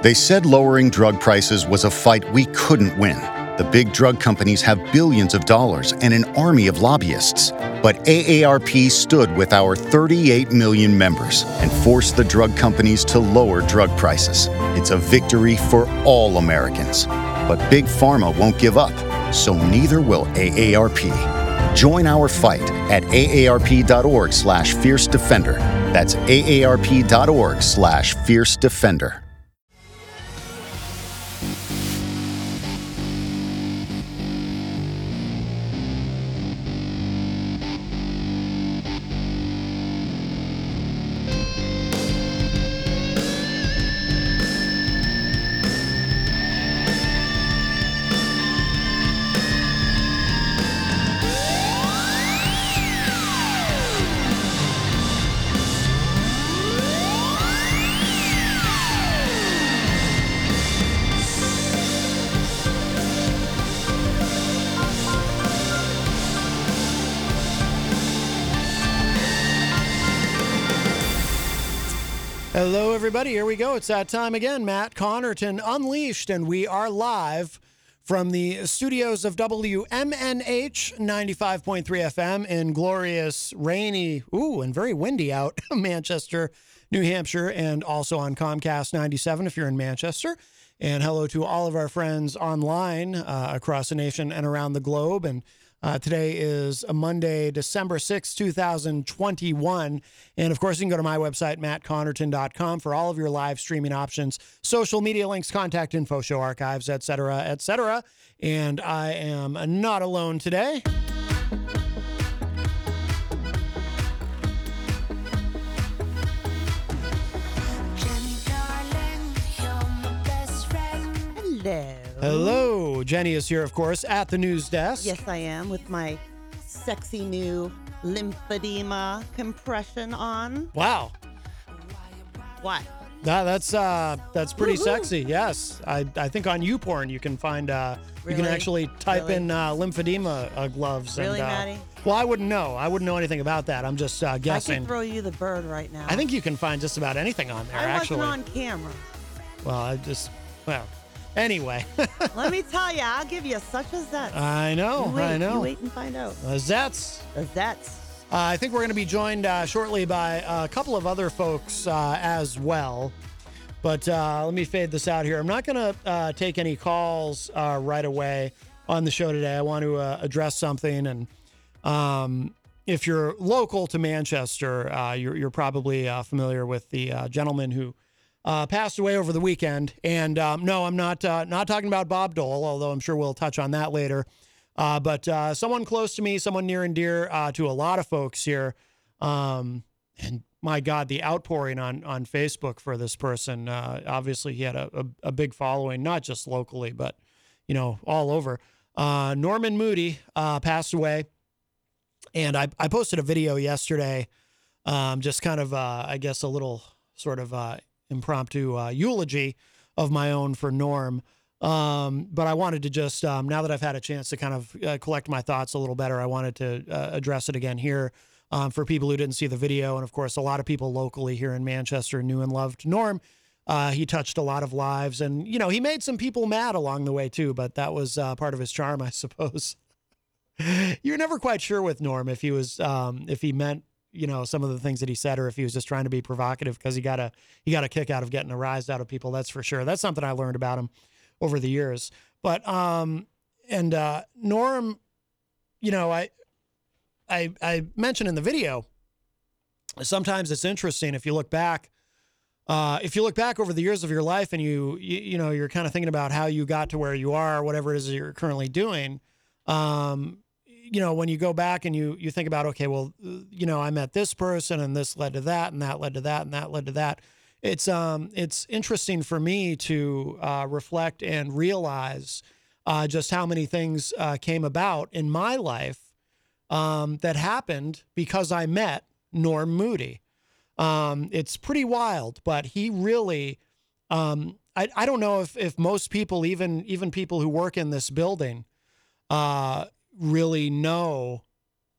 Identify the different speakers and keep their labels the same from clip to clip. Speaker 1: They said lowering drug prices was a fight we couldn't win. The big drug companies have billions of dollars and an army of lobbyists. But AARP stood with our 38 million members and forced the drug companies to lower drug prices. It's a victory for all Americans. But Big Pharma won't give up, so neither will AARP. Join our fight at aarp.org slash fierce defender. That's aarp.org slash fierce defender.
Speaker 2: Hello, everybody. Here we go. It's that time again. Matt Connerton unleashed, and we are live from the studios of WMNH 95.3 FM in glorious, rainy, ooh, and very windy out Manchester, New Hampshire, and also on Comcast 97 if you're in Manchester. And hello to all of our friends online uh, across the nation and around the globe. And uh, today is a Monday, December sixth, two 2021. And of course, you can go to my website, mattconnerton.com, for all of your live streaming options, social media links, contact info, show archives, et cetera, et cetera. And I am not alone today.
Speaker 3: Hello.
Speaker 2: Hello. Jenny is here, of course, at the news desk.
Speaker 3: Yes, I am with my sexy new lymphedema compression on.
Speaker 2: Wow.
Speaker 3: What?
Speaker 2: That, that's uh, that's pretty sexy. Yes, I, I think on YouPorn you can find uh, you
Speaker 3: Really?
Speaker 2: can actually type
Speaker 3: Really?
Speaker 2: in uh, lymphedema uh, gloves.
Speaker 3: Really,
Speaker 2: and, uh,
Speaker 3: Maddie?
Speaker 2: Well, I wouldn't know. I wouldn't know anything about that. I'm just uh,
Speaker 3: I can
Speaker 2: guessing.
Speaker 3: throw you the bird right now.
Speaker 2: I think you can find just about anything on there.
Speaker 3: I
Speaker 2: actually,
Speaker 3: wasn't on camera.
Speaker 2: well, I just well. Anyway,
Speaker 3: Let me tell you, I'll give you such as that.
Speaker 2: I know.
Speaker 3: you wait,
Speaker 2: I
Speaker 3: You
Speaker 2: know.
Speaker 3: wait and find out.
Speaker 2: Uh, Zets.
Speaker 3: As that's
Speaker 2: Uh, I think we're going to be joined uh, shortly by a couple of other folks uh, as well. But uh, let me fade this out here. I'm not going to uh, take any calls uh, right away on the show today. I want to uh, address something. And um, if you're local to Manchester, uh, you're, you're probably uh, familiar with the uh, gentleman who uh, passed away over the weekend. And um, no, I'm not uh, not talking about Bob Dole, although I'm sure we'll touch on that later. Uh, but uh, someone close to me, someone near and dear uh, to a lot of folks here. Um, and my God, the outpouring on on Facebook for this person. Uh, obviously, he had a, a, a big following, not just locally, but you know, all over. Uh, Norman Moody uh, passed away, and I, I posted a video yesterday, um, just kind of uh, I guess a little sort of uh, impromptu uh, eulogy of my own for Norm. Um, but I wanted to just um, now that I've had a chance to kind of uh, collect my thoughts a little better, I wanted to uh, address it again here um, for people who didn't see the video, and of course, a lot of people locally here in Manchester knew and loved Norm. Uh, he touched a lot of lives, and you know he made some people mad along the way too. But that was uh, part of his charm, I suppose. You're never quite sure with Norm if he was um, if he meant you know some of the things that he said, or if he was just trying to be provocative because he got a he got a kick out of getting a rise out of people. That's for sure. That's something I learned about him over the years. But um, and uh, Norm, you know, I I I mentioned in the video. Sometimes it's interesting if you look back. Uh, if you look back over the years of your life and you, you you know you're kind of thinking about how you got to where you are, whatever it is that you're currently doing, um, you know when you go back and you you think about okay, well, you know I met this person and this led to that and that led to that and that led to that, it's um it's interesting for me to uh, reflect and realize uh, just how many things uh, came about in my life um, that happened because I met Norm Moody. Um, it's pretty wild, but he really um, I, I don't know if if most people even even people who work in this building uh, really know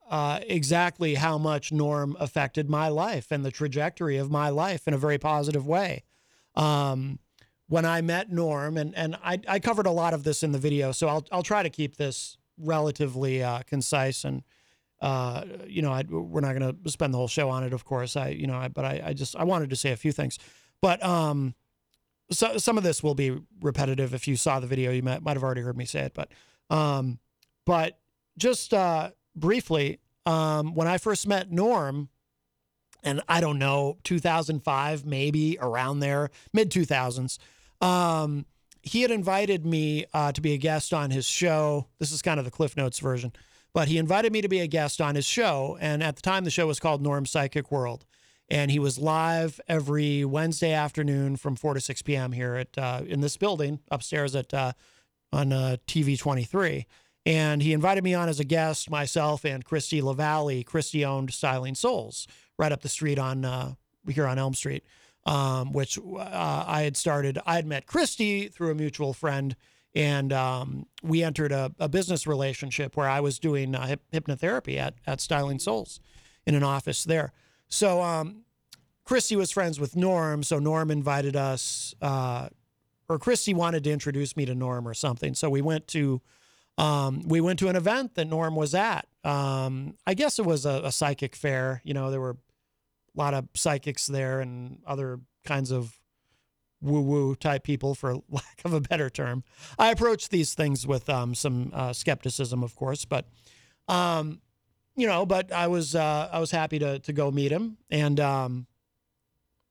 Speaker 2: uh, exactly how much Norm affected my life and the trajectory of my life in a very positive way. Um, when I met Norm, and and I, I covered a lot of this in the video, so I'll I'll try to keep this relatively uh, concise and uh, you know I, we're not going to spend the whole show on it, of course. I you know I, but I, I just I wanted to say a few things, but um, so some of this will be repetitive. If you saw the video, you might might have already heard me say it, but um, but just uh, briefly, um, when I first met Norm, and I don't know, 2005, maybe around there, mid 2000s, um, he had invited me uh, to be a guest on his show. This is kind of the Cliff Notes version, but he invited me to be a guest on his show. And at the time, the show was called Norm's Psychic World. And he was live every Wednesday afternoon from 4 to 6 p.m. here at uh, in this building upstairs at uh, on uh, TV 23. And he invited me on as a guest, myself and Christy LaValle. Christy owned Styling Souls right up the street on uh, here on Elm Street, um, which uh, I had started. I had met Christy through a mutual friend, and um, we entered a, a business relationship where I was doing uh, hyp- hypnotherapy at, at Styling Souls in an office there. So um, Christy was friends with Norm. So Norm invited us, uh, or Christy wanted to introduce me to Norm or something. So we went to um, we went to an event that Norm was at. Um, I guess it was a, a psychic fair. You know, there were a lot of psychics there and other kinds of woo woo type people, for lack of a better term. I approached these things with um, some uh, skepticism, of course, but. Um, you know, but I was uh, I was happy to to go meet him, and um,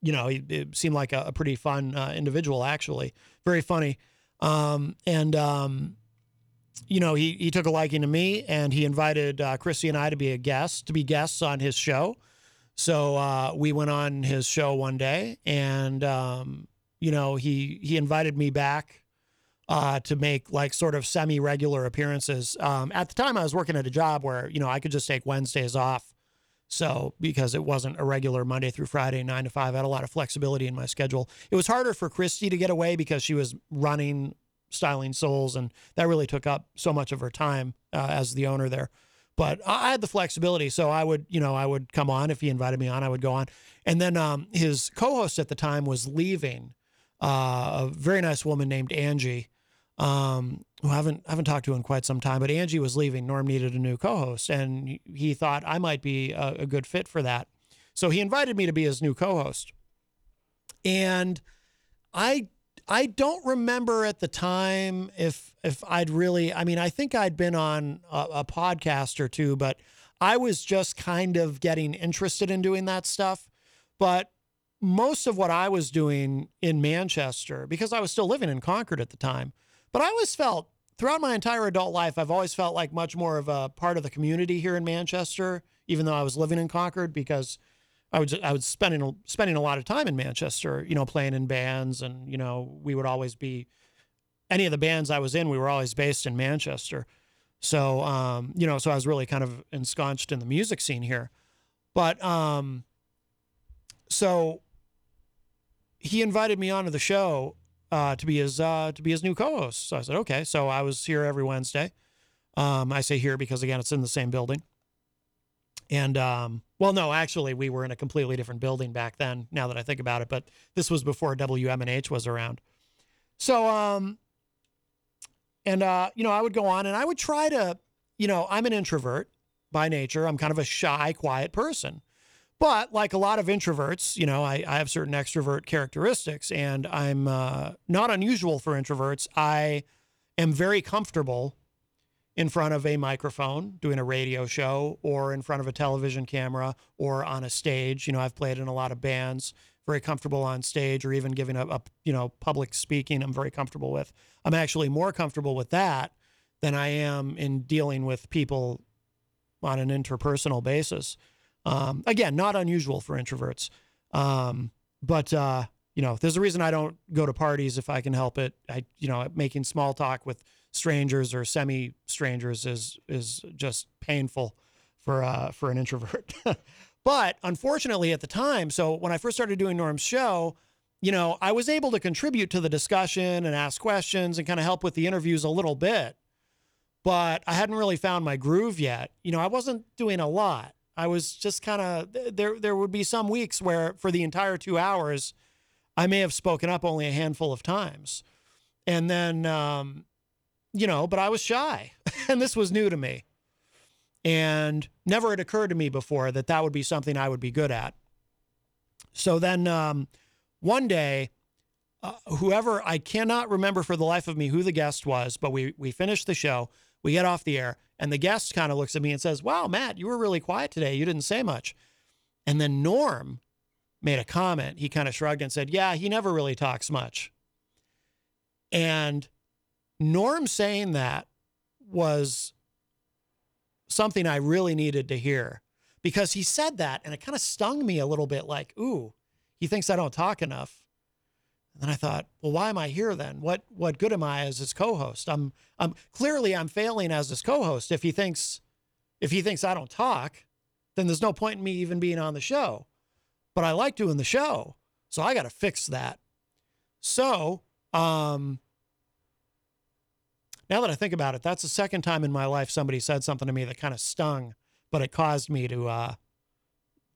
Speaker 2: you know, he, it seemed like a, a pretty fun uh, individual, actually, very funny, um, and um, you know, he he took a liking to me, and he invited uh, Chrissy and I to be a guest to be guests on his show. So uh, we went on his show one day, and um, you know, he he invited me back uh, to make like sort of semi regular appearances. Um, at the time, I was working at a job where you know I could just take Wednesdays off, so because it wasn't a regular Monday through Friday nine to five, I had a lot of flexibility in my schedule. It was harder for Christy to get away because she was running styling souls, and that really took up so much of her time uh, as the owner there. But I I had the flexibility, so I would, you know, I would come on if he invited me on, I would go on. And then um, his co-host at the time was leaving, uh, a very nice woman named Angie, um, who I haven't I haven't talked to in quite some time. But Angie was leaving. Norm needed a new co-host, and he thought I might be a, a good fit for that. So he invited me to be his new co-host, and I I don't remember at the time if if I'd really. I mean, I think I'd been on a, a podcast or two, but I was just kind of getting interested in doing that stuff. But most of what I was doing in Manchester, because I was still living in Concord at the time, but I always felt throughout my entire adult life, I've always felt like much more of a part of the community here in Manchester, even though I was living in Concord, because I was I was spending spending a lot of time in Manchester, you know, playing in bands, and you know, we would always be any of the bands I was in, we were always based in Manchester. So, um, you know, so I was really kind of ensconced in the music scene here. But um, so he invited me onto the show uh, to be his uh, to be his new co-host. So I said, okay. So I was here every Wednesday. Um, I say here because again, it's in the same building. And um, well, no, actually, we were in a completely different building back then. Now that I think about it, but this was before WMNH was around. So, um, and uh, you know, I would go on and I would try to, you know, I'm an introvert by nature. I'm kind of a shy, quiet person. But like a lot of introverts, you know, I, I have certain extrovert characteristics, and I'm uh, not unusual for introverts. I am very comfortable in front of a microphone doing a radio show or in front of a television camera or on a stage. You know, I've played in a lot of bands, very comfortable on stage or even giving up, up you know, public speaking, I'm very comfortable with. I'm actually more comfortable with that than I am in dealing with people on an interpersonal basis. Um, again, not unusual for introverts. Um, but uh, you know, there's a reason I don't go to parties if I can help it. I, you know, making small talk with strangers or semi strangers is is just painful for uh, for an introvert. but unfortunately, at the time, so when I first started doing Norm's show, you know, I was able to contribute to the discussion and ask questions and kind of help with the interviews a little bit. But I hadn't really found my groove yet. You know, I wasn't doing a lot. I was just kind of there. There would be some weeks where, for the entire two hours, I may have spoken up only a handful of times, and then, um, you know, but I was shy, and this was new to me, and never had occurred to me before that that would be something I would be good at. So then, um, one day, uh, whoever I cannot remember for the life of me who the guest was, but we we finished the show, we get off the air, and the guest kind of looks at me and says, "Wow, Matt, you were really quiet today. You didn't say much." And then Norm made a comment. He kind of shrugged and said, "Yeah, he never really talks much." And Norm saying that was something I really needed to hear because he said that and it kind of stung me a little bit like, "Ooh, he thinks I don't talk enough. And then I thought, well, why am I here then? What what good am I as his co-host? I'm I'm clearly I'm failing as his co-host. If he thinks if he thinks I don't talk, then there's no point in me even being on the show. But I like doing the show, so I got to fix that. So, um, now that I think about it, that's the second time in my life somebody said something to me that kind of stung, but it caused me to uh,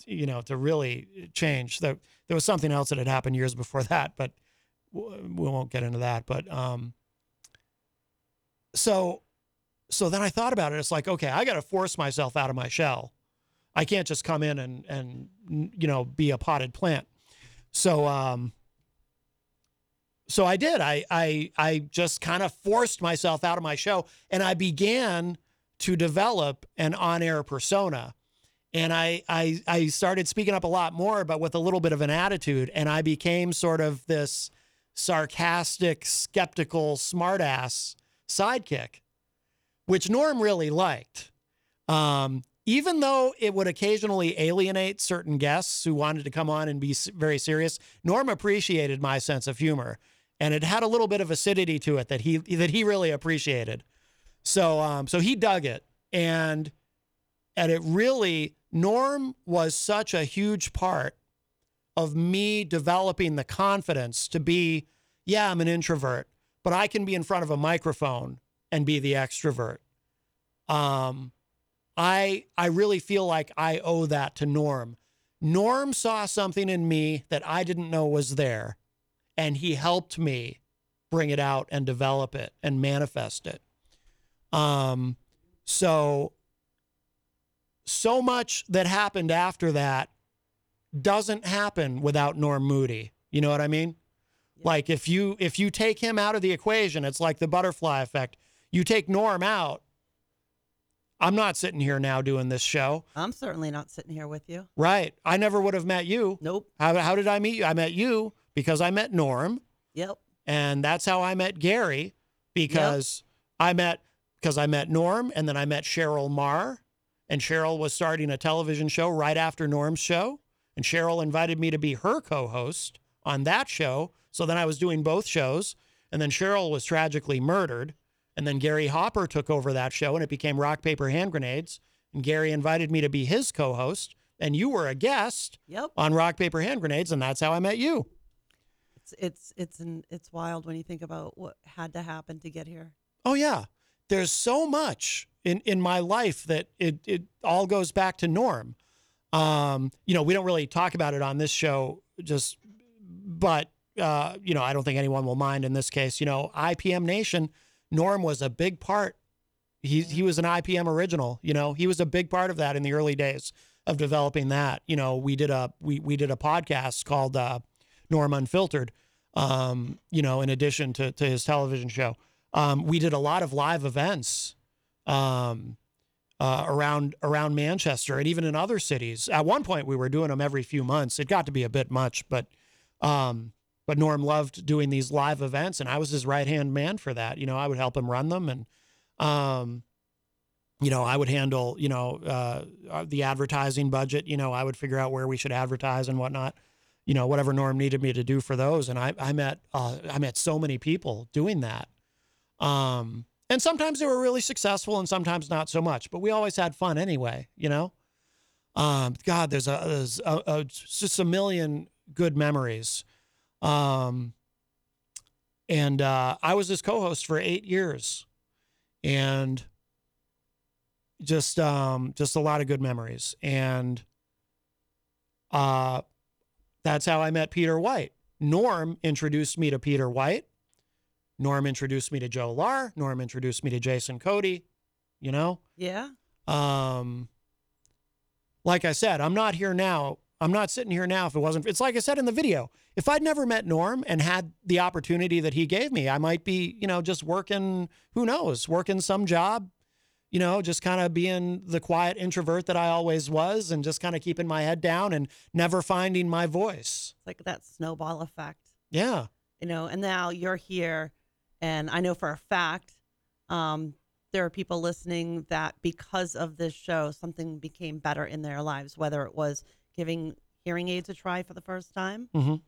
Speaker 2: you know to really change there there was something else that had happened years before that but w- we won't get into that but um so so then i thought about it it's like okay i got to force myself out of my shell i can't just come in and and you know be a potted plant so um so i did i i i just kind of forced myself out of my show and i began to develop an on-air persona and I, I I started speaking up a lot more, but with a little bit of an attitude, and I became sort of this sarcastic, skeptical, smartass sidekick, which Norm really liked. Um, even though it would occasionally alienate certain guests who wanted to come on and be very serious, Norm appreciated my sense of humor, and it had a little bit of acidity to it that he that he really appreciated. So um, so he dug it, and and it really Norm was such a huge part of me developing the confidence to be, yeah, I'm an introvert, but I can be in front of a microphone and be the extrovert. Um, I I really feel like I owe that to Norm. Norm saw something in me that I didn't know was there, and he helped me bring it out and develop it and manifest it. Um, so so much that happened after that doesn't happen without Norm Moody. You know what I mean? Yeah. Like if you if you take him out of the equation, it's like the butterfly effect. You take Norm out, I'm not sitting here now doing this show.
Speaker 3: I'm certainly not sitting here with you.
Speaker 2: Right. I never would have met you.
Speaker 3: Nope.
Speaker 2: How, how did I meet you? I met you because I met Norm.
Speaker 3: Yep.
Speaker 2: And that's how I met Gary because yep. I met because I met Norm and then I met Cheryl Marr and Cheryl was starting a television show right after Norm's show. And Cheryl invited me to be her co host on that show. So then I was doing both shows. And then Cheryl was tragically murdered. And then Gary Hopper took over that show and it became Rock, Paper, Hand Grenades. And Gary invited me to be his co host. And you were a guest
Speaker 3: yep.
Speaker 2: on Rock, Paper, Hand Grenades. And that's how I met you.
Speaker 3: It's, it's, it's, an, it's wild when you think about what had to happen to get here.
Speaker 2: Oh, yeah. There's so much in in my life that it it all goes back to norm. Um, you know, we don't really talk about it on this show, just but uh, you know, I don't think anyone will mind in this case. You know, IPM Nation, Norm was a big part. He he was an IPM original. You know, he was a big part of that in the early days of developing that. You know, we did a we we did a podcast called uh, Norm Unfiltered. Um, you know, in addition to to his television show, um, we did a lot of live events um, uh, around around Manchester and even in other cities. At one point, we were doing them every few months. It got to be a bit much, but um, but Norm loved doing these live events, and I was his right hand man for that. You know, I would help him run them, and um, you uh, know, I would handle you know uh, the advertising budget. You know, I would figure out where we should advertise and whatnot. you know, whatever Norm needed me to do for those. And I, I met, uh, I met so many people doing that. Um, and sometimes they were really successful and sometimes not so much, but we always had fun anyway, you know? Um, God, there's a, there's a, a just a million good memories. Um, and uh, I was his co-host for eight years, and just um, just a lot of good memories. And uh, that's how I met Peter White. Norm introduced me to Peter White. Norm introduced me to Joe Lar. Norm introduced me to Jason Cody. You know,
Speaker 3: Yeah.
Speaker 2: um, like I said, I'm not here now. I'm not sitting here now if it wasn't. It's like I said in the video. If I'd never met Norm and had the opportunity that he gave me, I might be, you know, just working, who knows, working some job, you know, just kind of being the quiet introvert that I always was and just kind of keeping my head down and never finding my voice.
Speaker 3: It's like that snowball effect,
Speaker 2: Yeah.
Speaker 3: you know, and now you're here. And I know for a fact um, there are people listening that because of this show, something became better in their lives, whether it was giving hearing aids a try for the first time
Speaker 2: Mhm.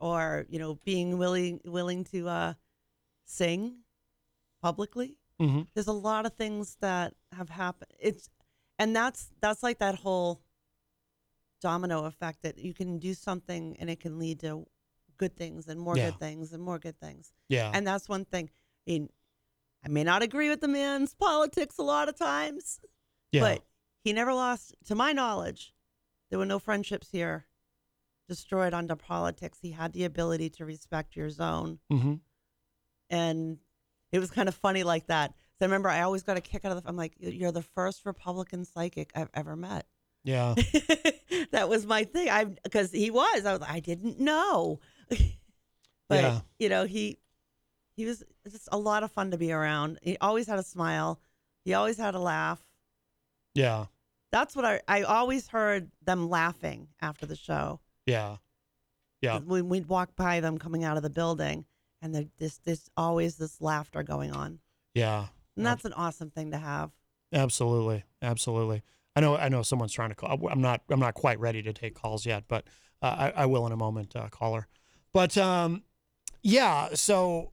Speaker 3: or, you know, being willing, willing to uh, sing publicly.
Speaker 2: hmm
Speaker 3: Um, there's a lot of things that have happened it's and that's that's like that whole domino effect that you can do something and it can lead to good things and more
Speaker 2: Yeah.
Speaker 3: good things and more good things
Speaker 2: Yeah.
Speaker 3: and that's one thing i mean i may not agree with the man's politics a lot of times
Speaker 2: yeah.
Speaker 3: but he never lost to my knowledge there were no friendships here destroyed under politics he had the ability to respect your zone
Speaker 2: hmm
Speaker 3: and it was kind of funny like that. So I remember I always got a kick out of the. I'm like, you're the first Republican psychic I've ever met.
Speaker 2: Yeah.
Speaker 3: that was my thing. I because he was. I was. like, I didn't know. but
Speaker 2: Yeah.
Speaker 3: you know he he was just a lot of fun to be around. He always had a smile. He always had a laugh.
Speaker 2: Yeah.
Speaker 3: That's what I I always heard them laughing after the show.
Speaker 2: Yeah. Yeah.
Speaker 3: When we'd walk by them coming out of the building, and there- this this always this laughter going on.
Speaker 2: Yeah.
Speaker 3: And that's an awesome thing to have.
Speaker 2: Absolutely, absolutely. I know, I know. Someone's trying to call. I'm not. I'm not quite ready to take calls yet, but uh, I, I will in a moment, uh, caller. But um, yeah. So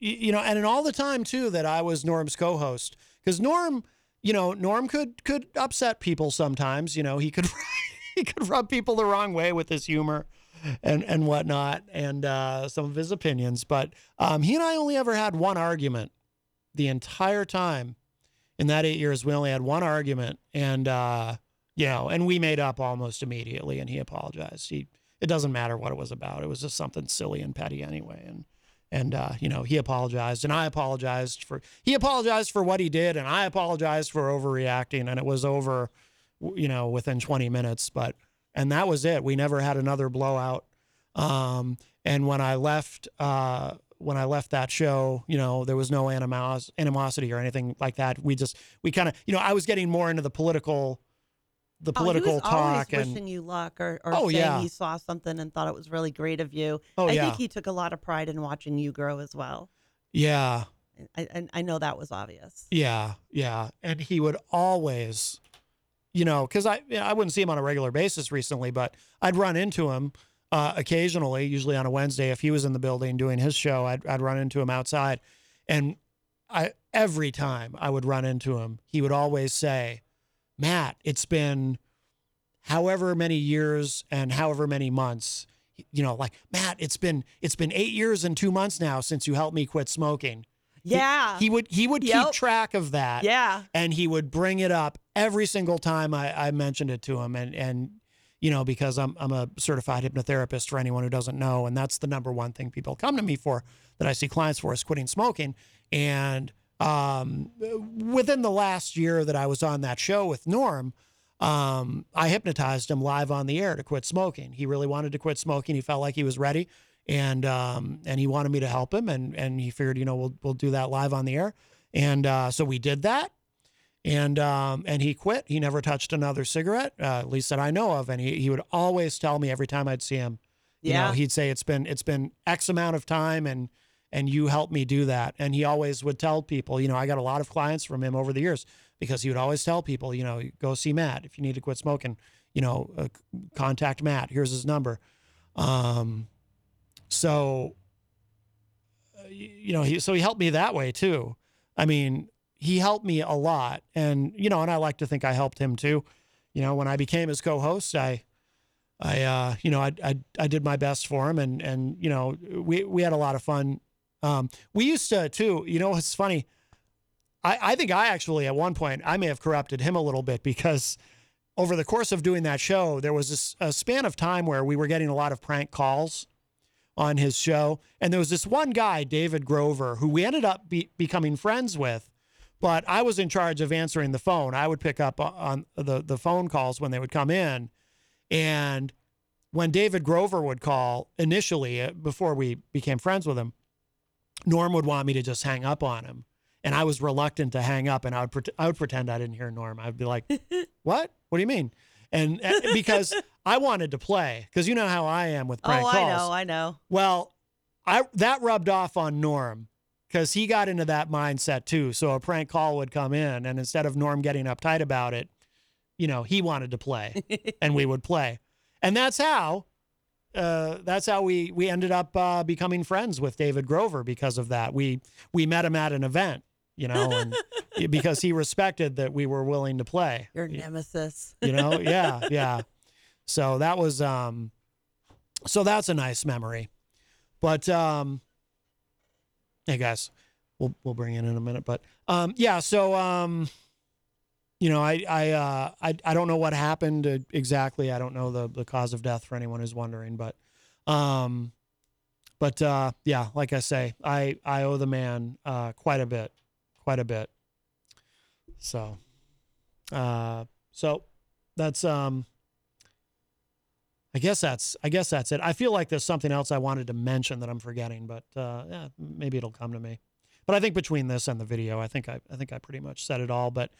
Speaker 2: y- you know, and in all the time too that I was Norm's co-host, because Norm, you know, Norm could could upset people sometimes. You know, he could he could rub people the wrong way with his humor. And, and whatnot, and uh, some of his opinions. But um, he and I only ever had one argument the entire time in that eight years, we only had one argument, and uh, you know, and we made up almost immediately, and he apologized. He it doesn't matter what it was about; it was just something silly and petty anyway, and and uh, you know, he apologized, and I apologized for he apologized for what he did, and I apologized for overreacting, and it was over, w- you know, within 20 minutes, but and that was it. We never had another blowout. Um, and when I left, uh, when I left that show, you know, there was no animos- animosity or anything like that. We just, we kind of, you know, I was getting more into the political, the
Speaker 3: oh, he
Speaker 2: political
Speaker 3: was
Speaker 2: talk
Speaker 3: always
Speaker 2: and
Speaker 3: wishing you luck or, or
Speaker 2: Oh,
Speaker 3: saying
Speaker 2: yeah.
Speaker 3: he saw something and thought it was really great of you.
Speaker 2: Oh,
Speaker 3: I
Speaker 2: yeah.
Speaker 3: think he took a lot of pride in watching you grow as well.
Speaker 2: yeah,
Speaker 3: I, and I know that was obvious.
Speaker 2: Yeah, yeah, and he would always, you know, because I you know, I wouldn't see him on a regular basis recently, but I'd run into him uh, occasionally, usually on a Wednesday if he was in the building doing his show. I'd I'd run into him outside, and I every time I would run into him, he would always say, "Matt, it's been however many years and however many months." You know, like Matt, it's been it's been eight years and two months now since you helped me quit smoking.
Speaker 3: Yeah.
Speaker 2: He would he would keep
Speaker 3: Yep.
Speaker 2: track of that
Speaker 3: yeah.
Speaker 2: and he would bring it up every single time I, I mentioned it to him and and you know because I'm I'm a certified hypnotherapist for anyone who doesn't know and that's the number one thing people come to me for that I see clients for is quitting smoking and um within the last year that I was on that show with Norm um I hypnotized him live on the air to quit smoking he really wanted to quit smoking he felt like he was ready and um and he wanted me to help him and and he figured you know we'll we'll do that live on the air and uh, so we did that and um, and he quit. He never touched another cigarette, uh, at least that I know of. And he, he would always tell me every time I'd see him, you know,
Speaker 3: Yeah.
Speaker 2: he'd say it's been it's been X amount of time, and and you helped me do that. And he always would tell people, you know, I got a lot of clients from him over the years because he would always tell people, you know, go see Matt if you need to quit smoking, you know, uh, c- contact Matt. Here's his number. Um, so, uh, y- you know, he, so he helped me that way too. I mean, he helped me a lot. And, you know, and I like to think I helped him too. You know, when I became his co host, I, I, uh, you know, I, I, I did my best for him and, and, you know, we, we had a lot of fun. Um, we used to too, you know, it's funny. I, I think I actually, at one point, I may have corrupted him a little bit because over the course of doing that show, there was this, a span of time where we were getting a lot of prank calls on his show. And there was this one guy, David Grover, who we ended up be, becoming friends with, but I was in charge of answering the phone. I would pick up on the, the phone calls when they would come in. And when David Grover would call initially, uh, before we became friends with him, Norm would want me to just hang up on him. And I was reluctant to hang up, and I would pret I would pretend I didn't hear Norm. I'd be like, "What? What do you mean?" And and- because I wanted to play, because you know how I am with
Speaker 3: Oh,
Speaker 2: prank calls.
Speaker 3: I know, I know.
Speaker 2: Well, I that rubbed off on Norm because he got into that mindset too. So a prank call would come in, and instead of Norm getting uptight about it, you know, he wanted to play, and we would play, and that's how. Uh, that's how we we ended up uh, becoming friends with David Grover because of that. We we met him at an event, you know, and because he respected that we were willing to play
Speaker 3: Your nemesis.
Speaker 2: you know yeah yeah so that was um so that's a nice memory but um hey guys we'll we'll bring it in a minute but um yeah so um you know i i uh i, I don't know what happened uh, exactly i don't know the the cause of death for anyone who's wondering but um but uh yeah like i say i i owe the man uh quite a bit quite a bit so uh so that's um I guess that's I guess that's it. I feel like there's something else I wanted to mention that I'm forgetting, but uh, yeah, maybe it'll come to me. But I think between this and the video, I think I, I think I pretty much said it all. But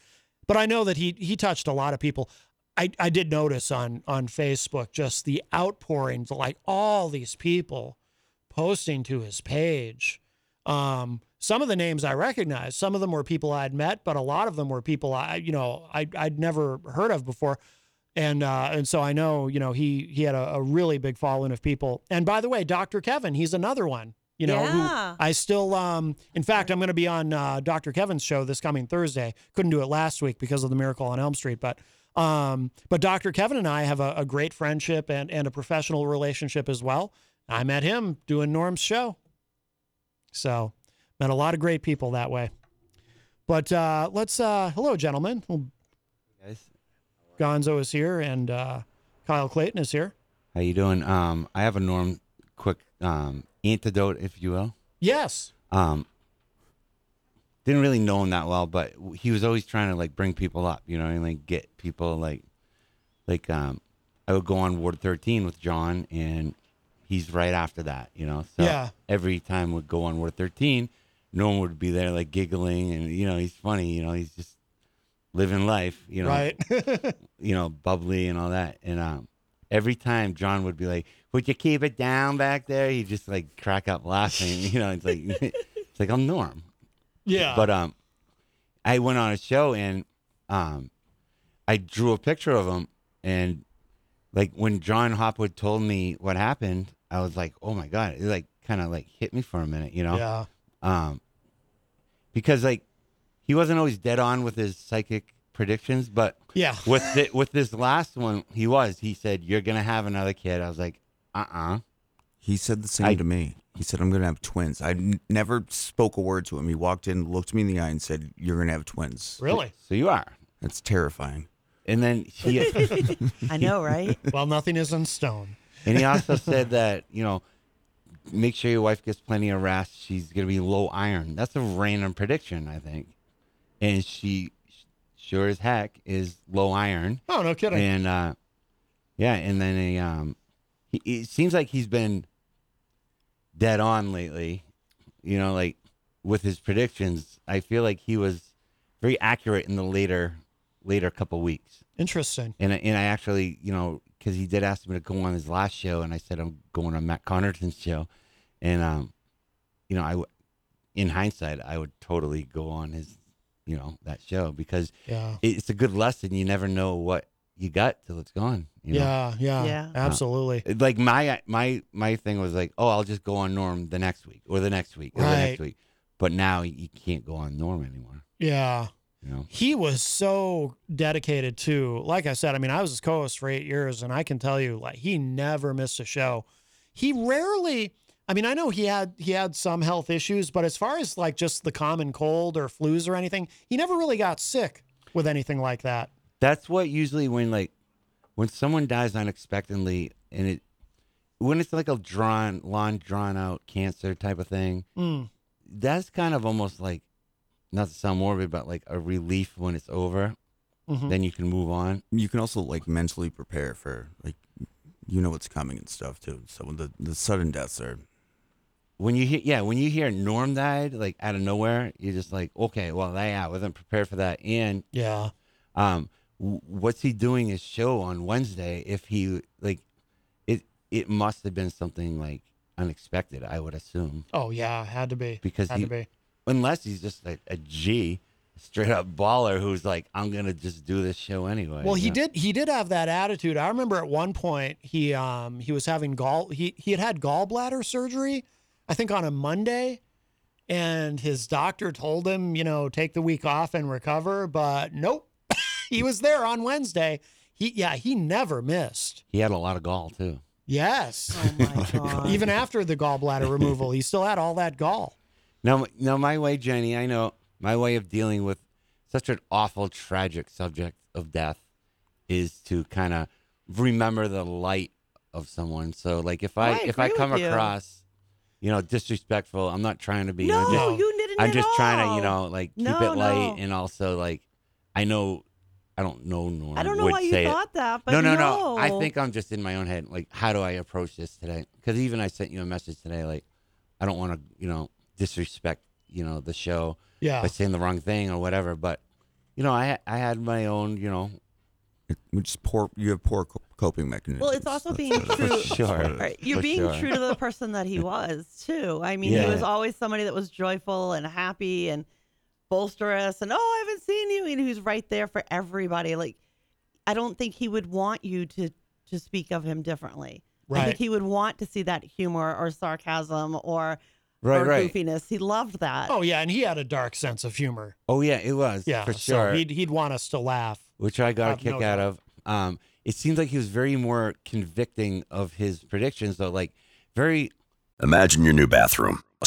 Speaker 2: but I know that he he touched a lot of people. I, I did notice on on Facebook just the outpouring, like all these people posting to his page. Um, some of the names I recognized. Some of them were people I'd met, but a lot of them were people I, you know, I, I'd never heard of before. And uh, and so I know, you know, he he had a, a really big following of people. And by the way, Dr. Kevin, he's another one. You know, who
Speaker 3: Yeah.
Speaker 2: I still, um, in fact, I'm going to be on uh, Dr. Kevin's show this coming Thursday. Couldn't do it last week because of the miracle on Elm Street, but um, but Dr. Kevin and I have a, a great friendship and and a professional relationship as well. I met him doing Norm's show, so met a lot of great people that way. But uh, let's, uh, hello, gentlemen. Well,
Speaker 4: guys.
Speaker 2: Gonzo is here and uh, Kyle Clayton is here.
Speaker 4: How you doing? Um, I have a norm quick um, antidote, if you will.
Speaker 2: Yes.
Speaker 4: Um, didn't really know him that well, but he was always trying to like bring people up, you know, and like get people like, like um, I would go on Ward 13 with John, and he's right after that, you know. So
Speaker 2: Yeah.
Speaker 4: every time we'd go on Ward 13, no one would be there like giggling, and you know, he's funny, you know, he's just living life, you know
Speaker 2: Right.
Speaker 4: you know, bubbly and all that. And um, every time John would be like, "Would you keep it down back there?" He'd just like crack up laughing. You know, it's like it's like I'm Norm.
Speaker 2: yeah.
Speaker 4: But um, I went on a show and um, I drew a picture of him, and like when John Hopwood told me what happened, I was like, "Oh my god!" It like kind of like hit me for a minute, you know
Speaker 2: yeah.
Speaker 4: um, because like he wasn't always dead on with his psychic predictions, but
Speaker 2: Yeah.
Speaker 4: with thi- with this last one, he was. He said, "You're gonna have another kid." I was like, "Uh uh
Speaker 5: He said the same
Speaker 4: I-
Speaker 5: to me. He said, I'm going to have twins. I n- never spoke a word to him. He walked in, looked me in the eye, and said, You're going to have twins.
Speaker 2: Really?
Speaker 4: So you are.
Speaker 5: That's terrifying.
Speaker 4: And then he and
Speaker 3: I know, right?
Speaker 2: well, nothing is in stone.
Speaker 4: he also said that you know, make sure your wife gets plenty of rest. She's gonna be low iron. That's a random prediction, I think. And she sure as heck is low iron.
Speaker 2: Oh, no kidding.
Speaker 4: And uh, yeah, and then he, um, he, it seems like he's been dead on lately. You know, like with his predictions, I feel like he was very accurate in the later later couple weeks.
Speaker 2: Interesting.
Speaker 4: And I- and I actually, you know, because he did ask me to go on his last show, and I said I'm going on Matt Connerton's show, and um, you know, I w- in hindsight, I would totally go on his, you know, that show because
Speaker 2: Yeah.
Speaker 4: it's a good lesson. You never know what you gut till it's gone. You know?
Speaker 2: yeah, yeah,
Speaker 3: Yeah.
Speaker 2: absolutely.
Speaker 4: It- Like my my my thing was like, oh, I'll just go on Norm the next week or the next week or the
Speaker 2: Right.
Speaker 4: next week. But now you can't go on Norm anymore.
Speaker 2: Yeah.
Speaker 4: You know.
Speaker 2: He was so dedicated to, like I said, I mean, I was his co host for eight years, and I can tell you, like, he never missed a show. He rarely, I mean, I know he had he had some health issues, but as far as like just the common cold or flus or anything, he never really got sick with anything like that.
Speaker 4: that's what usually when like when someone dies unexpectedly and it when it's like a drawn long drawn out cancer type of thing
Speaker 2: Mm.
Speaker 4: that's kind of almost like not to sound morbid but like a relief when it's over
Speaker 2: Mhm.
Speaker 4: Mm-hmm. then you can move on
Speaker 5: You can also like mentally prepare for like you know what's coming and stuff too. So the the sudden deaths are
Speaker 4: when you hear yeah when you hear norm died like out of nowhere you're just like okay well yeah i wasn't prepared for that and
Speaker 2: Yeah.
Speaker 4: um w- what's he doing his show on wednesday if he like it it must have been something like unexpected i would assume
Speaker 2: Oh, yeah. Had to be.
Speaker 4: Because
Speaker 2: had
Speaker 4: he-
Speaker 2: to be.
Speaker 4: unless he's just like a G, straight up baller who's like, I'm gonna just do this show anyway.
Speaker 2: Well, he
Speaker 4: you know?
Speaker 2: did. He did have that attitude. I remember at one point he um he was having gall he he had had gallbladder surgery, I think on a Monday, and his doctor told him you know take the week off and recover, but nope, he was there on Wednesday. He yeah he never missed.
Speaker 4: He had a lot of gall too.
Speaker 2: Yes,
Speaker 3: Oh my god.
Speaker 2: even after the gallbladder removal, he still had all that gall.
Speaker 4: Now, now my way, Jenny, I know my way of dealing with such an awful, tragic subject of death is to kind of remember the light of someone. So, like, if I,
Speaker 3: I
Speaker 4: if I
Speaker 3: agree
Speaker 4: come
Speaker 3: with you.
Speaker 4: across, you know, disrespectful, I'm not trying to be. I'm
Speaker 3: no,
Speaker 4: just,
Speaker 2: just-
Speaker 3: you didn't.
Speaker 4: I'm
Speaker 3: at
Speaker 4: just trying to, you
Speaker 3: all.
Speaker 4: know, like keep
Speaker 3: No,
Speaker 4: it light
Speaker 3: no.
Speaker 4: and also like, I know, I don't know Norm.
Speaker 3: I don't know
Speaker 4: would
Speaker 3: why you
Speaker 4: say it.
Speaker 3: thought that, but
Speaker 4: no, no, no, I think I'm just in my own head. Like, how do I approach this today? Because even I sent you a message today. Like, I don't want to, you know, disrespect, you know, the show
Speaker 2: Yeah,
Speaker 4: by saying the wrong thing or whatever. But, you know, I I had my own, you know,
Speaker 5: which is poor. You have poor co- coping mechanisms.
Speaker 3: Well, it's also
Speaker 5: That's
Speaker 3: being
Speaker 5: what it is.
Speaker 3: true.
Speaker 4: sure.
Speaker 3: Right. You're
Speaker 4: For
Speaker 3: being
Speaker 4: sure.
Speaker 3: true to the person that he was too. I mean,
Speaker 4: Yeah.
Speaker 3: he was always somebody that was joyful and happy and bolsterous and oh, I haven't seen you. And he was right there for everybody. Like, I don't think he would want you to to speak of him differently. I
Speaker 2: right.
Speaker 3: think he would want to see that humor or sarcasm or,
Speaker 4: right,
Speaker 3: or
Speaker 4: right.
Speaker 3: goofiness. He loved that.
Speaker 2: Oh yeah, and he had a dark sense of humor.
Speaker 4: Oh yeah, it was
Speaker 2: Yeah,
Speaker 4: for
Speaker 2: so
Speaker 4: sure.
Speaker 2: he'd he'd want us to laugh.
Speaker 4: which I got
Speaker 2: I
Speaker 4: a
Speaker 2: have
Speaker 4: kick
Speaker 2: no
Speaker 4: out of. Um, it seems like he was very more convicting of his predictions, though. Like, very
Speaker 6: Imagine your new bathroom. A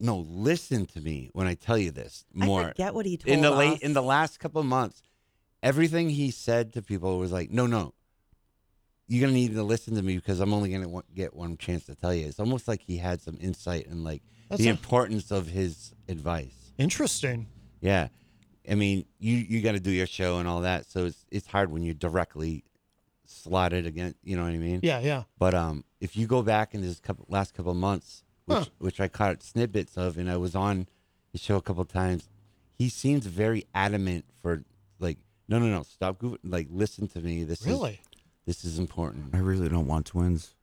Speaker 4: no. Listen to me when I tell you this
Speaker 3: I
Speaker 4: more.
Speaker 3: forget what he told
Speaker 4: in the late
Speaker 3: us.
Speaker 4: in the last couple of months, everything he said to people was like, "No, no, you're gonna need to listen to me because I'm only gonna wa- get one chance to tell you." It's almost like he had some insight and like
Speaker 2: That's
Speaker 4: the
Speaker 2: a-
Speaker 4: importance of his advice.
Speaker 2: Interesting.
Speaker 4: Yeah, I mean, you you got to do your show and all that, so it's it's hard when you're directly slotted against. You know what I mean?
Speaker 2: Yeah, yeah.
Speaker 4: But um, if you go back in this couple, last couple of months, which
Speaker 2: Huh.
Speaker 4: which I caught snippets of, and I was on the show a couple of times, he seems very adamant for like, no, no, no, stop, goofing. like listen to me. This
Speaker 2: Really.
Speaker 4: is this is important.
Speaker 5: I really don't want twins.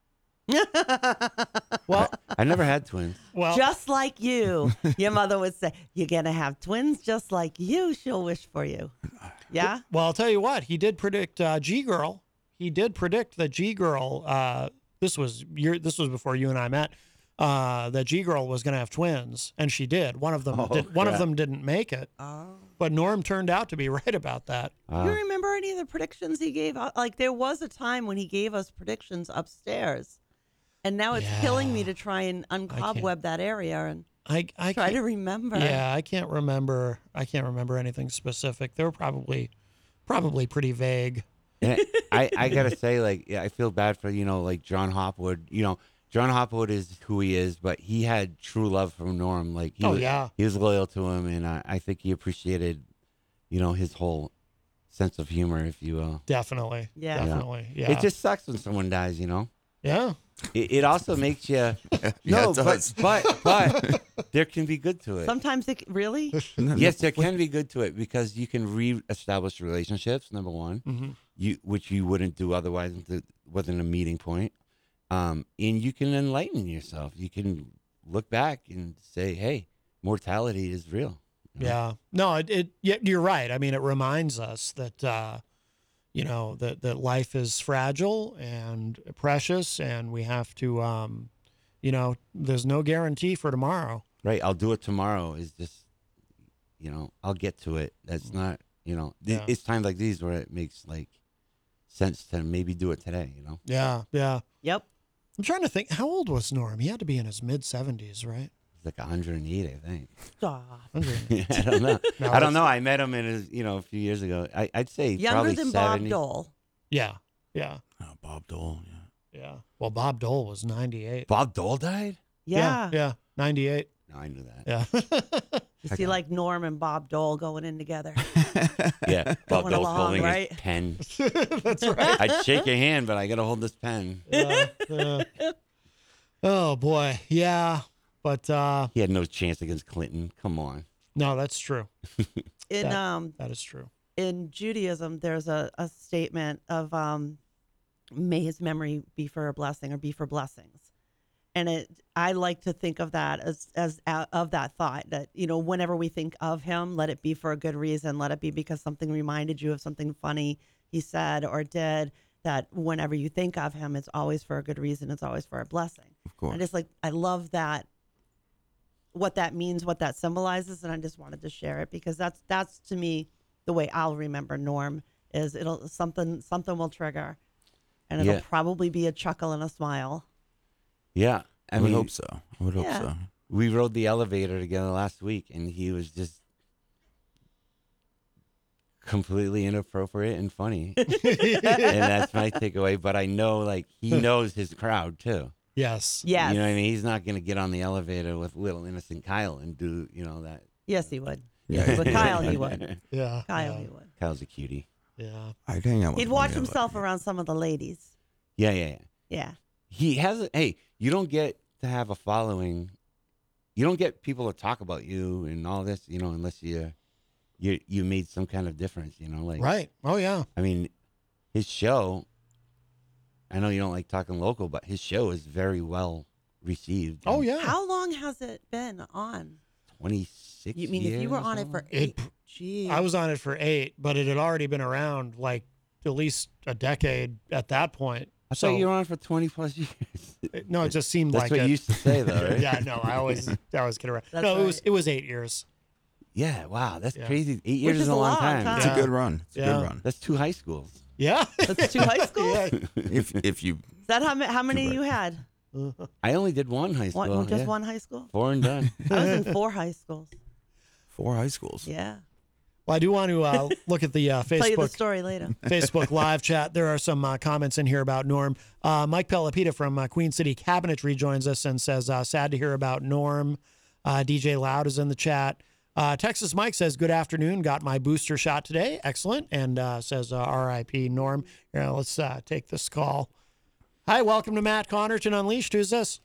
Speaker 2: Well,
Speaker 4: I never had twins.
Speaker 2: well,
Speaker 3: just like you. Your mother would say, You're going to have twins just like you. She'll wish for you. Yeah.
Speaker 2: well, I'll tell you what. He did predict uh, G Girl. He did predict that G Girl. Uh, this was year. This was before you and I met. Uh, that G Girl was going to have twins, and she did. One of them.
Speaker 4: Oh,
Speaker 2: did, one of
Speaker 4: crap.
Speaker 2: them didn't make it.
Speaker 3: Oh.
Speaker 2: But Norm turned out to be right about that.
Speaker 3: Do you remember any of the predictions he gave? out? Like there was a time when he gave us predictions upstairs, and now it's killing me to try and uncobweb that area and
Speaker 2: I, I
Speaker 3: try to
Speaker 2: can't-
Speaker 3: remember.
Speaker 2: Yeah, I can't remember. I can't remember anything specific. They were probably, probably pretty vague.
Speaker 4: And I, I gotta say, like, yeah, I feel bad for you know, like John Hopwood. You know, John Hopwood is who he is, but he had true love from Norm. Like, he
Speaker 2: Oh,
Speaker 4: was,
Speaker 2: yeah.
Speaker 4: he was loyal to him, and I, I think he appreciated, you know, his whole sense of humor, if you will.
Speaker 2: Definitely.
Speaker 3: Yeah.
Speaker 4: You know?
Speaker 2: Definitely. Yeah.
Speaker 4: It just sucks when someone dies, you know.
Speaker 2: Yeah.
Speaker 4: It, it also makes you
Speaker 5: Yeah,
Speaker 4: no,
Speaker 5: it
Speaker 4: but
Speaker 5: does.
Speaker 4: but but there can be good to it.
Speaker 3: Sometimes it really.
Speaker 4: yes, there can be good to it because you can re-establish relationships. Number one,
Speaker 2: Mhm.
Speaker 4: you which you wouldn't do otherwise if it wasn't a meeting point, um, and you can enlighten yourself. You can look back and say, "Hey, mortality is real."
Speaker 2: Yeah. No, it, it yeah, you're right. I mean, it reminds us that uh, you know, that that life is fragile and precious and we have to um you know, there's no guarantee for tomorrow.
Speaker 4: Right? I'll do it tomorrow. Is just, you know, I'll get to it. That's not, you know, th-
Speaker 2: Yeah.
Speaker 4: it's times like these where it makes like sense to maybe do it today. You know,
Speaker 2: Yeah. Yeah.
Speaker 3: Yep.
Speaker 2: I'm trying to think how old was Norm? He had to be in his mid 70s, right?
Speaker 4: it's like 108, I think.
Speaker 3: God.
Speaker 2: 100.
Speaker 4: I don't know.
Speaker 2: No,
Speaker 4: I
Speaker 2: that's-
Speaker 4: don't know. I met him in his, you know, a few years ago. I, I'd say
Speaker 3: Younger
Speaker 4: probably
Speaker 3: than Bob
Speaker 4: 70.
Speaker 3: Dole.
Speaker 2: yeah. Yeah.
Speaker 5: Oh, Bob Dole. Yeah.
Speaker 2: Yeah. Well, Bob Dole was 98.
Speaker 4: Bob Dole died?
Speaker 3: Yeah.
Speaker 2: Yeah. yeah 98.
Speaker 4: No, I knew that.
Speaker 2: Yeah.
Speaker 3: You see, like Norm and Bob Dole going in together.
Speaker 4: Yeah, Bob
Speaker 3: Going
Speaker 4: Dole's
Speaker 3: along,
Speaker 4: holding
Speaker 3: right?
Speaker 4: his pen.
Speaker 2: That's right.
Speaker 4: I'd shake your hand, but I gotta hold this pen.
Speaker 2: Yeah, yeah. Oh boy. Yeah. But uh
Speaker 4: He had no chance against Clinton. Come on.
Speaker 2: no, that's true.
Speaker 3: In
Speaker 2: That-
Speaker 3: um
Speaker 2: That is true.
Speaker 3: in Judaism, there's a, a statement of um, may his memory be for a blessing or be for blessings. And it, I like to think of that as, as a- of that thought that, you know, whenever we think of him, let it be for a good reason. Let it be because something reminded you of something funny he said or did. That whenever you think of him, it's always for a good reason. It's always for a blessing.
Speaker 5: Of course.
Speaker 3: I just like, I love that what that means, what that symbolizes, and I just wanted to share it because that's that's to me the way I'll remember Norm is it'll something something will trigger, and it'll
Speaker 4: Yeah.
Speaker 3: probably be a chuckle and a smile.
Speaker 4: Yeah.
Speaker 5: I
Speaker 4: I
Speaker 5: would
Speaker 4: mean,
Speaker 5: hope so. I would hope
Speaker 3: Yeah.
Speaker 5: so.
Speaker 4: we rode the elevator together last week and he was just completely inappropriate and funny. and that's my takeaway. But I know like he knows his crowd too.
Speaker 2: Yes.
Speaker 3: Yes,
Speaker 4: You know what I mean? He's not going to get on the elevator with little innocent Kyle and do, you know, that.
Speaker 3: yes he would.
Speaker 5: Yeah.
Speaker 3: But Kyle he would.
Speaker 2: Yeah.
Speaker 3: Kyle
Speaker 2: yeah,
Speaker 3: he would.
Speaker 4: Kyle's a cutie.
Speaker 2: Yeah.
Speaker 5: I'd hang out with
Speaker 3: He'd
Speaker 5: him,
Speaker 3: watch
Speaker 5: yeah, but-
Speaker 3: himself around some of the ladies.
Speaker 4: Yeah, yeah, yeah.
Speaker 3: Yeah,
Speaker 4: He has, a- hey, you don't get to have a following. You don't get people to talk about you and all this, you know, unless you you you made some kind of difference, you know, like
Speaker 2: Right. Oh yeah.
Speaker 4: I mean, his show I know you don't like talking local, but his show is very well received.
Speaker 2: Oh yeah.
Speaker 3: How long has it been on?
Speaker 4: 26
Speaker 3: You mean if you
Speaker 4: years
Speaker 3: were
Speaker 4: or
Speaker 3: on it
Speaker 4: something?
Speaker 3: for
Speaker 2: It
Speaker 3: eight?
Speaker 2: pr-
Speaker 3: Geez,
Speaker 2: I was on it for eight, but it had already been around like at least a decade at that point.
Speaker 4: I thought you were on for 20 plus years.
Speaker 2: It- no, it just seemed
Speaker 4: That's
Speaker 2: like
Speaker 4: what
Speaker 2: it.
Speaker 4: you used to say, though, right?
Speaker 2: yeah. No, I always I always get around.
Speaker 3: That's
Speaker 2: no, it was
Speaker 3: right.
Speaker 2: it was eight years.
Speaker 4: Yeah, wow, that's
Speaker 2: Yeah.
Speaker 4: crazy. Eight years
Speaker 3: is
Speaker 4: is, a
Speaker 3: a
Speaker 4: long
Speaker 3: long
Speaker 4: time.
Speaker 3: time.
Speaker 5: It's
Speaker 2: Yeah.
Speaker 5: a good run. It's a
Speaker 2: Yeah.
Speaker 5: good run.
Speaker 4: That's two high schools.
Speaker 2: Yeah.
Speaker 3: that's two high schools.
Speaker 5: If if you
Speaker 3: Is that how, ma- how many
Speaker 5: Two
Speaker 3: you had?
Speaker 4: I only did one high school.
Speaker 3: One, just
Speaker 4: yeah.
Speaker 3: one high school.
Speaker 4: Four and done.
Speaker 3: I was in four high schools.
Speaker 5: four high schools.
Speaker 3: Yeah,
Speaker 2: Well, I do want to uh, look at the uh,
Speaker 3: tell you the
Speaker 2: Facebook
Speaker 3: story later.
Speaker 2: Facebook live chat. There are some uh, comments in here about Norm. Uh, Mike Pelapita from uh, Queen City Cabinetry joins us and says, uh, sad to hear about Norm. Uh, DJ Loud is in the chat. Uh, Texas Mike says, good afternoon. Got my booster shot today. Excellent. And uh, says, uh, RIP Norm. Here, now let's uh, take this call. Hi, welcome to Matt Connerton Unleashed. Who's this?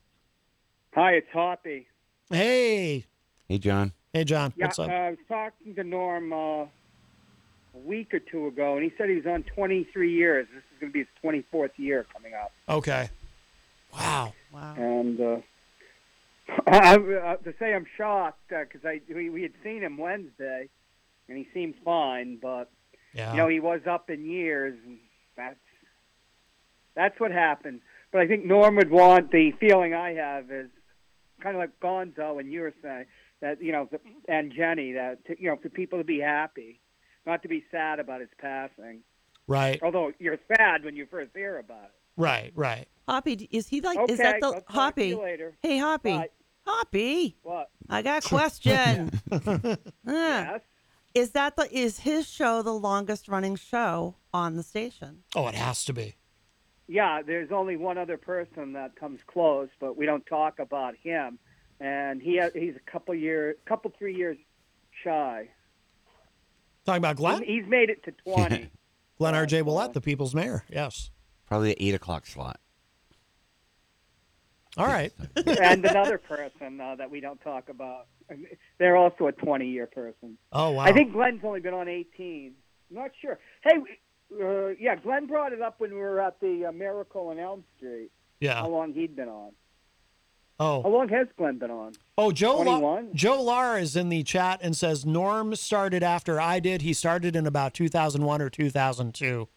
Speaker 7: Hi, it's Hoppy.
Speaker 2: Hey.
Speaker 4: hey, John.
Speaker 2: Hey, John.
Speaker 7: Yeah,
Speaker 2: What's up?
Speaker 7: uh, I was talking to Norm uh, a week or two ago, and he said he was on 23 years. This is going to be his 24th year coming up.
Speaker 2: okay. Wow.
Speaker 3: Wow.
Speaker 7: And uh, I, I, to say I'm shocked because I we, we had seen him Wednesday, and he seemed fine, but
Speaker 2: Yeah.
Speaker 7: you know he was up in years, and that's that's what happened. But I think Norm would want the feeling I have is kind of like Gonzo and you were saying that you know, the, and Jenny that to, you know, for people to be happy, not to be sad about his passing.
Speaker 2: Right.
Speaker 7: Although you're sad when you first hear about it.
Speaker 2: Right. Right.
Speaker 3: Hoppy, d- is he like? is that
Speaker 7: Okay,
Speaker 3: the
Speaker 7: I'll talk to you
Speaker 3: Hoppy?
Speaker 7: later.
Speaker 3: Hey, Hoppy.
Speaker 7: Bye.
Speaker 3: Hoppy.
Speaker 7: What?
Speaker 3: I got a question. yes. Is that the is his show the longest running show on the station?
Speaker 2: Oh, it has to be.
Speaker 7: Yeah, there's only one other person that comes close, but we don't talk about him. And he he's a couple year, couple three years shy.
Speaker 2: Talking about Glenn.
Speaker 7: He's made it to twenty.
Speaker 2: Glenn R.J. Willett, the people's mayor. Yes.
Speaker 4: Probably the eight o'clock slot.
Speaker 2: All right.
Speaker 7: and another person uh, that we don't talk about. They're also a 20 year person.
Speaker 2: Oh wow.
Speaker 7: I think Glenn's only been on 18. I'm not sure. Hey, uh, yeah, Glenn brought it up when we were at the uh, Miracle on Elm Street.
Speaker 2: Yeah.
Speaker 7: How long he'd been on.
Speaker 2: Oh.
Speaker 7: How long has Glenn been on?
Speaker 2: Oh, Joe La-
Speaker 7: 21?
Speaker 2: Joe Lara is in the chat and says Norm started after I did. He started in about 2001 or 2002.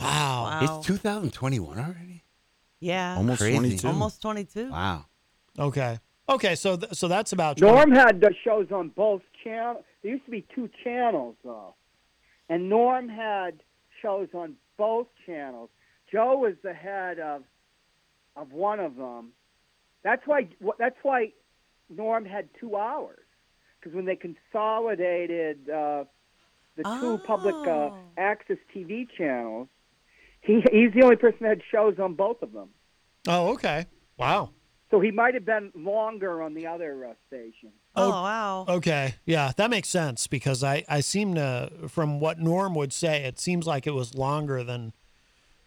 Speaker 2: Wow.
Speaker 4: It's 2021 already?
Speaker 3: Yeah.
Speaker 4: Almost Crazy. 22.
Speaker 3: Almost 22.
Speaker 4: Wow.
Speaker 2: Okay. Okay, so th- so that's about
Speaker 7: Norm had the shows on both channels. There used to be two channels, though. And Norm had shows on both channels. Joe was the head of of one of them. That's why that's why Norm had two hours because when they consolidated uh, the two public uh, access TV channels, he he's the only person that had shows on both of them.
Speaker 2: Oh, okay. Wow.
Speaker 7: So he might have been longer on the other uh, station.
Speaker 2: Oh,
Speaker 3: wow.
Speaker 2: Okay. Yeah, that makes sense because I I seem to from what Norm would say, it seems like it was longer than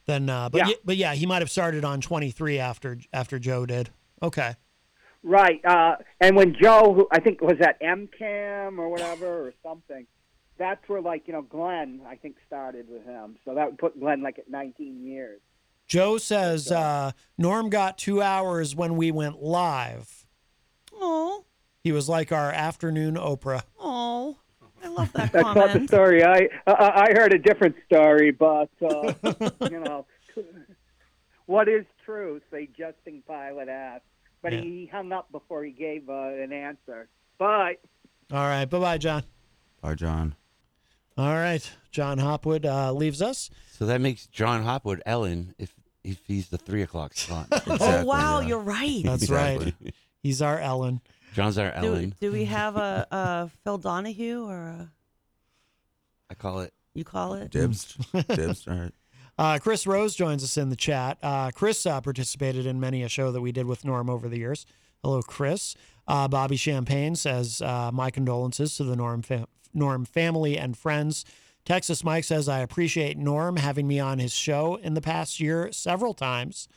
Speaker 2: than uh but yeah,
Speaker 7: Yeah.
Speaker 2: but yeah, he might have started on 23 after after Joe did. Okay.
Speaker 7: Right. Uh, and when Joe, who I think was at MCAM or whatever or something, that's where like you know Glenn, I think started with him. So that would put Glenn like at 19 years.
Speaker 2: Joe says uh Norm got 2 hours when we went live.
Speaker 3: Oh,
Speaker 2: He was like our afternoon Oprah.
Speaker 3: oh, I love that
Speaker 7: That's not the
Speaker 3: comment.
Speaker 7: story. I uh, I, I heard a different story, but uh, you know, what is truth? They Justin Pilate asked, but
Speaker 2: Yeah.
Speaker 7: he hung up before he gave uh, an answer. But
Speaker 2: All right. Bye-bye, John.
Speaker 5: Bye, John.
Speaker 2: All right. John Hopwood uh leaves us.
Speaker 4: So that makes John Hopwood Ellen if if he's the three o'clock slot.
Speaker 3: oh wow, you're right.
Speaker 2: That's right. He's our Ellen.
Speaker 4: John's our
Speaker 3: Do,
Speaker 4: Ellen.
Speaker 3: do we have a, a Phil Donahue or a,
Speaker 4: I call it.
Speaker 3: you call it?
Speaker 5: Dibs. Dibs. All right.
Speaker 2: Uh, Chris Rose joins us in the chat. Uh, Chris uh, participated in many a show that we did with Norm over the years. Hello, Chris. Uh, Bobby Champagne says, uh, My condolences to the Norm, fam- Norm family and friends. Texas Mike says, I appreciate Norm having me on his show in the past year several times.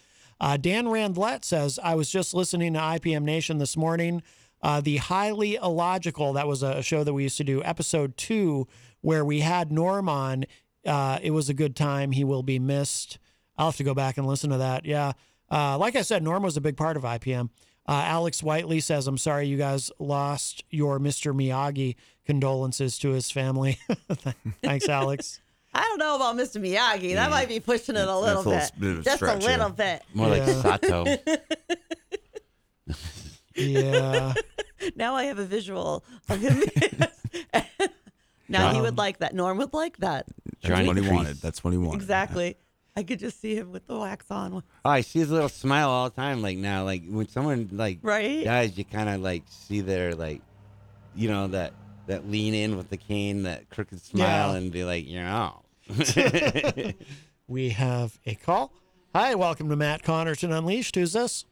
Speaker 2: Uh, Dan Randlett says, I was just listening to IPM Nation this morning. Uh, the Highly Illogical, that was a show that we used to do, episode two, where we had Norm on. Uh, it was a good time. He will be missed. I'll have to go back and listen to that. Yeah. Uh, like I said, Norm was a big part of IPM. Uh, Alex Whiteley says, I'm sorry you guys lost your Mr. Miyagi. Condolences to his family. Thanks, Alex.
Speaker 3: I don't know about Mr. Miyagi. That might be pushing it a little
Speaker 5: a little
Speaker 3: bit.
Speaker 5: bit of a
Speaker 3: Just a
Speaker 5: stretch, yeah. Oh.
Speaker 3: little bit.
Speaker 4: More
Speaker 2: Yeah.
Speaker 4: like Sato.
Speaker 2: yeah.
Speaker 3: Now I have a visual of him. now he would like that. Norm would like that.
Speaker 5: That's
Speaker 4: Johnny
Speaker 5: what he
Speaker 4: Crease.
Speaker 5: wanted. That's what he wanted.
Speaker 3: Exactly. I could just see him with the wax on.
Speaker 4: Oh, I see his little smile all the time. Like now, like when someone like
Speaker 3: Right?
Speaker 4: dies, you kind of like see their like, you know that that lean in with the cane, that crooked smile,
Speaker 2: Yeah.
Speaker 4: and be like, you know.
Speaker 2: We have a call. Hi, welcome to Matt Connerton Unleashed. Who's this?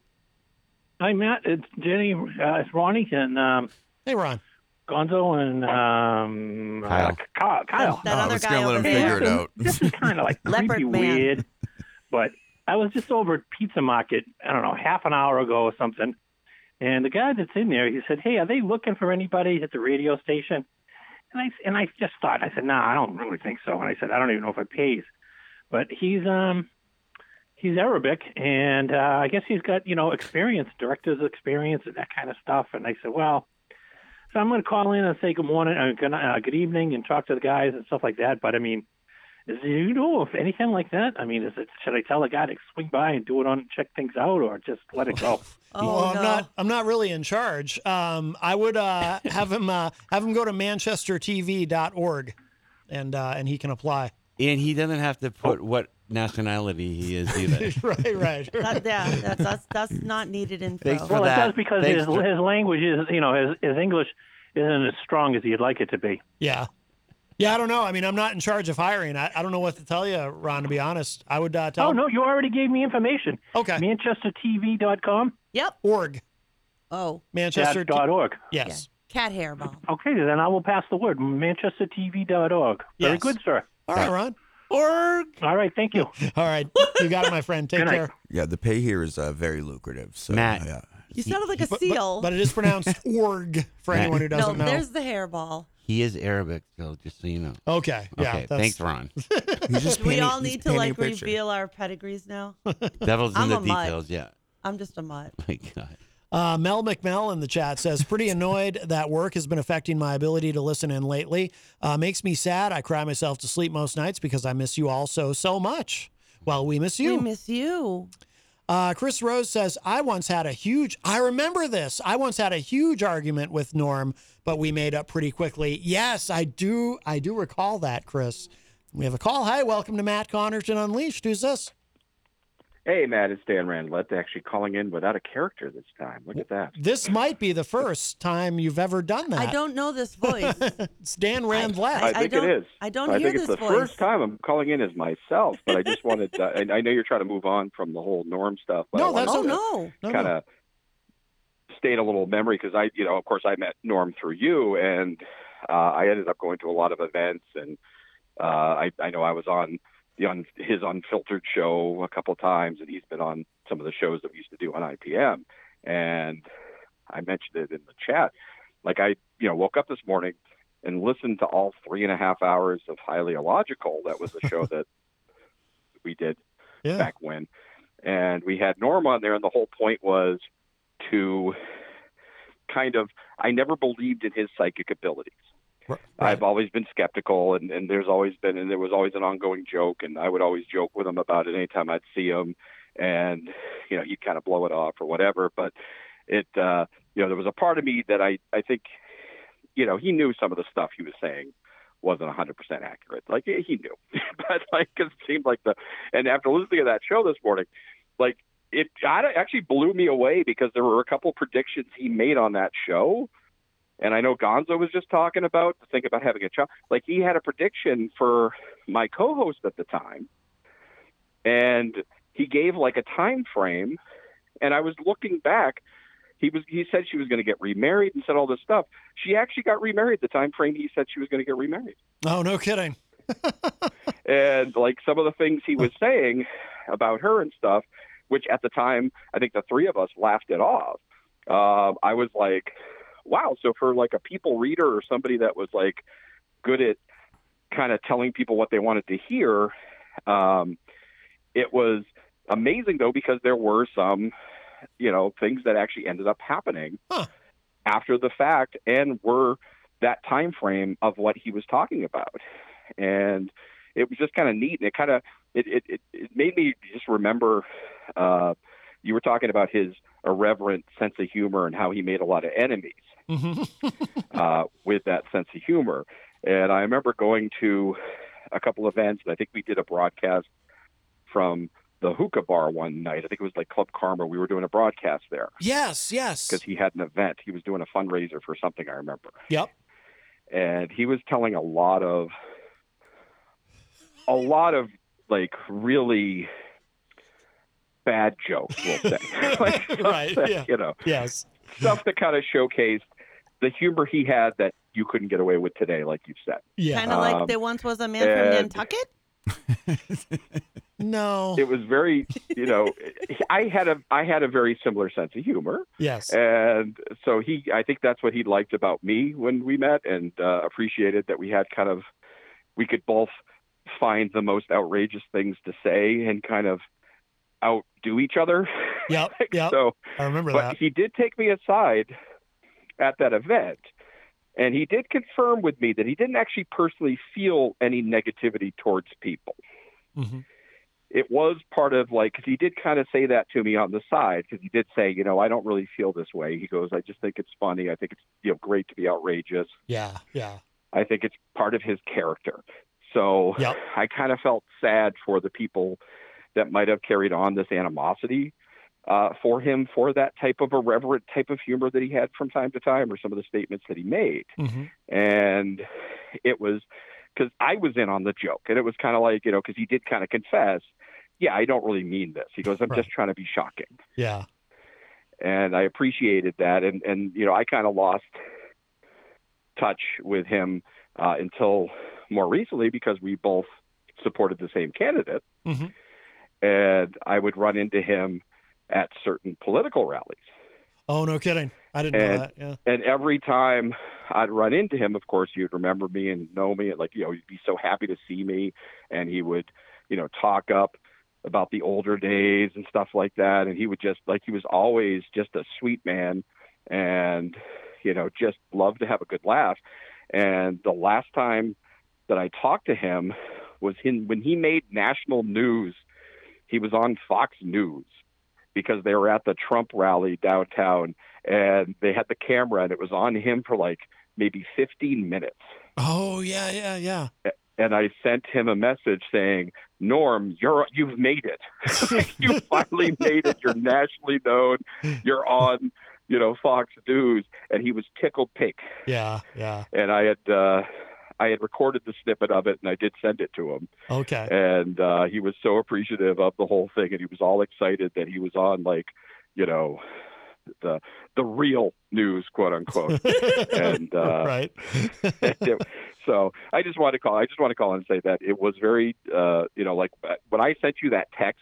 Speaker 8: Hi, Matt. It's Jenny. Uh, it's Ronnie and um,
Speaker 2: Hey, Ron.
Speaker 8: Gonzo and um,
Speaker 4: Kyle.
Speaker 8: Uh, Kyle. Kyle.
Speaker 3: That other
Speaker 5: let's
Speaker 3: guy
Speaker 5: gonna let
Speaker 3: over
Speaker 5: him
Speaker 3: there.
Speaker 5: figure it out.
Speaker 8: This is kind of like
Speaker 3: Leopard
Speaker 8: creepy
Speaker 3: man.
Speaker 8: weird. But I was just over at Pizza Market, I don't know, half an hour ago or something. And the guy that's in there, he said, Hey, are they looking for anybody at the radio station? And I, and I just thought, I said, No, nah, I don't really think so. And I said, I don't even know if it pays. But he's, um, he's Arabic, and uh, I guess he's got you know experience, director's experience, and that kind of stuff. And I said, well, so I'm going to call in and say good morning, uh, good, uh, good evening, and talk to the guys and stuff like that. But I mean, Is, do you know of anything like that? I mean, is it should I tell the guy to swing by and do it on check things out, or just let it go?
Speaker 3: Oh,
Speaker 2: well, I'm not. I'm not really in charge. Um, I would uh, have him uh, have him go to manchestertv.org, and uh, and he can apply.
Speaker 4: And he doesn't have to
Speaker 2: Oh.
Speaker 4: put what nationality he is either.
Speaker 2: right, right.
Speaker 3: That, yeah, that's, that's that's not needed info.
Speaker 4: Thanks for
Speaker 8: well,
Speaker 4: that.
Speaker 8: it does because
Speaker 4: Thanks
Speaker 8: his,
Speaker 4: for-
Speaker 8: his language is, you know, his, his English isn't as strong as he'd like it to be.
Speaker 2: Yeah. Yeah, I don't know. I mean, I'm not in charge of hiring. I, I don't know what to tell you, Ron, to be honest. I would uh, tell
Speaker 8: Oh, no, you already gave me information.
Speaker 2: Okay.
Speaker 8: ManchesterTV.com?
Speaker 3: Yep.
Speaker 2: Org.
Speaker 3: Oh.
Speaker 2: Manchester
Speaker 8: Dot- dot org.
Speaker 2: Yes.
Speaker 3: Cat hairball.
Speaker 8: Okay, then I will pass the word. ManchesterTV.org. Very
Speaker 2: Yes.
Speaker 8: good, sir.
Speaker 2: All right, Ron.
Speaker 8: Org. All right, thank you.
Speaker 2: All right. You got it, my friend. Take
Speaker 5: Good night.
Speaker 2: care.
Speaker 5: Yeah, the pay here is uh, very lucrative. So,
Speaker 4: Matt.
Speaker 5: yeah.
Speaker 3: You sounded like a
Speaker 2: But- but-
Speaker 3: seal.
Speaker 2: But, it is pronounced org for
Speaker 4: Right.
Speaker 2: anyone who
Speaker 3: no,
Speaker 2: doesn't know.
Speaker 3: there's the hairball.
Speaker 4: He is Arabic, so just so you know.
Speaker 2: Okay. Yeah.
Speaker 4: Okay,
Speaker 2: that's-
Speaker 4: thanks, Ron.
Speaker 5: just
Speaker 3: we
Speaker 5: painting-
Speaker 3: all
Speaker 5: he's
Speaker 3: need to
Speaker 5: painting a
Speaker 3: like
Speaker 5: picture.
Speaker 3: reveal our pedigrees now.
Speaker 4: Devil's in
Speaker 3: I'm
Speaker 4: the
Speaker 3: a mutt.
Speaker 4: details, yeah.
Speaker 3: I'm just a mutt.
Speaker 4: My God.
Speaker 2: Uh, Mel McMell in the chat says, pretty annoyed that work has been affecting my ability to listen in lately. Uh, makes me sad. I cry myself to sleep most nights because I miss you all so, so much. Well, we miss you.
Speaker 3: We miss you.
Speaker 2: Uh, Chris Rose says, I once had a huge, I remember this. I once had a huge argument with Norm, but we made up pretty quickly. Yes, I do. I do recall that, Chris. We have a call. Hi, welcome to Matt Connerton Unleashed. Who's this?
Speaker 9: Hey, Matt, it's Dan Randlett, actually calling in without a character this time. Look at that.
Speaker 2: This might be the first time you've ever done that.
Speaker 3: I don't know this voice.
Speaker 2: It's Dan Rand Lack.
Speaker 9: I, think
Speaker 3: don't-
Speaker 9: it is.
Speaker 3: I don't
Speaker 9: I
Speaker 3: hear
Speaker 9: think it's
Speaker 3: this
Speaker 9: the
Speaker 3: voice.
Speaker 9: first time I'm calling in as myself, but I just wanted. To, I, I know you're trying to move on from the whole norm stuff. But
Speaker 2: No,
Speaker 9: I wanted
Speaker 2: that's-
Speaker 9: to
Speaker 3: oh,
Speaker 2: no. No,
Speaker 9: Kind
Speaker 2: no.
Speaker 9: of state a little memory because I, you know, of course, I met Norm through you, and uh, I ended up going to a lot of events, and uh, I, I know I was on the on his unfiltered show a couple times, and he's been on some of the shows that we used to do on IPM, and I mentioned it in the chat. Like I, you know, woke up this morning and listened to all three and a half hours of Highly Illogical. That was a show that we did
Speaker 2: Yeah.
Speaker 9: back when. And we had Norm on there, and the whole point was to kind of, I never believed in his psychic abilities. I've always been skeptical, and, and there's always been, and there was always an ongoing joke, and I would always joke with him about it anytime I'd see him, and you know he'd kind of blow it off or whatever. But it, uh, you know, there was a part of me that I, I think, you know, he knew some of the stuff he was saying wasn't 100% accurate. Like he he knew, but like it seemed like the, and after listening to that show this morning, like it I don't- actually blew me away because there were a couple predictions he made on that show and I know Gonzo was just talking about the thing about having a child. Like he had a prediction for my co-host at the time, and he gave like a time frame. And I was looking back. He was he said she was going to get remarried and said all this stuff. She actually got remarried the time frame he said she was going to get remarried.
Speaker 2: Oh, no kidding.
Speaker 9: And like some of the things he was saying about her and stuff, which at the time I think the three of us laughed it off. Uh, I was like, wow. So for like a people reader or somebody that was like good at kind of telling people what they wanted to hear, um, it was amazing though because there were some, you know, things that actually ended up happening after the fact and were that time frame of what he was talking about, and it was just kind of neat and it kind of it, it it it made me just remember. Uh, you were talking about his irreverent sense of humor and how he made a lot of enemies uh, with that sense of humor. And I remember going to a couple events, and I think we did a broadcast from the hookah bar one night. I think it was like Club Karma. We were doing a broadcast there
Speaker 2: Yes, yes.
Speaker 9: because he had an event. He was doing a fundraiser for something, I remember.
Speaker 2: Yep.
Speaker 9: And he was telling a lot of, a lot of like really bad jokes, we'll say. Like,
Speaker 2: Right, yeah.
Speaker 9: You know,
Speaker 2: Yes.
Speaker 9: stuff that kind of showcased the humor he had that you couldn't get away with today, like you said.
Speaker 2: Yeah.
Speaker 3: Kind of like
Speaker 9: Um,
Speaker 3: there once was a man from
Speaker 9: and-
Speaker 3: Nantucket.
Speaker 2: No.
Speaker 9: It was very, you know, I had a I had a very similar sense of humor,
Speaker 2: Yes.
Speaker 9: and so he, I think that's what he liked about me when we met, and uh, appreciated that we had kind of, we could both find the most outrageous things to say and kind of outdo each other.
Speaker 2: Yep. Yep.
Speaker 9: So
Speaker 2: I remember
Speaker 9: but
Speaker 2: that.
Speaker 9: he did take me aside at that event And he did confirm with me that he didn't actually personally feel any negativity towards people. It was part of like, 'cause he did kind of say that to me on the side, because he did say, you know, I don't really feel this way. He goes, I just think it's funny. I think it's you know great to be outrageous.
Speaker 2: Yeah, yeah.
Speaker 9: I think it's part of his character. So I kind of felt sad for the people that might have carried on this animosity uh, for him for that type of irreverent type of humor that he had from time to time or some of the statements that he made.
Speaker 2: Mm-hmm.
Speaker 9: And it was because I was in on the joke and it was kind of like, you know, because he did kind of confess, yeah, I don't really mean this. He goes, I'm just trying to be shocking
Speaker 2: Yeah.
Speaker 9: and I appreciated that. And and you know, I kind of lost touch with him uh, until more recently because we both supported the same candidate,
Speaker 2: Mm-hmm.
Speaker 9: and I would run into him at certain political rallies.
Speaker 2: Oh, no kidding. I didn't know
Speaker 9: And,
Speaker 2: that. Yeah.
Speaker 9: and every time I'd run into him, of course, he'd remember me and know me. And, like, you know, he'd be so happy to see me. And he would, you know, talk up about the older days and stuff like that. And he would just, like, he was always just a sweet man and, you know, just loved to have a good laugh. And the last time that I talked to him was him, when he made national news, he was on Fox News because they were at the Trump rally downtown and they had the camera and it was on him for like maybe 15 minutes.
Speaker 2: Oh, yeah, yeah, yeah.
Speaker 9: And I sent him a message saying, "Norm, you're you've made it. you finally made it. You're nationally known. You're on, you know, Fox News." And he was tickled pink.
Speaker 2: Yeah, yeah.
Speaker 9: And I had uh, I had recorded the snippet of it and I did send it to him
Speaker 2: Okay.
Speaker 9: and uh, he was so appreciative of the whole thing, and he was all excited that he was on like, you know, the the real news, quote unquote. and uh,
Speaker 2: right.
Speaker 9: and it- so I just want to call. I just want to call and say that it was very, uh, you know, like when I sent you that text.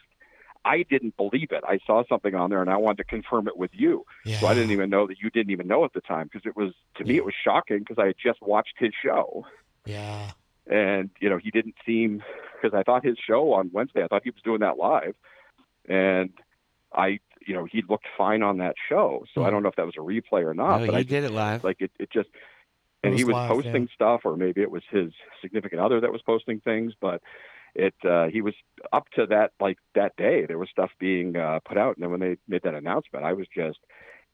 Speaker 9: I didn't believe it. I saw something on there, and I wanted to confirm it with you. So I didn't even know that you didn't even know at the time because it was to me it was shocking because I had just watched his show
Speaker 2: Yeah.
Speaker 9: and you know he didn't seem because I thought his show on Wednesday I thought he was doing that live, and I you know he looked fine on that show so I don't know if that was a replay or not
Speaker 4: Hmm. No,
Speaker 9: but
Speaker 4: he
Speaker 9: I
Speaker 4: did it live
Speaker 9: like it it just
Speaker 4: It
Speaker 9: and he
Speaker 4: was
Speaker 9: was
Speaker 4: live,
Speaker 9: posting
Speaker 4: yeah.
Speaker 9: stuff or maybe it was his significant other that was posting things but it uh, he was up to that like that day there was stuff being uh, put out and then when they made that announcement I was just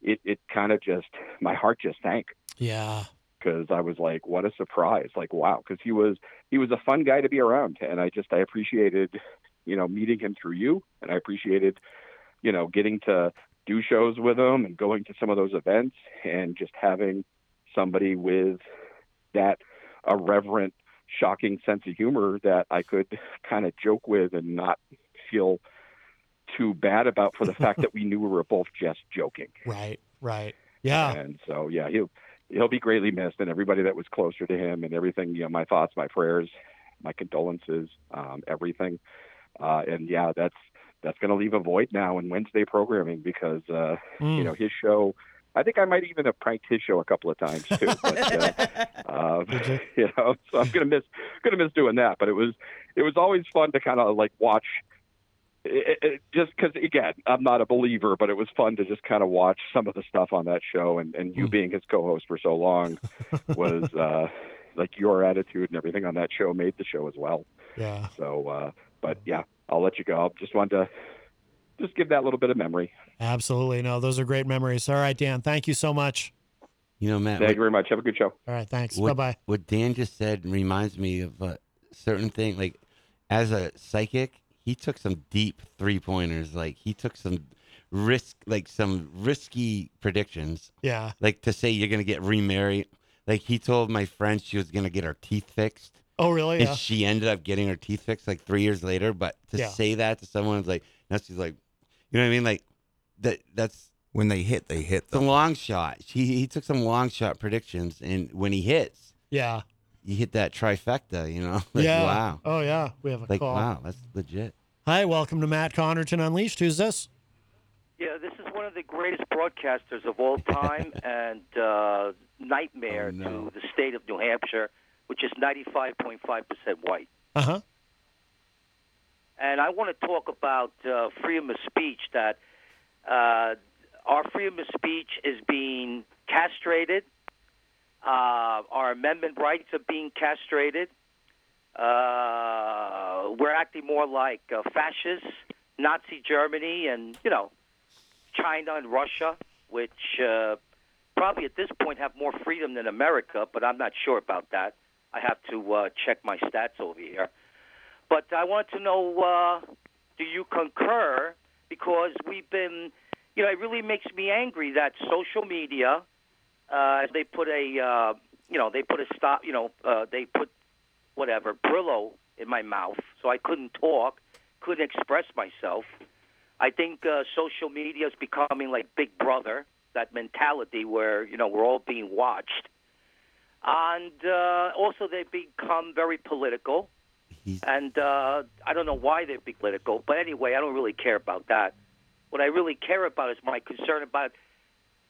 Speaker 9: it it kind of just my heart just sank
Speaker 2: Yeah.
Speaker 9: because I was like, what a surprise! Like, wow, because he was he was a fun guy to be around, and I just I appreciated, you know, meeting him through you, and I appreciated, you know, getting to do shows with him and going to some of those events, and just having somebody with that irreverent, shocking sense of humor that I could kind of joke with and not feel too bad about for the fact that we knew we were both just joking.
Speaker 2: Right, right. Yeah.
Speaker 9: And so, yeah, he'll he'll be greatly missed, and everybody that was closer to him, and everything. You know, my thoughts, my prayers, my condolences, um, everything. Uh, and yeah, that's that's going to leave a void now in Wednesday programming because uh, you
Speaker 10: Mm.
Speaker 9: know his show. I think I might even have pranked his show a couple of times too. But, uh, um, you know, so I'm gonna miss gonna miss doing that. But it was it was always fun to kind of like watch it, it, just because again i'm not a believer but it was fun to just kind of watch some of the stuff on that show and, and
Speaker 2: Hmm.
Speaker 9: you being his co-host for so long was uh, like your attitude and everything on that show made the show as well
Speaker 2: Yeah.
Speaker 9: so uh, but yeah i'll let you go I just wanted to just give that little bit of memory
Speaker 2: Absolutely. No, those are great memories. All right, Dan. Thank you so much.
Speaker 4: You know, Matt.
Speaker 9: Thank you very much. Have a good show.
Speaker 2: All right. Thanks.
Speaker 4: What,
Speaker 2: Bye bye.
Speaker 4: What Dan just said reminds me of a certain thing. Like, as a psychic, he took some deep three pointers. Like, he took some risk, like some risky predictions.
Speaker 2: Yeah.
Speaker 4: Like to say you're gonna get remarried. Like he told my friend she was gonna get her teeth fixed.
Speaker 2: Oh, really?
Speaker 4: And
Speaker 2: Yeah.
Speaker 4: she ended up getting her teeth fixed like three years later. But to
Speaker 2: Yeah.
Speaker 4: say that to someone is like, now she's like, you know what I mean? Like that. That's
Speaker 5: when they hit, they hit.
Speaker 4: The long shot. He he took some long shot predictions, and when he hits,
Speaker 2: Yeah.
Speaker 4: you hit that trifecta. You know, like
Speaker 2: yeah.
Speaker 4: wow,
Speaker 2: Oh, yeah. We have a
Speaker 4: like
Speaker 2: call.
Speaker 4: wow, that's legit.
Speaker 2: Hi. Welcome to Matt Connerton Unleashed. Who's this?
Speaker 11: Yeah, this is one of the greatest broadcasters of all time and uh, nightmare to the state of New Hampshire, which is 95.5% white.
Speaker 2: Uh huh.
Speaker 11: And I want to talk about uh, freedom of speech that uh, our freedom of speech is being castrated Uh, our amendment rights are being castrated. Uh, we're acting more like uh, fascists, Nazi Germany, and you know, China and Russia, which uh, probably at this point have more freedom than America, but I'm not sure about that. I have to uh, check my stats over here. But I want to know uh, do you concur? Because we've been, you know, it really makes me angry that social media, uh, they put a, uh, you know, they put a stop, you know, uh, they put whatever, Brillo in my mouth, so I couldn't talk, couldn't express myself. I think uh, social media is becoming like Big Brother, that mentality where, you know, we're all being watched. And uh, also, they become very political. And uh, I don't know why they're political, but anyway, I don't really care about that. What I really care about is my concern about.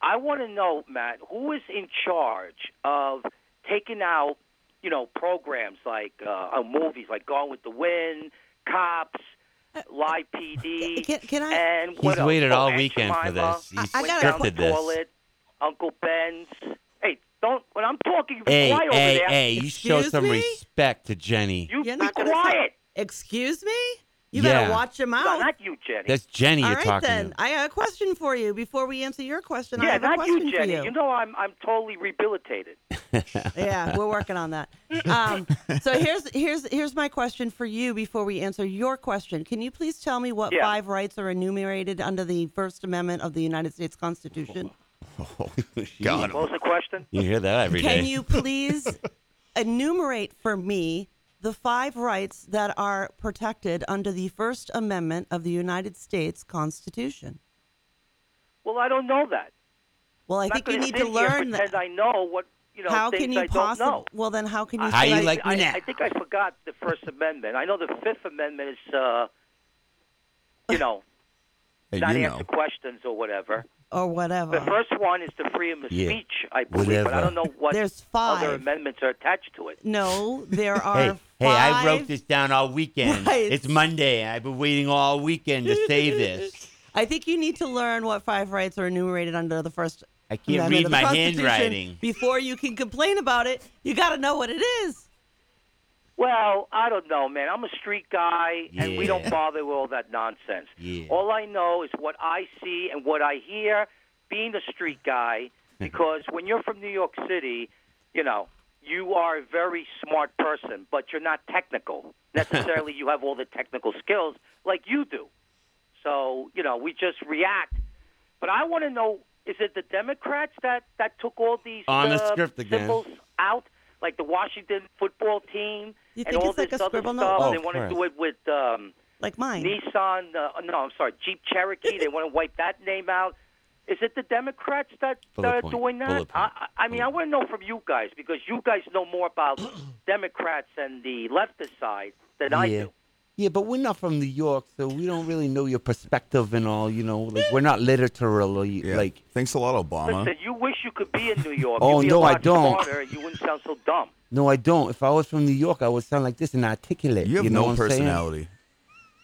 Speaker 11: I want to know, Matt, who is in charge of taking out, you know, programs like uh, uh, movies like Gone with the Wind, Cops, Live PD,
Speaker 3: Can, can I?
Speaker 11: and what
Speaker 4: He's
Speaker 11: else? Oh,
Speaker 4: waited all
Speaker 11: Aunt
Speaker 4: weekend for
Speaker 11: Jemima,
Speaker 4: this. He's
Speaker 11: Went down the
Speaker 4: scripted this.
Speaker 11: toilet, Uncle Ben's. Hey, don't when I'm talking, you be
Speaker 4: Hey,
Speaker 11: quiet over
Speaker 4: hey,
Speaker 11: there.
Speaker 4: hey, you show some respect to Jenny.
Speaker 11: You
Speaker 3: You're
Speaker 11: be
Speaker 3: not gonna
Speaker 11: quiet.
Speaker 3: Excuse me? You
Speaker 4: Yeah.
Speaker 3: better watch your mouth.
Speaker 11: not you, Jenny.
Speaker 4: That's Jenny
Speaker 3: All
Speaker 4: you're
Speaker 3: right,
Speaker 4: talking
Speaker 3: then.
Speaker 4: to.
Speaker 3: I have a question for you before we answer your question. I
Speaker 11: yeah,
Speaker 3: have a
Speaker 11: not
Speaker 3: question
Speaker 11: you, Jenny.
Speaker 3: for you.
Speaker 11: know I'm I'm totally rehabilitated.
Speaker 3: yeah, we're working on that. Um, so here's here's here's my question for you before we answer your question. Can you please tell me what
Speaker 11: Yeah.
Speaker 3: five rights are enumerated under the First Amendment of the United States Constitution?
Speaker 4: Oh, God.
Speaker 11: What was the question?
Speaker 4: You hear that every day.
Speaker 3: Can you please enumerate for me the five rights that are protected under the First Amendment of the United States Constitution?
Speaker 11: Well, I don't know that.
Speaker 3: Well, I
Speaker 11: I'm
Speaker 3: think
Speaker 11: not
Speaker 3: you
Speaker 11: gonna
Speaker 3: need
Speaker 11: sit
Speaker 3: to
Speaker 11: here and
Speaker 3: learn that.
Speaker 11: pretend I know what you know.
Speaker 3: How
Speaker 11: things
Speaker 3: can you
Speaker 11: I
Speaker 3: possibly?
Speaker 11: Don't know.
Speaker 3: Well, then, how can you?
Speaker 11: I,
Speaker 3: say
Speaker 11: I,
Speaker 3: I-
Speaker 11: I, I think I forgot the First Amendment. I know the Fifth Amendment is, uh, you know,
Speaker 4: Hey,
Speaker 11: not
Speaker 4: you
Speaker 11: answer questions or whatever.
Speaker 3: or whatever.
Speaker 11: The first one is the freedom of
Speaker 4: Yeah.
Speaker 11: speech, I believe, but I
Speaker 4: Whatever.
Speaker 11: don't know what
Speaker 3: There's five.
Speaker 11: other amendments are attached to it.
Speaker 3: No, there are.
Speaker 4: Hey, hey, I
Speaker 3: five-
Speaker 4: wrote this down all weekend.
Speaker 3: rights.
Speaker 4: It's Monday. I've been waiting all weekend to say this.
Speaker 3: I think you need to learn what five rights are enumerated under the first. I
Speaker 4: can't read my handwriting.
Speaker 3: Before you can complain about it, you got to know what it is.
Speaker 11: Well, I don't know, man. I'm a street guy, and we don't
Speaker 3: Yeah.
Speaker 11: bother with all that nonsense. All I know is what I see and what I hear being a street guy, because when you're from New York City, you know, you are a very smart person, but you're not technical. Necessarily, you have all the technical skills like you do. So, you know, we just react. But I want to know is it the Democrats that, that took all these
Speaker 4: On the
Speaker 11: uh,
Speaker 4: script again.
Speaker 11: symbols out, like the Washington football team
Speaker 3: You
Speaker 11: and
Speaker 3: think
Speaker 11: all
Speaker 3: it's like
Speaker 11: this
Speaker 3: a
Speaker 11: other
Speaker 3: scribble
Speaker 11: stuff?
Speaker 3: note? Oh,
Speaker 11: they want to
Speaker 3: correct.
Speaker 11: do it with um,
Speaker 3: like mine.
Speaker 11: Nissan. Uh, no, I'm sorry, Jeep Cherokee. they want to wipe that name out. Is it the Democrats that, that
Speaker 4: Bullet
Speaker 11: are
Speaker 4: point,
Speaker 11: doing that?
Speaker 4: bullet
Speaker 11: I, I- I mean, I want to know from you guys because you guys know more about Democrats and the leftist side than I
Speaker 4: yeah.
Speaker 11: do.
Speaker 4: Yeah, but we're not from New York, so we don't really know your perspective and all. You know, like we're not literally like.
Speaker 5: Thanks a lot, Obama.
Speaker 11: Listen, you wish you could be in New York.
Speaker 4: Uh-huh. Oh,
Speaker 11: You'd be
Speaker 4: no,
Speaker 11: a
Speaker 4: I
Speaker 11: lot
Speaker 4: don't.
Speaker 11: Smarter, and you wouldn't sound so dumb.
Speaker 4: No, I don't. If I was from New York, I would sound like this and articulate.
Speaker 5: You have
Speaker 4: know
Speaker 5: no
Speaker 4: what I'm saying?
Speaker 5: personality.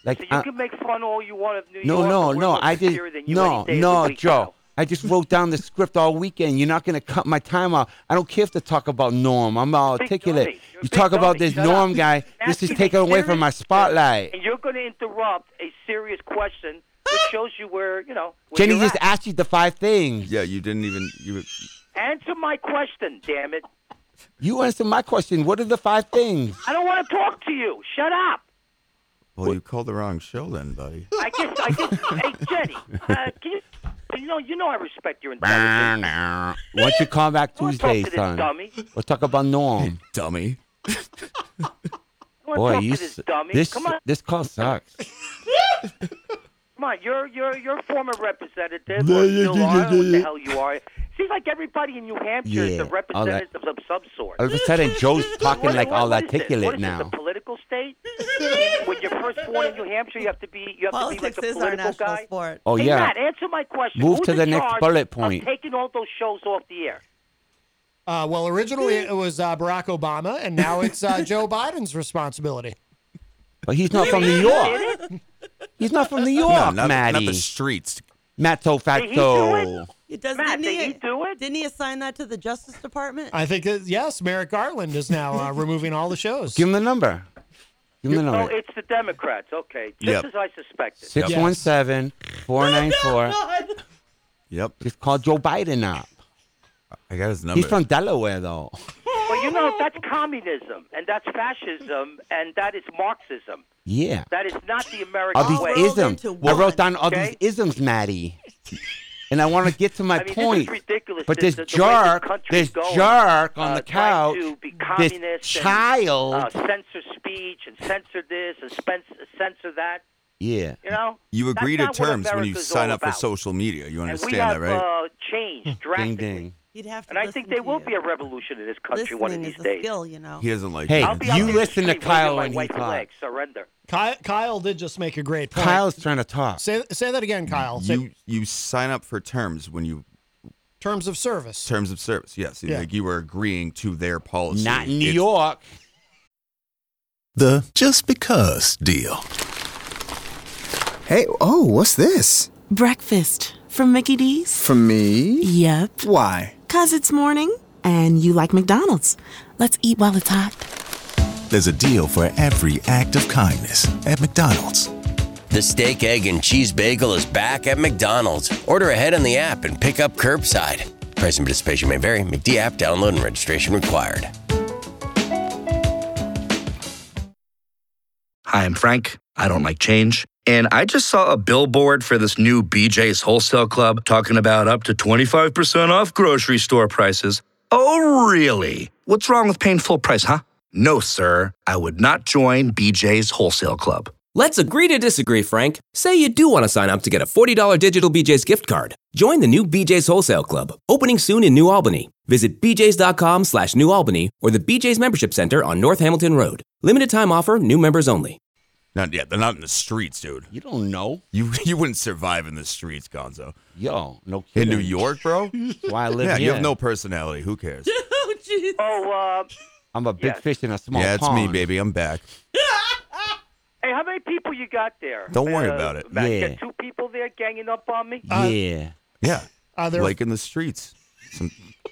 Speaker 4: Like
Speaker 11: You
Speaker 4: I-
Speaker 11: can make fun all you want of New
Speaker 4: no,
Speaker 11: York.
Speaker 4: no,
Speaker 11: but we're
Speaker 4: no.
Speaker 11: more
Speaker 4: I just
Speaker 11: superior than you
Speaker 4: no,
Speaker 11: any day of the
Speaker 4: no,
Speaker 11: week.
Speaker 4: Joe. I just wrote down the script all weekend. You're not gonna cut my time out. I don't care if to talk about Norm. I'm all articulate. You talk about this Norm guy. This is taken away from my spotlight.
Speaker 11: And you're going to interrupt a serious question, which shows you where you know. Where
Speaker 4: Jenny
Speaker 11: you're
Speaker 4: just
Speaker 11: at.
Speaker 4: asked you the five things.
Speaker 5: Yeah, you didn't even. You,
Speaker 11: Answer my question, damn it!
Speaker 4: You answered my question. What are the five things?
Speaker 11: I don't want to talk to you. Shut up!
Speaker 5: well, you called the wrong show then, buddy.
Speaker 11: I guess I guess. hey, Jenny, uh, can you? You know, you know, I respect your intelligence.
Speaker 4: Why don't you call back
Speaker 11: wanna talk
Speaker 4: Tuesday,
Speaker 11: to this
Speaker 4: son?
Speaker 11: dummy.
Speaker 4: We'll talk about Norm.
Speaker 5: dummy.
Speaker 11: I wanna
Speaker 4: Boy,
Speaker 11: talk
Speaker 4: you
Speaker 11: to this
Speaker 4: s-
Speaker 11: dummy.
Speaker 4: this
Speaker 11: Come on,
Speaker 4: this call sucks.
Speaker 11: come on. You're you're you're a former representative. Or still are. I don't know What the hell you are? Seems like everybody in New Hampshire
Speaker 4: Yeah,
Speaker 11: is a
Speaker 4: all that-
Speaker 11: representative of some sort.
Speaker 4: All of a sudden, Joe's talking
Speaker 11: What-
Speaker 4: like
Speaker 11: what-
Speaker 4: all
Speaker 11: what is this? What
Speaker 4: articulate
Speaker 11: is this,
Speaker 4: now.
Speaker 11: a political state? when you're first born in New Hampshire, you have to be you have to be like
Speaker 3: Politics
Speaker 11: a
Speaker 3: is our
Speaker 11: political
Speaker 3: national
Speaker 11: guy.
Speaker 3: sport.
Speaker 4: Oh,
Speaker 11: hey,
Speaker 4: yeah.
Speaker 11: Matt, answer my question.
Speaker 4: Move
Speaker 11: Who's
Speaker 4: to the
Speaker 11: in
Speaker 4: next
Speaker 11: charge
Speaker 4: bullet
Speaker 11: of
Speaker 4: point.
Speaker 11: taking all those shows off the air.
Speaker 2: Uh, well, originally it was uh, Barack Obama, and now it's uh, Joe Biden's responsibility.
Speaker 4: But he's not from New York. He's not from New York,
Speaker 5: not, not
Speaker 4: Maddie.
Speaker 5: the streets.
Speaker 4: Matto
Speaker 11: Did he do
Speaker 4: Fatto.
Speaker 11: it?
Speaker 3: It doesn't.
Speaker 11: Matt,
Speaker 3: didn't
Speaker 11: did he
Speaker 3: do it? Didn't he assign that to the Justice Department?
Speaker 2: I think that, yes, Merrick Garland is now uh, removing all the shows.
Speaker 4: Give him the number. Give him the
Speaker 11: Oh,
Speaker 4: number.
Speaker 11: it's the Democrats. Okay, just
Speaker 4: Yep.
Speaker 11: as I suspected.
Speaker 4: 617 494.
Speaker 5: Yep.
Speaker 4: Just call Joe Biden up.
Speaker 5: I got his
Speaker 4: He's from Delaware, though.
Speaker 11: Well, you know that's communism and that's fascism and that is Marxism.
Speaker 4: Yeah.
Speaker 11: That is not the American
Speaker 4: All these
Speaker 11: way.
Speaker 4: isms. I wrote down all these isms, Maddie. And I want to get to my
Speaker 11: I mean,
Speaker 4: point.
Speaker 11: This is ridiculous.
Speaker 4: But
Speaker 11: the,
Speaker 4: this
Speaker 11: the, the way
Speaker 4: jerk,
Speaker 11: the country's
Speaker 4: this
Speaker 11: going,
Speaker 4: jerk on
Speaker 11: uh,
Speaker 4: the
Speaker 11: trying
Speaker 4: couch,
Speaker 11: to be
Speaker 4: this
Speaker 11: communist and,
Speaker 4: child.
Speaker 11: uh, censor speech and censor this and spen- censor that.
Speaker 4: yeah.
Speaker 11: You know,
Speaker 5: You
Speaker 11: That's
Speaker 5: agree to
Speaker 11: not what
Speaker 5: terms when you
Speaker 11: America's
Speaker 5: sign
Speaker 11: all
Speaker 5: up for
Speaker 11: about.
Speaker 5: social media. You
Speaker 11: And
Speaker 5: understand
Speaker 11: we have
Speaker 5: that, right?
Speaker 11: uh,
Speaker 4: Hmm.
Speaker 11: changed drastically.
Speaker 3: You'd have to
Speaker 11: and I think there will be a revolution in this country one of
Speaker 3: Listening
Speaker 11: these
Speaker 3: is a
Speaker 11: days.
Speaker 3: skill, you know.
Speaker 5: He doesn't like
Speaker 4: Hey,
Speaker 11: I'll be out
Speaker 4: you
Speaker 11: there
Speaker 4: listen to
Speaker 11: in the street waving
Speaker 4: Kyle
Speaker 11: my
Speaker 4: when he
Speaker 11: white flag,
Speaker 4: talks.
Speaker 11: surrender.
Speaker 2: Kyle, Kyle did just make a great point.
Speaker 4: Kyle's trying to talk.
Speaker 2: Say, say that again, Kyle. Say-
Speaker 5: You you sign up for terms when you
Speaker 2: terms of service.
Speaker 5: terms of service. Yes,
Speaker 2: Yeah.
Speaker 5: like you were agreeing to their policy.
Speaker 4: Not in New
Speaker 5: It's-
Speaker 4: York.
Speaker 12: The just because deal.
Speaker 13: Hey, oh, what's this?
Speaker 14: Breakfast from Mickey D's.
Speaker 13: For me?
Speaker 14: Yep.
Speaker 13: Why?
Speaker 14: Cause it's morning and you like McDonald's. Let's eat while it's hot.
Speaker 12: There's a deal for every act of kindness at McDonald's.
Speaker 15: The steak, egg, and cheese bagel is back at McDonald's. Order ahead on the app and pick up curbside. Price and participation may vary. McD app download and registration required.
Speaker 10: Hi, I'm Frank. I don't like change. And I just saw a billboard for this new BJ's Wholesale Club talking about up to 25% off grocery store prices. Oh, really? What's wrong with paying full price, huh? No, sir. I would not join BJ's Wholesale Club.
Speaker 16: Let's agree to disagree, Frank. Say you do want to sign up to get a $40 digital BJ's gift card. Join the new BJ's Wholesale Club, opening soon in New Albany. Visit bjs.com slash New Albany or the BJ's Membership Center on North Hamilton Road. Limited time offer, new members only.
Speaker 5: Not yet. They're not in the streets, dude. You
Speaker 4: don't know.
Speaker 5: You you wouldn't survive in the streets, Gonzo.
Speaker 4: Yo, no
Speaker 5: In
Speaker 4: kidding.
Speaker 5: New York, bro.
Speaker 4: Why I live
Speaker 5: yeah, you have
Speaker 4: here.
Speaker 5: no personality. Who cares?
Speaker 11: Oh, uh,
Speaker 4: I'm a big
Speaker 11: Yes.
Speaker 4: fish in a small
Speaker 5: yeah, it's me,
Speaker 4: pond.
Speaker 5: baby. I'm back.
Speaker 11: hey, how many people you got there?
Speaker 5: Don't worry
Speaker 11: Uh,
Speaker 5: about it.
Speaker 11: Matt, you
Speaker 5: Yeah.
Speaker 11: got two people there ganging up on me. Uh,
Speaker 4: yeah.
Speaker 5: Yeah.
Speaker 2: Are there-
Speaker 5: like in the streets. Some,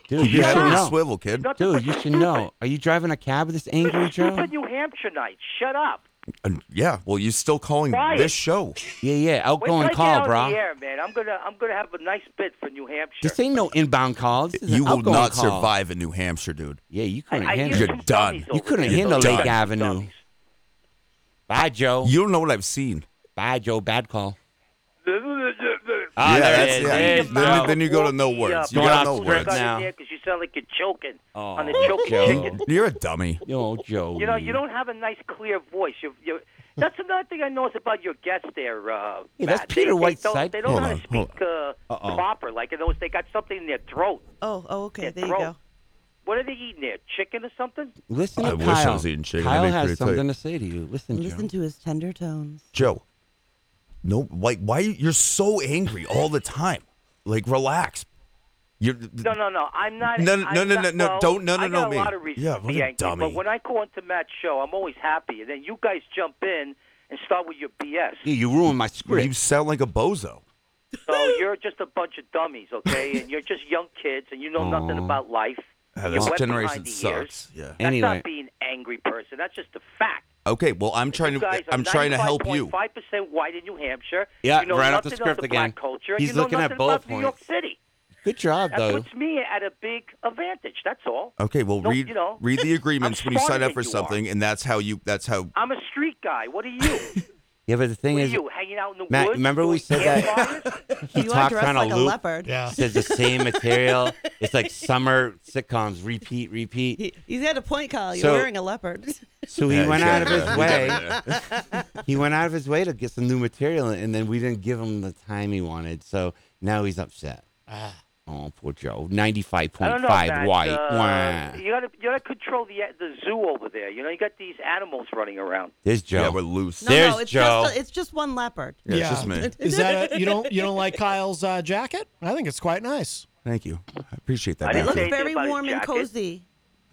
Speaker 4: Dude,
Speaker 5: you
Speaker 4: you
Speaker 5: had
Speaker 4: should
Speaker 5: on a
Speaker 4: know.
Speaker 5: swivel, kid.
Speaker 4: Dude, you should know. Are you driving a cab with this angry Joe?
Speaker 11: Stupid New Hampshire night. Shut up.
Speaker 5: And yeah, well, you're still calling
Speaker 11: Quiet.
Speaker 5: this show.
Speaker 4: Yeah, yeah.
Speaker 11: Wait till I
Speaker 4: Outgoing
Speaker 11: get
Speaker 4: call,
Speaker 11: on
Speaker 4: bro.
Speaker 11: The air, man. I'm gonna I'm gonna have a nice bit for New Hampshire.
Speaker 4: This ain't no inbound call. This is an
Speaker 5: You will
Speaker 4: outgoing
Speaker 5: not
Speaker 4: call.
Speaker 5: survive in New Hampshire, dude.
Speaker 4: Yeah, you couldn't
Speaker 11: I- I
Speaker 4: handle.
Speaker 11: used
Speaker 5: You're done.
Speaker 4: You couldn't handle Lake Avenue. Bye, Joe.
Speaker 5: You don't know what I've seen.
Speaker 4: Bye, Joe. Bad call.
Speaker 11: yeah,
Speaker 4: Ah, there it
Speaker 11: that's-
Speaker 4: is.
Speaker 11: yeah.
Speaker 4: There it is.
Speaker 5: Then-
Speaker 4: No.
Speaker 5: then you go to no
Speaker 11: Yeah,
Speaker 5: words. You
Speaker 4: Going
Speaker 5: got
Speaker 4: off
Speaker 5: no
Speaker 4: script
Speaker 5: words.
Speaker 4: now.
Speaker 11: because you sound like you're choking on the
Speaker 4: Oh,
Speaker 11: choking
Speaker 4: Joe.
Speaker 11: chicken.
Speaker 5: You're a dummy.
Speaker 4: Yo, Joe.
Speaker 11: You know, you don't have a nice clear voice. You, you. That's another thing I noticed about your guests there. Uh,
Speaker 4: Hey, that's
Speaker 11: Matt.
Speaker 4: Peter
Speaker 11: they,
Speaker 4: White's
Speaker 11: they don't,
Speaker 4: side.
Speaker 11: They don't
Speaker 4: Hold
Speaker 11: know
Speaker 4: on,
Speaker 11: how to speak uh,
Speaker 4: Uh-oh.
Speaker 11: proper. Like in those, they got something in their throat.
Speaker 3: Oh, oh, okay.
Speaker 11: Their
Speaker 3: There you
Speaker 11: throat.
Speaker 3: go.
Speaker 11: What are they eating there? Chicken or something?
Speaker 4: Listen to
Speaker 5: I
Speaker 4: Kyle.
Speaker 5: wish I was eating chicken. That'd
Speaker 4: Kyle
Speaker 5: be
Speaker 4: has
Speaker 5: pretty tight.
Speaker 4: something to say to you. Listen,
Speaker 3: Listen to his tender tones.
Speaker 5: Joe, no, like, why you- you're so angry all the time? Like, relax. You're
Speaker 11: No, no, no. I'm not.
Speaker 5: No, no,
Speaker 11: I'm
Speaker 5: no, no,
Speaker 11: not-
Speaker 5: no,
Speaker 11: well,
Speaker 5: don't- no, no,
Speaker 11: I
Speaker 5: no,
Speaker 11: got
Speaker 5: me.
Speaker 11: a lot of reasons
Speaker 5: Yeah,
Speaker 11: to
Speaker 5: what
Speaker 11: be
Speaker 5: a
Speaker 11: angry,
Speaker 5: dummy.
Speaker 11: but when I go into Matt's show, I'm always happy, and then you guys jump in and start with your BS.
Speaker 4: Yeah, you ruined my script.
Speaker 5: You sound like a bozo.
Speaker 11: So you're just a bunch of dummies, okay? And you're just young kids, and you know nothing
Speaker 5: Aw.
Speaker 11: about life.
Speaker 5: Yeah,
Speaker 11: You're
Speaker 5: this
Speaker 11: wet behind
Speaker 5: generation
Speaker 11: the
Speaker 5: sucks.
Speaker 11: Ears.
Speaker 5: Yeah.
Speaker 11: That's
Speaker 5: Anyway.
Speaker 11: not being an angry person. That's just a fact.
Speaker 5: Okay, well, I'm trying
Speaker 11: you
Speaker 5: to.
Speaker 11: guys are
Speaker 5: I'm trying to help you.
Speaker 11: Five percent white in New Hampshire.
Speaker 5: Yeah,
Speaker 11: you know
Speaker 5: right off the
Speaker 11: nothing about
Speaker 5: script
Speaker 11: the
Speaker 5: again.
Speaker 11: Black culture.
Speaker 5: He's
Speaker 11: you know
Speaker 5: looking at
Speaker 11: nothing about
Speaker 5: bullet
Speaker 11: New York
Speaker 5: points.
Speaker 11: City.
Speaker 4: Good job,
Speaker 11: That
Speaker 4: though.
Speaker 11: puts me at a big advantage. That's all.
Speaker 5: Okay, well,
Speaker 11: Don't-
Speaker 5: read
Speaker 11: you know,
Speaker 5: read the agreements
Speaker 11: I'm
Speaker 5: when you sign
Speaker 11: smarter
Speaker 5: up for
Speaker 11: than you
Speaker 5: something, and that's how you. That's how.
Speaker 11: I'm a street guy. What are you?
Speaker 4: Yeah, but the thing
Speaker 11: What are
Speaker 4: is,
Speaker 11: you hanging out in the
Speaker 4: Matt,
Speaker 11: woods?
Speaker 4: remember we said that he
Speaker 3: You are
Speaker 4: talks
Speaker 3: dressed
Speaker 4: on
Speaker 3: like
Speaker 4: a
Speaker 3: a
Speaker 4: loop.
Speaker 3: leopard. Yeah.
Speaker 4: Says the same material. It's like summer sitcoms. Repeat, repeat.
Speaker 3: He's had a point, Kyle. You're
Speaker 4: So-
Speaker 3: wearing a leopard.
Speaker 4: So he
Speaker 5: Yeah,
Speaker 4: went out of
Speaker 5: exactly.
Speaker 4: his way. he went out of his way to get some new material, and then we didn't give him the time he wanted. So now he's upset. Oh, poor Joe. Ninety-five
Speaker 11: Ah. I
Speaker 4: point
Speaker 11: don't know,
Speaker 4: five
Speaker 11: Matt,
Speaker 4: white.
Speaker 11: uh,
Speaker 4: Wah.
Speaker 11: You gotta, you gotta control the the zoo over there. You know, you got these animals running around.
Speaker 4: There's Joe.
Speaker 5: Yeah, we're loose.
Speaker 3: No,
Speaker 4: There's
Speaker 3: no, it's
Speaker 4: Joe.
Speaker 3: just a, it's just one leopard.
Speaker 5: Yeah, it's just me.
Speaker 2: Is that a, you don't you don't like Kyle's uh, jacket? I think it's quite nice.
Speaker 5: Thank you. I appreciate that.
Speaker 11: I
Speaker 3: It
Speaker 5: Matthew.
Speaker 3: looks very
Speaker 11: about his
Speaker 3: warm and
Speaker 11: jacket.
Speaker 3: cozy.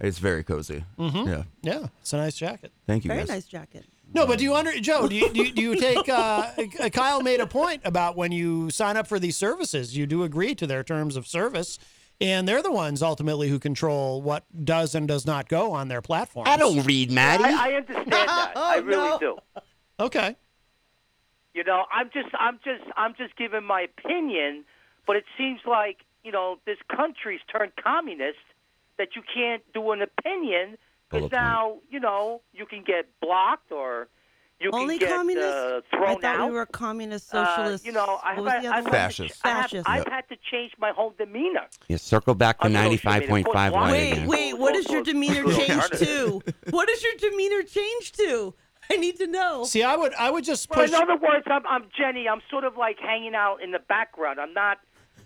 Speaker 5: It's very cozy.
Speaker 2: Mhm.
Speaker 5: Yeah.
Speaker 4: Mm-hmm.
Speaker 2: Yeah, it's a nice jacket.
Speaker 5: Thank you.
Speaker 3: Very
Speaker 5: guys.
Speaker 3: nice jacket.
Speaker 2: No, but do you under Joe? Do you do you, do you take? Uh, Kyle made a point about when you sign up for these services, you do agree to their terms of service, and they're the ones ultimately who control what does and does not go on their platform.
Speaker 4: I don't read, Maddie.
Speaker 11: I, I understand that.
Speaker 3: Oh,
Speaker 11: I really do.
Speaker 2: Okay.
Speaker 11: You know, I'm just, I'm just, I'm just giving my opinion, but it seems like you know this country's turned communist that you can't do an opinion because
Speaker 3: Bullet point.
Speaker 11: now you know you can get blocked or you
Speaker 3: Only
Speaker 11: can get
Speaker 3: communist.
Speaker 11: uh,
Speaker 3: I
Speaker 11: thrown
Speaker 3: thought
Speaker 11: out.
Speaker 3: we were communist
Speaker 11: Uh,
Speaker 3: socialist.
Speaker 11: you know,
Speaker 3: What
Speaker 11: I have,
Speaker 3: was the
Speaker 11: I,
Speaker 3: other one?
Speaker 11: I've had to-
Speaker 4: Fascist.
Speaker 11: I have,
Speaker 4: Fascist.
Speaker 11: I've
Speaker 4: Yep.
Speaker 11: had to change my whole demeanor.
Speaker 4: Yeah, circle back to
Speaker 11: I mean,
Speaker 4: ninety-five point five one
Speaker 11: Wait,
Speaker 4: again.
Speaker 3: Wait, what does your demeanor
Speaker 4: Yeah.
Speaker 3: change to? What does your demeanor change to? I need to know.
Speaker 2: See, I would, I would just
Speaker 11: Well, in other words, I'm, I'm Jenny. I'm sort of like hanging out in the background. I'm not,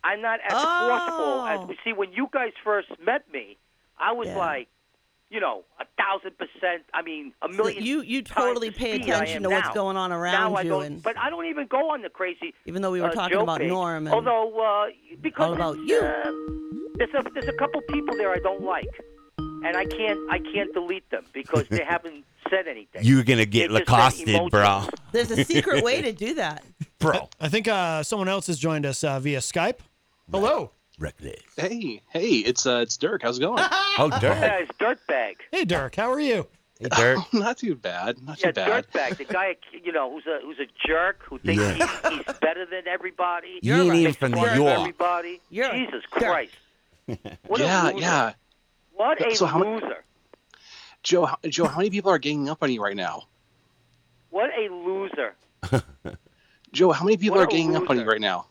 Speaker 11: I'm not as
Speaker 3: Oh.
Speaker 11: forceful as we see when you guys first met me. I was like, you know, a thousand percent. I mean, a million.
Speaker 3: you- you
Speaker 11: times
Speaker 3: totally
Speaker 11: the
Speaker 3: pay
Speaker 11: speed I
Speaker 3: attention
Speaker 11: am
Speaker 3: to what's
Speaker 11: now.
Speaker 3: going on around
Speaker 11: Now I
Speaker 3: you
Speaker 11: don't-
Speaker 3: and-
Speaker 11: but I don't even go on the crazy.
Speaker 3: Even though we were
Speaker 11: uh,
Speaker 3: talking
Speaker 11: Joe
Speaker 3: about
Speaker 11: page.
Speaker 3: Norm and-
Speaker 11: although uh, because
Speaker 3: All about
Speaker 11: it's,
Speaker 3: you.
Speaker 11: uh, there's a there's a couple people there I don't like, and I can't I can't delete them because they haven't said anything.
Speaker 4: You're gonna get
Speaker 11: They just said
Speaker 4: lacosted, bro.
Speaker 3: There's a secret way to do that.
Speaker 4: bro.
Speaker 2: I think uh, someone else has joined us uh, via Skype. Hello.
Speaker 4: Reckless.
Speaker 17: Hey, hey, it's uh, it's Dirk. How's it going?
Speaker 4: oh, Dirk.
Speaker 11: Yeah, it's dirtbag.
Speaker 2: Hey, Dirk. How are you?
Speaker 4: Hey, Dirk.
Speaker 17: not too bad. Not
Speaker 11: Yeah,
Speaker 17: too bad.
Speaker 11: dirtbag, the guy you know who's a who's a jerk who thinks he's, he's better than everybody.
Speaker 4: You ain't
Speaker 11: Thinks
Speaker 4: even from
Speaker 11: smarter
Speaker 4: New
Speaker 11: than
Speaker 4: York.
Speaker 11: Everybody. Jesus Christ. What
Speaker 17: yeah,
Speaker 11: a loser.
Speaker 17: yeah.
Speaker 11: What a
Speaker 17: So how many-
Speaker 11: loser.
Speaker 17: Joe, how, Joe, how many people are ganging up on you right now?
Speaker 11: What a loser.
Speaker 17: Joe, how many people
Speaker 11: What
Speaker 17: are
Speaker 11: a
Speaker 17: ganging up on you
Speaker 11: loser.
Speaker 17: right now?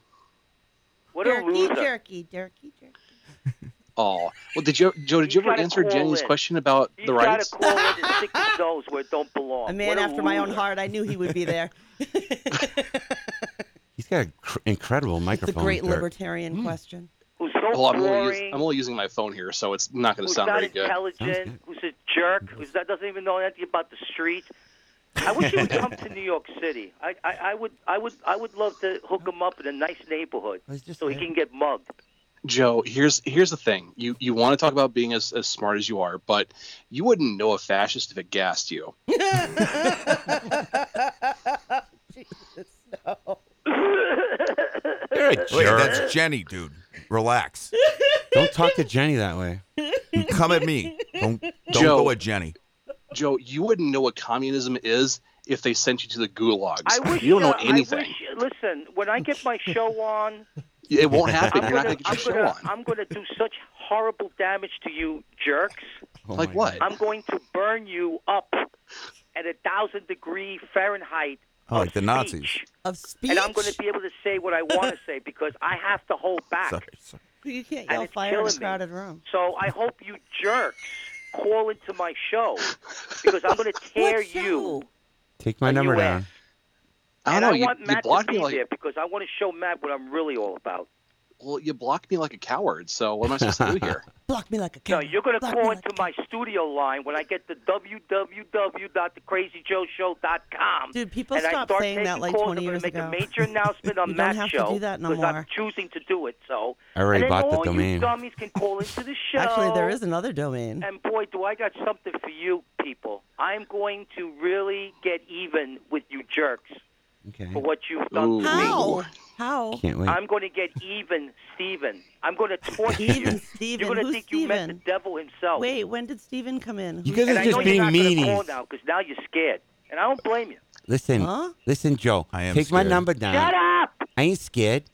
Speaker 11: What a
Speaker 3: Jerky,
Speaker 11: loser.
Speaker 3: jerky, jerky, jerky.
Speaker 17: Oh, well, did you, Joe? Did you ever
Speaker 11: gotta
Speaker 17: answer
Speaker 11: call
Speaker 17: Jenny's
Speaker 11: in.
Speaker 17: question about
Speaker 11: He's
Speaker 17: the
Speaker 11: got
Speaker 17: rights?
Speaker 11: to call in and stick his nose where it don't belong.
Speaker 3: A man
Speaker 11: What
Speaker 3: after my own
Speaker 11: loser.
Speaker 3: heart. I knew he would be there.
Speaker 4: He's got an incredible
Speaker 3: The
Speaker 4: microphone.
Speaker 3: great
Speaker 4: Dirk.
Speaker 2: Hmm.
Speaker 3: libertarian question.
Speaker 11: Who's so
Speaker 17: Well, I'm only,
Speaker 11: boring,
Speaker 17: use, I'm only using my phone here, so it's not going to
Speaker 11: who's
Speaker 17: sound
Speaker 11: not
Speaker 17: very good.
Speaker 11: intelligent, who's a jerk, who's that doesn't even know anything about the street. I wish he would come to New York City. I, I, I would I would I would love to hook him up in a nice neighborhood so he can get mugged.
Speaker 17: Joe, here's here's the thing. You you want to talk about being as, as smart as you are, but you wouldn't know a fascist if it gassed you.
Speaker 3: Jesus, no.
Speaker 4: You're a
Speaker 5: Wait,
Speaker 4: jerk.
Speaker 5: that's Jenny, dude. Relax.
Speaker 4: Don't talk to Jenny that way.
Speaker 5: Come at me. Don't don't
Speaker 17: Joe.
Speaker 5: go at Jenny.
Speaker 17: Joe, you wouldn't know what communism is if they sent you to the gulags.
Speaker 11: I wish
Speaker 17: you don't know
Speaker 11: uh,
Speaker 17: anything.
Speaker 11: I wish, listen, when I get my show on,
Speaker 17: It won't happen.
Speaker 11: I'm
Speaker 17: You're not
Speaker 11: gonna,
Speaker 17: going to get your show
Speaker 11: I'm gonna,
Speaker 17: on.
Speaker 11: I'm gonna do such horrible damage to you jerks.
Speaker 17: Oh like what?
Speaker 11: I'm going to burn you up at a thousand degree Fahrenheit
Speaker 5: Oh, like the Nazis.
Speaker 3: Of speech.
Speaker 11: And I'm going to be able to say what I want to say because I have to hold back.
Speaker 5: Sorry, sorry.
Speaker 3: You can't
Speaker 11: And
Speaker 3: yell
Speaker 11: it's
Speaker 3: fire in a
Speaker 11: killing me.
Speaker 3: crowded room.
Speaker 11: So I hope you jerks call into my show because I'm going to tear
Speaker 3: What show?
Speaker 11: you.
Speaker 4: Take my number down.
Speaker 17: I don't
Speaker 11: and
Speaker 17: know.
Speaker 11: I
Speaker 17: you,
Speaker 11: want
Speaker 17: you
Speaker 11: Matt
Speaker 17: blocked
Speaker 11: to
Speaker 17: me
Speaker 11: be
Speaker 17: like
Speaker 11: there because I want to show Matt what I'm really all about.
Speaker 17: well, you blocked me like a coward. So what am I supposed to do here?
Speaker 3: Block me like a
Speaker 11: No,
Speaker 3: cat.
Speaker 11: you're going to
Speaker 3: Block
Speaker 11: call
Speaker 3: me like-
Speaker 11: into my studio line when I get to www.thecrazyjoeshow.com.
Speaker 3: Dude, people
Speaker 11: and I
Speaker 3: stopped
Speaker 11: start
Speaker 3: saying
Speaker 11: taking
Speaker 3: that like
Speaker 11: calls.
Speaker 3: 20
Speaker 11: I'm gonna
Speaker 3: years
Speaker 11: make
Speaker 3: ago.
Speaker 11: a major announcement
Speaker 3: You
Speaker 11: on
Speaker 3: don't
Speaker 11: Matt's
Speaker 3: have to
Speaker 11: show
Speaker 3: do that no
Speaker 11: because
Speaker 3: more.
Speaker 11: I'm choosing to do it. So
Speaker 4: I already
Speaker 11: and then
Speaker 4: bought the
Speaker 11: all
Speaker 4: domain.
Speaker 11: You dummies can call into the show.
Speaker 3: Actually, there is another domain.
Speaker 11: And boy, do I got something for you people. I'm going to really get even with you jerks
Speaker 4: Okay.
Speaker 11: for what you've done
Speaker 17: Ooh.
Speaker 11: to
Speaker 3: How?
Speaker 11: me.
Speaker 3: How?
Speaker 4: Can't wait.
Speaker 11: I'm going to get even, Steven. I'm going to torture you.
Speaker 3: Even Steven.
Speaker 11: You're going to
Speaker 3: Who's
Speaker 11: think
Speaker 3: Steven?
Speaker 11: you met the devil himself.
Speaker 3: Wait, when did Steven come in?
Speaker 4: You
Speaker 3: Who's-
Speaker 4: guys
Speaker 11: and
Speaker 4: are
Speaker 11: I
Speaker 4: just
Speaker 11: know
Speaker 4: being
Speaker 11: you're not gonna
Speaker 4: meanies.
Speaker 11: Call now because now you're scared, and I don't blame you.
Speaker 4: Listen,
Speaker 3: Huh?
Speaker 4: listen, Joe.
Speaker 5: I am
Speaker 4: Take my
Speaker 5: scared.
Speaker 4: number down.
Speaker 11: Shut up!
Speaker 4: I ain't scared.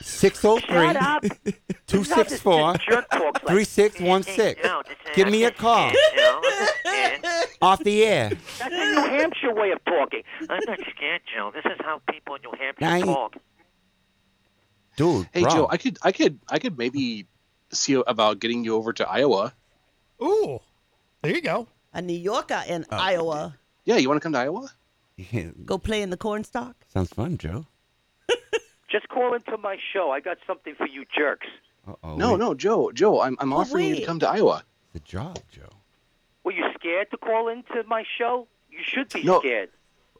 Speaker 4: 603
Speaker 11: Shut up! This is how this- this
Speaker 4: 264
Speaker 11: jerk talks like.
Speaker 4: 3616. Give me a
Speaker 3: Oh.
Speaker 4: call off the air.
Speaker 11: That's a New Hampshire way of talking. I'm not scared, Joe. This is how people in New
Speaker 4: Now you-
Speaker 11: Hampshire talk.
Speaker 4: Dude,
Speaker 17: Hey
Speaker 4: bro.
Speaker 17: Joe, I could I could I could maybe see about getting you over to Iowa.
Speaker 2: Ooh, there you go.
Speaker 3: A New Yorker in
Speaker 5: Oh.
Speaker 3: Iowa.
Speaker 17: Yeah, you want to come to Iowa?
Speaker 4: Yeah,
Speaker 3: Go play in the cornstalk.
Speaker 4: Sounds fun, Joe.
Speaker 11: Just call into my show. I got something for you jerks.
Speaker 4: Uh-oh.
Speaker 17: no,
Speaker 4: Oh, wait,
Speaker 17: no, Joe, Joe, I'm I'm
Speaker 3: Oh,
Speaker 17: offering you
Speaker 3: wait.
Speaker 17: to come to Iowa.
Speaker 4: The job, Joe.
Speaker 11: Were you scared to call into my show? You should be
Speaker 17: No,
Speaker 11: scared.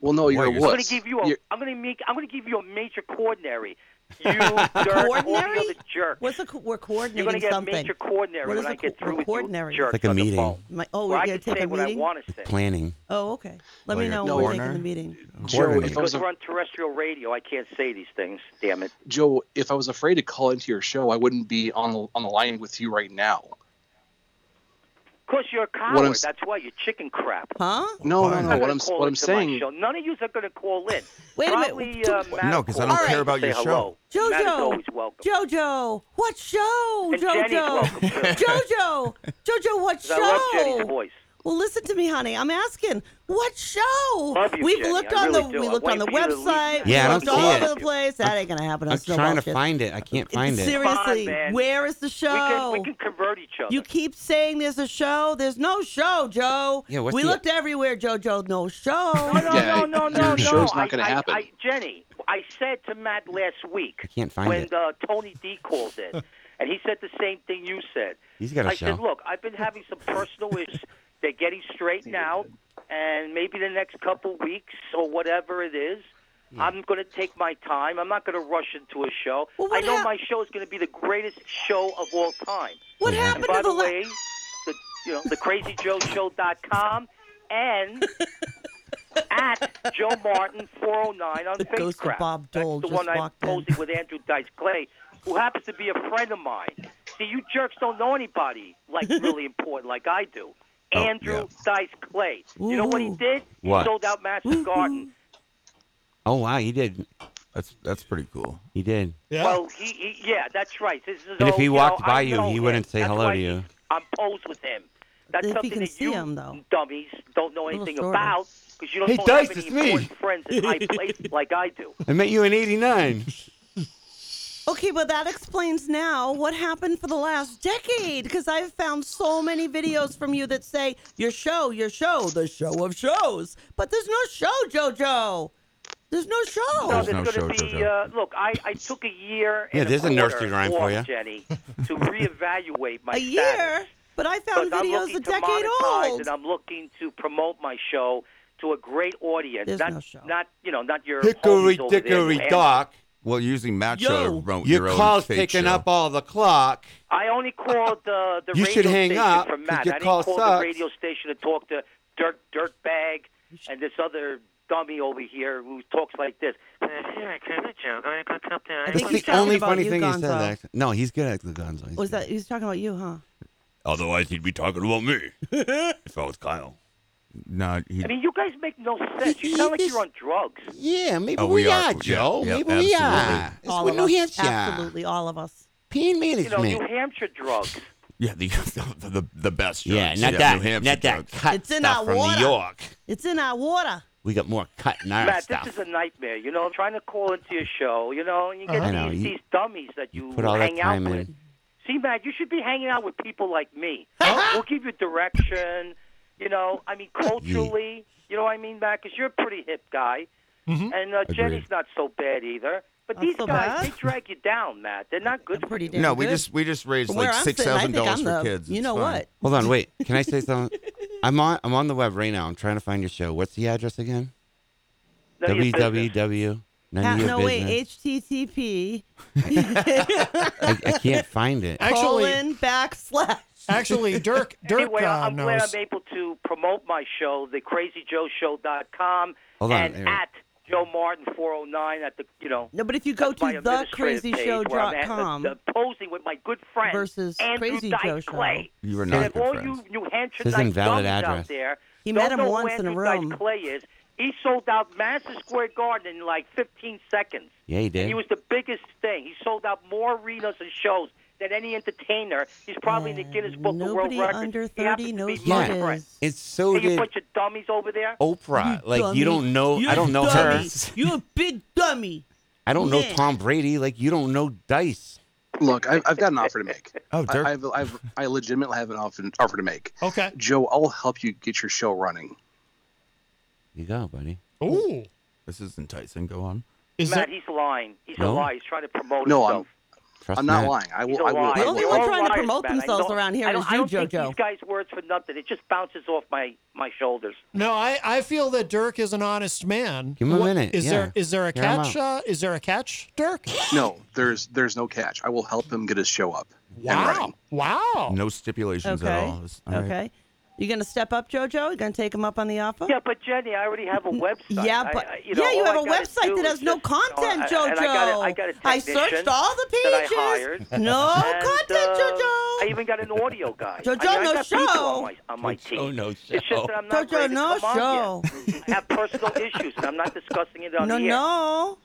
Speaker 17: Well, no, you're
Speaker 5: Wait,
Speaker 17: a
Speaker 5: you're-
Speaker 11: I'm
Speaker 17: wuss.
Speaker 11: gonna give you a.
Speaker 17: You're-
Speaker 11: am gonna make. I'm gonna give you a major coronary. You dirt
Speaker 3: Coordinary?
Speaker 11: the jerk.
Speaker 3: What's the co- we're coordinating
Speaker 11: You're gonna get
Speaker 3: something?
Speaker 11: major coordinary
Speaker 3: What is
Speaker 11: when I
Speaker 3: a co-
Speaker 11: get through with you
Speaker 3: coordinary?
Speaker 11: jerk.
Speaker 4: like a meeting.
Speaker 3: My, oh,
Speaker 11: Where
Speaker 3: we're
Speaker 11: I
Speaker 3: gonna
Speaker 11: can
Speaker 3: take
Speaker 11: say
Speaker 3: a
Speaker 11: what I
Speaker 3: meeting.
Speaker 11: want to say.
Speaker 4: Planning.
Speaker 3: Oh, okay. Let
Speaker 4: Well,
Speaker 3: me
Speaker 4: you're
Speaker 3: know
Speaker 4: the
Speaker 3: when we're taking
Speaker 4: corner.
Speaker 3: the meeting.
Speaker 4: Coordinate.
Speaker 11: Because we're on terrestrial radio, I can't say these things. Damn it.
Speaker 17: Joe, if I was afraid to call into your show, I wouldn't be on the, on the line with you right now.
Speaker 11: Of course, you're a
Speaker 17: I'm
Speaker 11: coward.
Speaker 17: s-
Speaker 11: That's why you chicken crap.
Speaker 3: Huh?
Speaker 17: No, no,
Speaker 11: You're
Speaker 17: no.
Speaker 11: not
Speaker 17: What
Speaker 11: gonna
Speaker 17: I'm s-
Speaker 11: call
Speaker 17: what I'm
Speaker 11: into my
Speaker 17: saying.
Speaker 11: show. None of yous are going to call in.
Speaker 3: Wait a minute.
Speaker 11: Probably, uh, Matt
Speaker 5: No, 'cause I
Speaker 11: will
Speaker 5: don't
Speaker 11: call
Speaker 5: care
Speaker 11: in
Speaker 5: about
Speaker 11: to
Speaker 5: your
Speaker 11: say
Speaker 5: show.
Speaker 11: hello. Matt is
Speaker 3: Jojo,
Speaker 11: always welcome.
Speaker 3: Jojo, what show?
Speaker 11: And Jenny's
Speaker 3: Jojo,
Speaker 11: welcome, too.
Speaker 3: Jojo, Jojo, what
Speaker 11: 'Cause I love
Speaker 3: show?
Speaker 11: Jenny's voice.
Speaker 3: Well, listen to me, honey. I'm asking, what show?
Speaker 11: Love you,
Speaker 3: We've
Speaker 11: Jenny.
Speaker 3: looked
Speaker 11: I
Speaker 3: on
Speaker 11: really
Speaker 3: the
Speaker 11: do.
Speaker 3: we
Speaker 11: I'm
Speaker 3: looked on the
Speaker 11: waiting for you to leave
Speaker 3: website.
Speaker 11: now.
Speaker 3: we
Speaker 4: Yeah, I don't
Speaker 3: looked all over
Speaker 4: see it.
Speaker 3: the place. That ain't gonna happen. on
Speaker 4: I'm
Speaker 3: Snowball
Speaker 4: trying to
Speaker 3: shit.
Speaker 4: find it. I can't find it.
Speaker 3: Seriously, where is the show?
Speaker 11: We can convert each other.
Speaker 3: You keep saying there's a show. There's no show, Joe.
Speaker 4: Yeah, what's
Speaker 3: we
Speaker 4: the-
Speaker 3: looked everywhere, Jojo. No show.
Speaker 11: No, no, no, no, no.
Speaker 17: your show's
Speaker 11: no.
Speaker 17: not gonna
Speaker 11: I- I-
Speaker 17: happen.
Speaker 11: I- Jenny, I said to Matt last week
Speaker 4: I can't find
Speaker 11: when
Speaker 4: it.
Speaker 11: Uh, Tony D called in, and he said the same thing you said.
Speaker 4: He's got a
Speaker 11: I said,
Speaker 4: show.
Speaker 11: look, I've been having some personal issues. They're getting straightened out, and maybe the next couple weeks or whatever it is, I'm going to take my time. I'm not going to rush into a show. I know my show is going to be the greatest show of all time.
Speaker 3: What
Speaker 11: And
Speaker 3: happened to
Speaker 11: By
Speaker 3: the
Speaker 11: the
Speaker 3: la-
Speaker 11: way, the you know the crazyjoeshow.com and at Joe Martin 409 on
Speaker 3: The
Speaker 11: Facebook.
Speaker 3: ghost of Bob Dole
Speaker 11: the
Speaker 3: just
Speaker 11: one I'm
Speaker 3: walked in.
Speaker 11: posing with Andrew Dice Clay, who happens to be a friend of mine. See, you jerks don't know anybody like really important like I
Speaker 4: Oh,
Speaker 11: do. Andrew Dice Clay. You know what he did? He
Speaker 4: What?
Speaker 11: sold out Master Garden.
Speaker 4: Oh wow, he did.
Speaker 5: That's that's pretty cool.
Speaker 4: He did.
Speaker 11: Well, he, he yeah, that's right. This is
Speaker 4: And if
Speaker 11: all,
Speaker 4: he
Speaker 11: you
Speaker 4: walked
Speaker 11: know, I
Speaker 4: by you,
Speaker 11: know
Speaker 4: he
Speaker 11: him.
Speaker 4: wouldn't say
Speaker 11: That's
Speaker 4: hello
Speaker 11: why
Speaker 4: to you.
Speaker 11: I'm posed with him. That's
Speaker 3: If he
Speaker 11: something
Speaker 3: can
Speaker 11: that
Speaker 3: see
Speaker 11: you
Speaker 3: him, though.
Speaker 11: dummies don't know anything
Speaker 3: story.
Speaker 11: about because you don't
Speaker 4: Hey,
Speaker 11: have
Speaker 4: Dice,
Speaker 11: any
Speaker 4: it's me.
Speaker 11: important friends in high places like I do.
Speaker 4: I met you in '89.
Speaker 3: Okay, but that explains now what happened for the last decade because I've found so many videos from you that say your show, your show, the show of shows. But there's no show, JoJo. There's no show.
Speaker 11: No, there's going to be. Uh, look, I, I took a year.
Speaker 4: Yeah,
Speaker 11: and
Speaker 4: there's a
Speaker 11: a
Speaker 4: nursery
Speaker 11: quarter
Speaker 4: rhyme for
Speaker 11: off,
Speaker 4: ya.
Speaker 11: Jenny, to reevaluate my
Speaker 3: a year, but I found
Speaker 11: I'm
Speaker 3: videos
Speaker 11: looking
Speaker 3: a
Speaker 11: to
Speaker 3: decade
Speaker 11: monetize
Speaker 3: old.
Speaker 11: and I'm looking to promote my show to a great audience.
Speaker 3: There's
Speaker 11: not,
Speaker 3: no show.
Speaker 11: not you know, not your
Speaker 4: Hickory
Speaker 11: homies over there
Speaker 4: dickory
Speaker 11: who have-
Speaker 4: dock.
Speaker 5: Well, usually Matt
Speaker 4: Yo,
Speaker 5: show wrote
Speaker 4: your
Speaker 5: own
Speaker 4: call's
Speaker 5: fake
Speaker 4: taking
Speaker 5: show.
Speaker 4: up all the clock.
Speaker 11: I only called the the
Speaker 4: You
Speaker 11: radio
Speaker 4: should hang
Speaker 11: station
Speaker 4: up,
Speaker 11: for
Speaker 4: 'cause
Speaker 11: Matt.
Speaker 4: your
Speaker 11: I didn't
Speaker 4: call
Speaker 11: call
Speaker 4: sucks.
Speaker 11: the radio station to talk to Dirt Dirtbag and this other dummy over here who talks like this.
Speaker 3: I
Speaker 4: That's
Speaker 3: think he's
Speaker 4: the
Speaker 3: talking
Speaker 4: only
Speaker 3: about
Speaker 4: funny
Speaker 3: you,
Speaker 4: thing he
Speaker 3: Gonzo.
Speaker 4: said. Actually. No, he's good at the Gonzo. He's
Speaker 3: Was that he was talking about you, huh?
Speaker 12: Otherwise, he'd be talking about me. if I was Kyle.
Speaker 5: No, he,
Speaker 11: I mean, you guys make no sense. You sound like you're on drugs.
Speaker 4: Yeah, maybe
Speaker 5: Oh,
Speaker 4: we,
Speaker 5: we
Speaker 4: are,
Speaker 5: are.
Speaker 4: Joe.
Speaker 5: Yeah, yeah,
Speaker 4: maybe we
Speaker 5: absolutely.
Speaker 4: are. It's
Speaker 3: all
Speaker 4: what
Speaker 3: of
Speaker 4: New
Speaker 3: us.
Speaker 4: Hampshire.
Speaker 3: Absolutely, all of us.
Speaker 4: Pain
Speaker 11: You know,
Speaker 4: management.
Speaker 11: New Hampshire drugs.
Speaker 5: yeah, the, the the the best. Drugs.
Speaker 4: yeah, not
Speaker 5: New
Speaker 4: that.
Speaker 5: Hampshire
Speaker 4: Not that
Speaker 5: drugs.
Speaker 4: cut
Speaker 3: It's in
Speaker 4: stuff
Speaker 3: our
Speaker 4: from
Speaker 3: water.
Speaker 4: New York.
Speaker 3: It's in our water.
Speaker 4: We got more cut in our
Speaker 11: Matt,
Speaker 4: stuff.
Speaker 11: this is a nightmare. You know, I'm trying to call into your show. You know, and you get
Speaker 4: I know,
Speaker 11: these,
Speaker 4: you-
Speaker 11: these dummies that you,
Speaker 4: Put all that
Speaker 11: hang
Speaker 4: time
Speaker 11: out
Speaker 4: in.
Speaker 11: with. See, Matt, you should be hanging out with people like me. we'll give you direction. You know, I mean, culturally, you know what I mean, Matt? Because you're a pretty hip guy.
Speaker 2: Mm-hmm.
Speaker 5: Mm-hmm.
Speaker 11: And uh, Jenny's not so bad either. But
Speaker 3: Not
Speaker 11: these
Speaker 3: so
Speaker 11: guys,
Speaker 3: bad.
Speaker 11: they drag you down, Matt. They're not good for you.
Speaker 5: No, we just we just raised
Speaker 3: From where
Speaker 5: like
Speaker 3: I'm
Speaker 5: six
Speaker 3: sitting, I
Speaker 5: thousand
Speaker 3: think
Speaker 5: dollars
Speaker 3: I'm
Speaker 5: for
Speaker 3: the-
Speaker 5: kids.
Speaker 3: you
Speaker 5: It's
Speaker 3: know
Speaker 5: fine.
Speaker 3: what?
Speaker 4: Hold on, wait. Can I say something? I'm on. I'm on the web right now. I'm trying to find your show. What's the address again?
Speaker 11: None of your business.
Speaker 4: www. None
Speaker 3: Ah,
Speaker 4: of your
Speaker 3: no,
Speaker 4: business.
Speaker 3: wait, HTTP
Speaker 4: I, I can't find it.
Speaker 2: Actually-
Speaker 3: colon backslash.
Speaker 2: Actually, Dirk, Dirk
Speaker 11: anyway,
Speaker 2: uh,
Speaker 11: I'm glad
Speaker 2: knows.
Speaker 11: I'm able to promote my show, the CrazyJoeShow.com,
Speaker 4: Hold on,
Speaker 11: and
Speaker 4: here.
Speaker 11: at Joe Martin 409 at the you know
Speaker 3: No, but if you go
Speaker 11: my
Speaker 3: to
Speaker 11: administrative page where I'm at,
Speaker 3: thecrazyshow.com,
Speaker 11: uh, posing with my good friend
Speaker 3: Versus
Speaker 11: Andrew
Speaker 3: Crazy
Speaker 11: Dice
Speaker 3: Joe Show.
Speaker 11: Clay.
Speaker 5: You are
Speaker 11: and
Speaker 5: not
Speaker 11: if
Speaker 5: good
Speaker 11: all
Speaker 5: friends.
Speaker 11: you New Hampshire
Speaker 4: This is
Speaker 11: Dice
Speaker 4: invalid
Speaker 11: dummies
Speaker 4: address.
Speaker 11: out there,
Speaker 3: He
Speaker 11: don't
Speaker 3: met him
Speaker 11: know who
Speaker 3: once in a
Speaker 11: Andrew
Speaker 3: room.
Speaker 11: Dice Clay is. He sold out Madison Square Garden in like 15 seconds.
Speaker 4: Yeah, he did.
Speaker 11: And he was the biggest thing. He sold out more arenas and shows than any entertainer. He's probably in the Guinness Book of World
Speaker 3: nobody
Speaker 11: Records.
Speaker 3: under
Speaker 11: He
Speaker 3: 30
Speaker 11: happens to be
Speaker 3: knows
Speaker 11: my
Speaker 3: what it
Speaker 11: friend.
Speaker 3: is.
Speaker 4: And so
Speaker 11: Hey, you
Speaker 4: did
Speaker 11: bunch of dummies over there.
Speaker 4: Oh, Oprah. like you don't know.
Speaker 3: You
Speaker 4: I don't know
Speaker 3: dummy.
Speaker 4: her.
Speaker 3: You're a big dummy.
Speaker 4: I don't know
Speaker 3: Yeah.
Speaker 4: Tom Brady. Like you don't know Dice.
Speaker 17: Look, I've, I've got an offer to make.
Speaker 5: Oh, Dirk.
Speaker 17: I, I've, I've, I legitimately have an offer, offer to make.
Speaker 2: Okay.
Speaker 17: Joe, I'll help you get your show running.
Speaker 4: You go, buddy.
Speaker 2: Ooh.
Speaker 5: This is enticing. Go on.
Speaker 2: Is
Speaker 11: Matt,
Speaker 2: that
Speaker 11: he's lying. He's
Speaker 4: No?
Speaker 11: a liar. He's trying to promote
Speaker 17: No,
Speaker 11: himself.
Speaker 4: Trust
Speaker 17: I'm not
Speaker 4: me.
Speaker 17: lying. I
Speaker 11: He's
Speaker 17: will.
Speaker 11: a
Speaker 17: I will.
Speaker 11: liar.
Speaker 3: The only
Speaker 11: They're
Speaker 3: one
Speaker 11: all
Speaker 3: trying to
Speaker 11: liars,
Speaker 3: promote
Speaker 11: man. I
Speaker 3: themselves
Speaker 11: don't-
Speaker 3: around here
Speaker 11: I don't,
Speaker 3: is
Speaker 11: I
Speaker 3: you,
Speaker 11: don't take
Speaker 3: JoJo.
Speaker 11: these guys' words for nothing. It just bounces off my my shoulders.
Speaker 2: No, I, I feel that Dirk is an honest man.
Speaker 4: Give him a
Speaker 2: What-
Speaker 4: minute,
Speaker 2: Is
Speaker 4: yeah.
Speaker 2: there is there a
Speaker 4: Hear him
Speaker 2: catch? Uh, is there a catch, Dirk?
Speaker 17: No, there's there's no catch. I will help him get his show up.
Speaker 2: Wow!
Speaker 3: Oh.
Speaker 2: Wow!
Speaker 5: No stipulations at
Speaker 3: Okay.
Speaker 5: all. It's- all right.
Speaker 3: Okay. You gonna step up, JoJo? You gonna take him up on the offer?
Speaker 11: Yeah, but Jenny, I already have a website.
Speaker 3: Yeah,
Speaker 11: I-
Speaker 3: but
Speaker 11: I- you know,
Speaker 3: yeah, you
Speaker 11: all
Speaker 3: have
Speaker 11: I
Speaker 3: a
Speaker 11: gotta do
Speaker 3: website that has
Speaker 11: is
Speaker 3: no
Speaker 11: just, you know,
Speaker 3: content,
Speaker 11: I-
Speaker 3: JoJo.
Speaker 11: and I got a- I got a
Speaker 3: searched
Speaker 11: technician
Speaker 3: all the
Speaker 11: that I
Speaker 3: pages.
Speaker 11: hired.
Speaker 3: No
Speaker 11: And,
Speaker 3: content,
Speaker 11: uh,
Speaker 3: JoJo.
Speaker 11: I even got an audio guy.
Speaker 3: JoJo,
Speaker 11: I mean, I
Speaker 3: no
Speaker 11: got people
Speaker 3: show.
Speaker 11: on my, on my team.
Speaker 4: Oh, no
Speaker 11: It's just that I'm not
Speaker 3: JoJo,
Speaker 11: ready to
Speaker 3: no
Speaker 11: come on
Speaker 3: show.
Speaker 11: yet. I have personal issues, and I'm not discussing it on
Speaker 3: No,
Speaker 11: the air.
Speaker 3: no.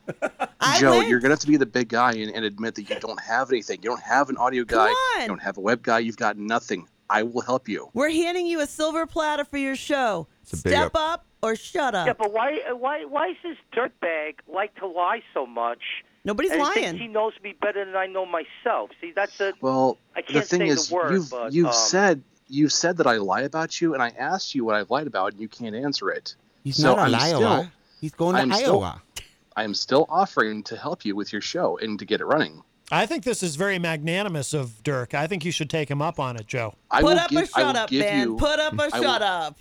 Speaker 3: I
Speaker 17: Joe,
Speaker 3: went.
Speaker 17: you're gonna have to be the big guy and, and admit that you don't have anything. You don't have an audio guy.
Speaker 3: on.
Speaker 17: You don't have a web guy. You've got nothing. I will help you.
Speaker 3: We're handing you a silver platter for your show.
Speaker 17: a big
Speaker 3: Step up. or shut up.
Speaker 11: Yeah, but why Uh, why why is this dirtbag like to lie so much?
Speaker 3: Nobody's
Speaker 11: and he thinks
Speaker 3: lying.
Speaker 11: He knows me better than I know myself. See, that's a
Speaker 17: Well,
Speaker 11: I can't
Speaker 17: the thing
Speaker 11: say
Speaker 17: is,
Speaker 11: the word,
Speaker 17: you've
Speaker 11: but
Speaker 17: you've
Speaker 11: um,
Speaker 17: said you've said that I lie about you, and I asked you what I've lied about, and you can't answer it.
Speaker 4: He's
Speaker 17: so
Speaker 4: not a
Speaker 17: I'm
Speaker 4: liar.
Speaker 17: Still,
Speaker 4: He's going to
Speaker 17: I'm still-
Speaker 4: Iowa.
Speaker 17: I am still offering to help you with your show and to get it running.
Speaker 2: I think this is very magnanimous of Dirk. I think you should take him up on it, Joe.
Speaker 17: I
Speaker 3: Put
Speaker 17: will
Speaker 3: up
Speaker 17: give,
Speaker 3: or
Speaker 17: I
Speaker 3: shut
Speaker 17: will
Speaker 3: up,
Speaker 17: give
Speaker 3: man.
Speaker 17: you-
Speaker 3: Put up or
Speaker 17: I
Speaker 3: shut
Speaker 17: will-
Speaker 3: up.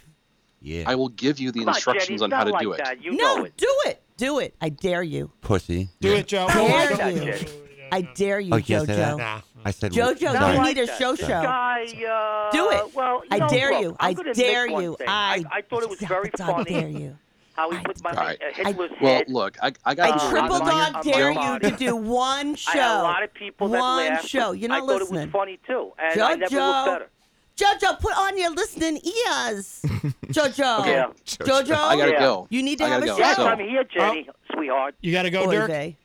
Speaker 4: Yeah.
Speaker 17: I will give you the
Speaker 11: Come on, Jenny,
Speaker 17: instructions
Speaker 11: it's
Speaker 17: on how
Speaker 11: not
Speaker 17: to
Speaker 11: like
Speaker 17: do it.
Speaker 11: that. You
Speaker 3: no,
Speaker 11: know it.
Speaker 3: do it. Do it. I dare you.
Speaker 4: Pussy.
Speaker 2: Do it, Joe.
Speaker 3: I
Speaker 11: Don't
Speaker 3: dare
Speaker 11: like that,
Speaker 3: you.
Speaker 11: Jenny.
Speaker 3: I dare you,
Speaker 4: Oh, you can't say that?
Speaker 3: JoJo.
Speaker 4: I said
Speaker 3: JoJo,
Speaker 4: sorry.
Speaker 3: you
Speaker 11: Not
Speaker 3: need a
Speaker 11: like that.
Speaker 3: show
Speaker 11: This
Speaker 3: show.
Speaker 11: guy, uh,
Speaker 3: Do it.
Speaker 11: Well, you
Speaker 3: I
Speaker 11: know,
Speaker 3: dare
Speaker 11: look,
Speaker 3: you.
Speaker 11: I'm
Speaker 3: I
Speaker 11: gonna admit
Speaker 3: dare
Speaker 11: one
Speaker 3: you.
Speaker 11: thing.
Speaker 3: I-
Speaker 11: I, I thought it was very
Speaker 3: I
Speaker 11: funny
Speaker 3: dare you.
Speaker 11: how he put my
Speaker 17: All right.
Speaker 11: uh, Hitler's
Speaker 17: Well,
Speaker 11: head.
Speaker 17: look, I, I got
Speaker 3: I
Speaker 17: a little
Speaker 3: triple
Speaker 17: bit of
Speaker 3: dog
Speaker 17: money,
Speaker 3: dare
Speaker 17: Joe.
Speaker 3: you to do one show.
Speaker 11: I had a lot of people that
Speaker 3: one
Speaker 11: laughed.
Speaker 3: show. You're
Speaker 11: I
Speaker 3: not
Speaker 11: thought
Speaker 3: listening.
Speaker 11: it was funny too, and I never
Speaker 3: JoJo.
Speaker 11: looked better.
Speaker 3: JoJo, put on your listening ears. JoJo.
Speaker 11: Okay. Yeah.
Speaker 3: Oh. JoJo.
Speaker 17: I gotta go. Oh.
Speaker 3: You need to
Speaker 17: I
Speaker 3: have
Speaker 17: gotta
Speaker 3: a
Speaker 17: go.
Speaker 3: show.
Speaker 17: So-
Speaker 11: I'm here, Jenny, sweetheart.
Speaker 2: You got to go,
Speaker 3: Oy
Speaker 2: Dirk.
Speaker 3: vey.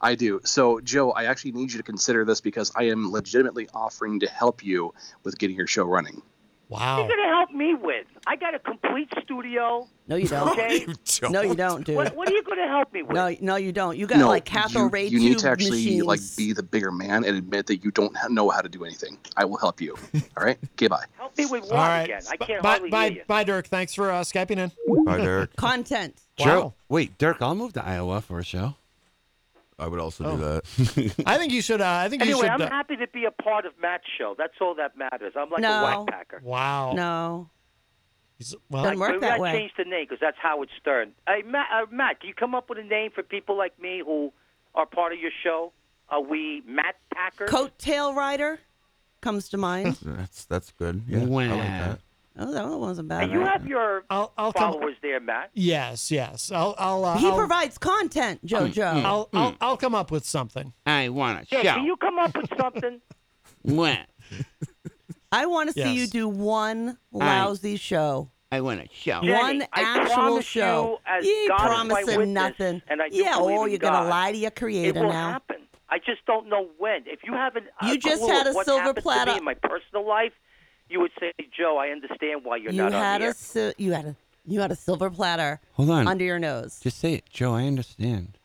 Speaker 17: I do. So, Joe, I actually need you to consider this because I am legitimately offering to help you with getting your show running.
Speaker 2: Wow.
Speaker 3: Oh.
Speaker 11: You're gonna help me with? I got a complete studio.
Speaker 3: No, you don't.
Speaker 11: Okay.
Speaker 3: No, you don't, dude.
Speaker 11: what, what are you gonna help me with?
Speaker 3: No, no, you don't. You got
Speaker 17: no,
Speaker 3: like cathode
Speaker 17: you,
Speaker 3: ray
Speaker 17: you need
Speaker 3: tube
Speaker 17: to actually
Speaker 3: machines.
Speaker 17: like be the bigger man and admit that you don't ha- know how to do anything. I will help you. All right. Okay. Bye.
Speaker 11: Help me with one
Speaker 2: All right.
Speaker 11: again. I can't
Speaker 2: Bye,
Speaker 11: hardly hear
Speaker 2: bye,
Speaker 11: you.
Speaker 2: bye, Dirk. Thanks for uh, skyping in.
Speaker 5: Bye, Derek.
Speaker 3: Content.
Speaker 4: Joe, wait, Dirk, I'll move to Iowa for a show.
Speaker 5: I would also
Speaker 2: Oh.
Speaker 5: do that.
Speaker 2: I think you should. Uh, I think you
Speaker 11: Anyway,
Speaker 2: should.
Speaker 11: I'm
Speaker 2: uh,
Speaker 11: happy to be a part of Matt's show. That's all that matters. I'm like
Speaker 3: No.
Speaker 11: a whackpacker.
Speaker 2: wow.
Speaker 3: No.
Speaker 2: He's- well,
Speaker 3: Doesn't work
Speaker 11: Maybe
Speaker 3: that
Speaker 11: I
Speaker 3: way.
Speaker 11: changed the name because that's Howard Stern. Hey, Matt, uh, Matt, can you come up with a name for people like me who are part of your show? Are we Matt Packer?
Speaker 3: Coattail rider comes to mind.
Speaker 5: That's that's good. Yeah, I
Speaker 4: Wow.
Speaker 5: like that.
Speaker 3: oh, that one wasn't bad.
Speaker 11: and you
Speaker 3: right?
Speaker 11: have your
Speaker 2: I'll, I'll come.
Speaker 11: followers there, Matt.
Speaker 2: Yes, yes. I'll. I'll. Uh,
Speaker 3: He
Speaker 2: I'll,
Speaker 3: provides content,
Speaker 4: Mm,
Speaker 3: JoJo.
Speaker 2: I'll, I'll, I'll come up with something.
Speaker 4: I want
Speaker 11: Yeah,
Speaker 4: a
Speaker 11: can you come up with something?
Speaker 4: show.
Speaker 3: I want to see
Speaker 2: Yes.
Speaker 3: you do one lousy show.
Speaker 4: I want a show.
Speaker 11: Jenny,
Speaker 3: one
Speaker 11: I
Speaker 3: actual
Speaker 11: promise
Speaker 3: show.
Speaker 11: you as
Speaker 3: you
Speaker 11: God is my
Speaker 3: promising
Speaker 11: witness,
Speaker 3: nothing.
Speaker 11: and I do
Speaker 3: yeah,
Speaker 11: believe
Speaker 3: oh,
Speaker 11: in
Speaker 3: you're gonna
Speaker 11: God.
Speaker 3: lie to your
Speaker 11: It
Speaker 3: creator
Speaker 11: will
Speaker 3: now.
Speaker 11: happen. I just don't know when. If you haven't, a
Speaker 3: You just
Speaker 11: clue
Speaker 3: had
Speaker 11: of
Speaker 3: a
Speaker 11: what
Speaker 3: silver
Speaker 11: happened
Speaker 3: platter.
Speaker 11: to me in my personal life, you would say, Joe, I understand why you're
Speaker 3: You
Speaker 11: not
Speaker 3: had
Speaker 11: on the
Speaker 3: a
Speaker 11: air.
Speaker 3: si- you had a you had a silver platter
Speaker 4: Hold on.
Speaker 3: under your nose.
Speaker 4: Just say it, Joe. I understand.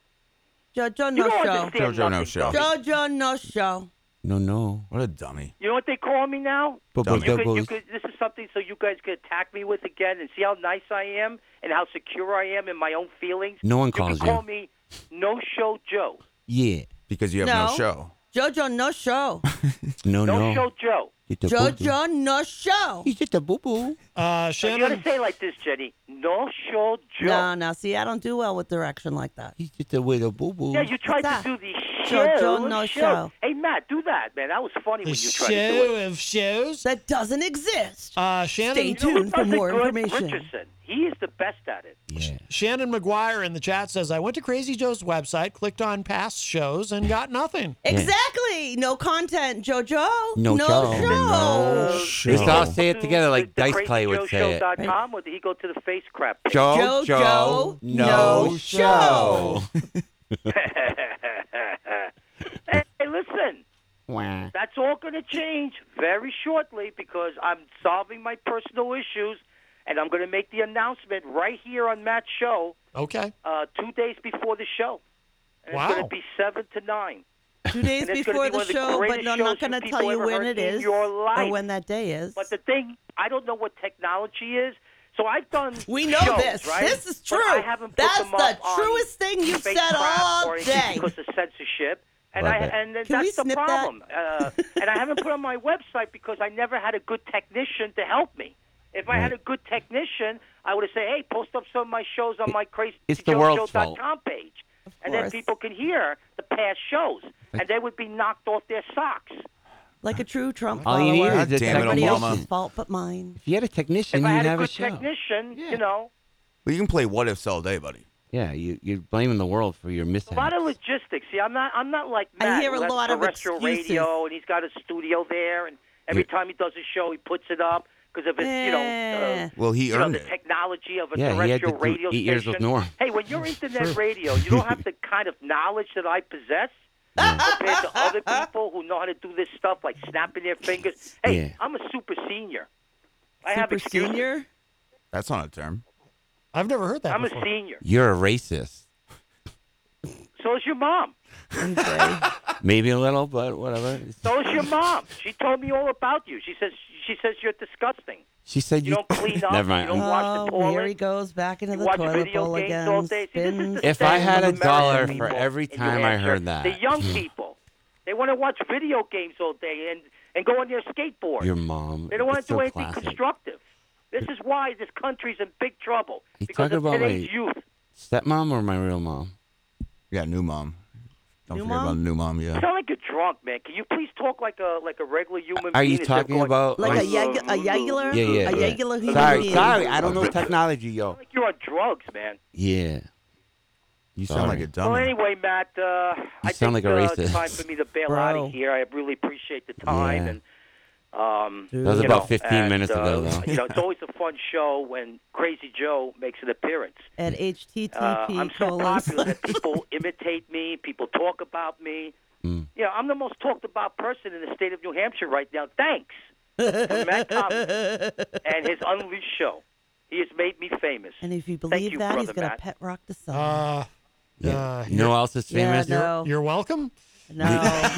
Speaker 3: JoJo
Speaker 11: You
Speaker 3: no
Speaker 11: don't
Speaker 3: show.
Speaker 11: understand
Speaker 5: JoJo, no
Speaker 11: nothing,
Speaker 5: show.
Speaker 11: dummy.
Speaker 3: JoJo no show.
Speaker 4: No, no.
Speaker 5: What a dummy.
Speaker 11: You know what they call me now?
Speaker 4: But
Speaker 5: Dummy.
Speaker 11: You could, you could, this is something so you guys could attack me with again and see how nice I am and how secure I am in my own feelings.
Speaker 4: No one
Speaker 11: you
Speaker 4: calls
Speaker 11: could
Speaker 4: you.
Speaker 11: call me No Show Joe.
Speaker 4: Yeah.
Speaker 5: Because you have no,
Speaker 3: No.
Speaker 5: show.
Speaker 3: JoJo no show.
Speaker 4: No,
Speaker 11: No,
Speaker 4: no.
Speaker 11: Show Joe.
Speaker 4: It's a boo-boo.
Speaker 3: JoJo no show.
Speaker 4: He's just a boo boo.
Speaker 2: Uh,
Speaker 11: So you got
Speaker 2: Shannon.
Speaker 11: to say it like this, Jenny. No Show Joe.
Speaker 3: No, no. See, I don't do well with direction like that.
Speaker 4: He's just a little boo boo.
Speaker 11: Yeah, you tried to
Speaker 3: that?
Speaker 11: do the show.
Speaker 3: Joe Joe No Show.
Speaker 11: Hey, Matt, do that, man. That was funny
Speaker 2: The
Speaker 11: when you tried to do it.
Speaker 2: show of shows.
Speaker 3: That doesn't exist.
Speaker 2: Uh, Shannon.
Speaker 3: Stay
Speaker 11: You know who
Speaker 3: tuned for
Speaker 11: does it
Speaker 3: more
Speaker 11: good?
Speaker 3: information.
Speaker 11: Richardson. He is the best at it.
Speaker 4: yeah.
Speaker 2: Shannon McGuire in the chat says, I went to Crazy Joe's website, clicked on past shows, and got nothing.
Speaker 3: Exactly. No content, JoJo.
Speaker 4: No show.
Speaker 3: show.
Speaker 5: No
Speaker 4: Let's all
Speaker 5: show.
Speaker 4: say it together like
Speaker 11: the,
Speaker 4: Dice Clay would say it.
Speaker 11: Com, or did he go to the face crap? page?
Speaker 4: Joe, Joe,
Speaker 3: JoJo, no
Speaker 4: no show.
Speaker 11: hey, listen,
Speaker 4: Wah.
Speaker 11: that's all going to change very shortly because I'm solving my personal issues, and I'm going to make the announcement right here on Matt's show
Speaker 2: Okay.
Speaker 11: uh, two days before the show. And
Speaker 2: Wow.
Speaker 11: It's going to be seven to nine.
Speaker 3: Two days
Speaker 11: And it's gonna
Speaker 3: before
Speaker 11: be
Speaker 3: the
Speaker 11: one of the
Speaker 3: show, but
Speaker 11: greatest
Speaker 3: no, I'm not
Speaker 11: shows
Speaker 3: going to
Speaker 11: you
Speaker 3: tell
Speaker 11: people
Speaker 3: you
Speaker 11: ever
Speaker 3: when
Speaker 11: heard
Speaker 3: it
Speaker 11: in
Speaker 3: is
Speaker 11: your
Speaker 3: or
Speaker 11: life.
Speaker 3: when that day is.
Speaker 11: But the thing, I don't know what technology is, so I've done.
Speaker 3: we know
Speaker 11: shows,
Speaker 3: this.
Speaker 11: right?
Speaker 3: This is
Speaker 11: But
Speaker 3: true.
Speaker 11: I haven't put
Speaker 3: That's
Speaker 11: them
Speaker 3: the
Speaker 11: up on
Speaker 3: truest thing you've
Speaker 11: fake
Speaker 3: said
Speaker 11: crap
Speaker 3: all
Speaker 11: or anything
Speaker 3: day.
Speaker 11: because of censorship. And
Speaker 18: Love
Speaker 11: I
Speaker 18: it.
Speaker 11: and
Speaker 3: Can we
Speaker 11: that's the
Speaker 3: snip that?
Speaker 11: problem. Uh, and I haven't put on my website because I never had a good technician to help me. If I had a good technician, I would have said, "Hey, post up some of my shows on my
Speaker 4: it's the world's
Speaker 11: crazyshow.com page." And then
Speaker 3: course.
Speaker 11: people can hear the past shows, and they would be knocked off their socks.
Speaker 3: Like a true Trump
Speaker 4: All you need
Speaker 3: follower,
Speaker 4: is a
Speaker 3: it's everybody
Speaker 4: technician.
Speaker 3: else's fault but mine.
Speaker 4: If you had a technician,
Speaker 11: if I
Speaker 4: you'd
Speaker 11: had a
Speaker 4: have a
Speaker 11: good
Speaker 4: show.
Speaker 11: technician, you know,
Speaker 4: Well, you can play what ifs all day, buddy. Yeah, you, you're blaming the world for your
Speaker 11: a
Speaker 4: mishap.
Speaker 11: lot of logistics. See, I'm not, I'm not like
Speaker 3: I
Speaker 11: Matt.
Speaker 3: hear a
Speaker 11: who has
Speaker 3: lot of
Speaker 11: terrestrial
Speaker 3: excuses.
Speaker 11: radio, and he's got a studio there, and every time he does a show, he puts it up because of his, you know, uh,
Speaker 5: Well, he
Speaker 11: you know,
Speaker 5: earned
Speaker 11: the
Speaker 5: it.
Speaker 11: technology of a
Speaker 5: Yeah, he had
Speaker 11: terrestrial
Speaker 5: to do
Speaker 11: radio
Speaker 5: eight years with
Speaker 11: station.
Speaker 5: Norm.
Speaker 11: Hey, when you're
Speaker 5: True.
Speaker 11: internet radio, you don't have the kind of knowledge that I possess. compared to other people who know how to do this stuff, like snapping their fingers. Hey,
Speaker 5: Yeah.
Speaker 11: I'm a super senior. I have
Speaker 3: Super
Speaker 11: excuses.
Speaker 3: senior?
Speaker 5: That's not a term.
Speaker 2: I've never heard that.
Speaker 11: I'm
Speaker 2: before.
Speaker 11: a senior.
Speaker 4: You're a racist.
Speaker 11: So is your mom.
Speaker 4: Maybe a little, but whatever.
Speaker 11: So is your mom. She told me all about you. She says she says you're disgusting.
Speaker 4: She said
Speaker 11: you, don't clean up.
Speaker 4: Never mind.
Speaker 11: You don't wash the
Speaker 3: Oh,
Speaker 11: toilet.
Speaker 3: here he goes back into
Speaker 11: You
Speaker 3: the
Speaker 11: watch
Speaker 3: toilet
Speaker 11: video
Speaker 3: bowl
Speaker 11: games
Speaker 3: again.
Speaker 11: all day. See, this is the
Speaker 3: spins.
Speaker 4: If I had a
Speaker 11: American
Speaker 4: dollar
Speaker 11: people
Speaker 4: for every
Speaker 11: in New
Speaker 4: time I heard
Speaker 11: Hampshire,
Speaker 4: that.
Speaker 11: the young people, they want to watch video games all day and and go on their skateboard.
Speaker 4: Your mom.
Speaker 11: They don't want to
Speaker 4: It's
Speaker 11: do
Speaker 4: so
Speaker 11: anything
Speaker 4: classic.
Speaker 11: constructive. This is why this country's in big trouble
Speaker 4: You
Speaker 11: because
Speaker 4: talking
Speaker 11: of
Speaker 4: about
Speaker 11: today's
Speaker 4: my
Speaker 11: youth.
Speaker 4: stepmom or my real mom?
Speaker 5: Yeah, new mom. Don't
Speaker 11: New
Speaker 5: forget
Speaker 11: mom?
Speaker 5: about new
Speaker 4: um,
Speaker 5: mom.
Speaker 11: You
Speaker 5: Yeah.
Speaker 11: sound like you're drunk, man. Can you please talk like a like a regular human?
Speaker 4: Are
Speaker 11: being
Speaker 4: you
Speaker 11: instead of
Speaker 4: talking
Speaker 11: going,
Speaker 4: about
Speaker 3: Like a, yeg- a yegular?
Speaker 4: Yeah, yeah.
Speaker 3: A
Speaker 4: yeah.
Speaker 3: yegular human
Speaker 4: sorry,
Speaker 3: being.
Speaker 4: sorry. I don't know technology, yo.
Speaker 11: like you're on drugs, man?
Speaker 4: Yeah. You
Speaker 5: sound like a
Speaker 11: Well, anyway, Matt, uh, I
Speaker 4: sound like
Speaker 11: think
Speaker 4: a
Speaker 11: uh, it's
Speaker 4: racist.
Speaker 11: time for me to bail
Speaker 4: Bro.
Speaker 11: out of here. I really appreciate the time.
Speaker 4: Yeah.
Speaker 11: And, um,
Speaker 4: That was
Speaker 11: you
Speaker 4: about
Speaker 11: know,
Speaker 4: 15
Speaker 11: and,
Speaker 4: minutes
Speaker 11: uh,
Speaker 4: ago, though.
Speaker 11: You know, it's always a fun show when Crazy Joe makes an appearance.
Speaker 3: At HTTP
Speaker 11: Uh, I'm so
Speaker 3: colon.
Speaker 11: popular that people imitate me. People talk about me.
Speaker 4: Mm.
Speaker 11: You know, I'm the most talked about person in the state of New Hampshire right now. Thanks to Matt Cobb and his Unleashed show. He has made me famous.
Speaker 3: And if you
Speaker 11: Thank
Speaker 3: believe
Speaker 11: you,
Speaker 3: that,
Speaker 11: brother
Speaker 3: he's going to
Speaker 11: Matt.
Speaker 3: pet rock the sun.
Speaker 2: Uh, uh,
Speaker 4: You know who else is
Speaker 3: yeah,
Speaker 4: famous?
Speaker 3: no.
Speaker 2: You're welcome.
Speaker 3: No,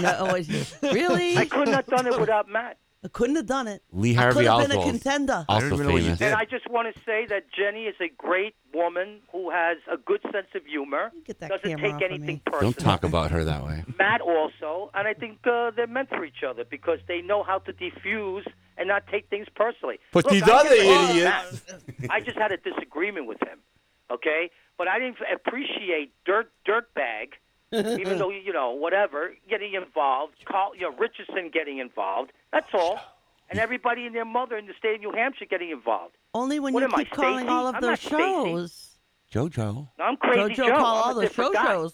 Speaker 3: no. it- Really?
Speaker 11: I couldn't have done it without Matt.
Speaker 3: I couldn't have done it.
Speaker 4: Lee
Speaker 3: I
Speaker 4: Harvey
Speaker 3: could have been a
Speaker 4: Oswald.
Speaker 3: contender.
Speaker 4: Also I don't even know what you famous.
Speaker 11: And I just want to say that Jenny is a great woman who has a good sense of humor. doesn't
Speaker 3: camera
Speaker 11: take
Speaker 3: off of
Speaker 11: anything personal.
Speaker 4: Don't talk about her that way.
Speaker 11: Matt also, and I think uh, they're meant for each other because they know how to defuse and not take things personally.
Speaker 4: But
Speaker 11: Look,
Speaker 4: these
Speaker 11: I
Speaker 4: other
Speaker 11: just love
Speaker 4: idiots-
Speaker 11: Matt. I just had a disagreement with him, okay? But I didn't appreciate dirt dirtbag, even though you know whatever getting involved. Carl, you know, Richardson getting involved. That's all. And everybody and their mother in the state of New Hampshire getting involved.
Speaker 3: Only when
Speaker 11: What
Speaker 3: you
Speaker 11: am I,
Speaker 3: keep calling
Speaker 11: Stacey?
Speaker 3: all of
Speaker 11: I'm
Speaker 3: those
Speaker 11: not Stacey.
Speaker 3: shows.
Speaker 4: JoJo.
Speaker 11: I'm crazy
Speaker 3: JoJo
Speaker 11: Joe.
Speaker 3: call
Speaker 11: I'm
Speaker 3: all
Speaker 11: a
Speaker 3: the show
Speaker 11: different guy.
Speaker 3: shows.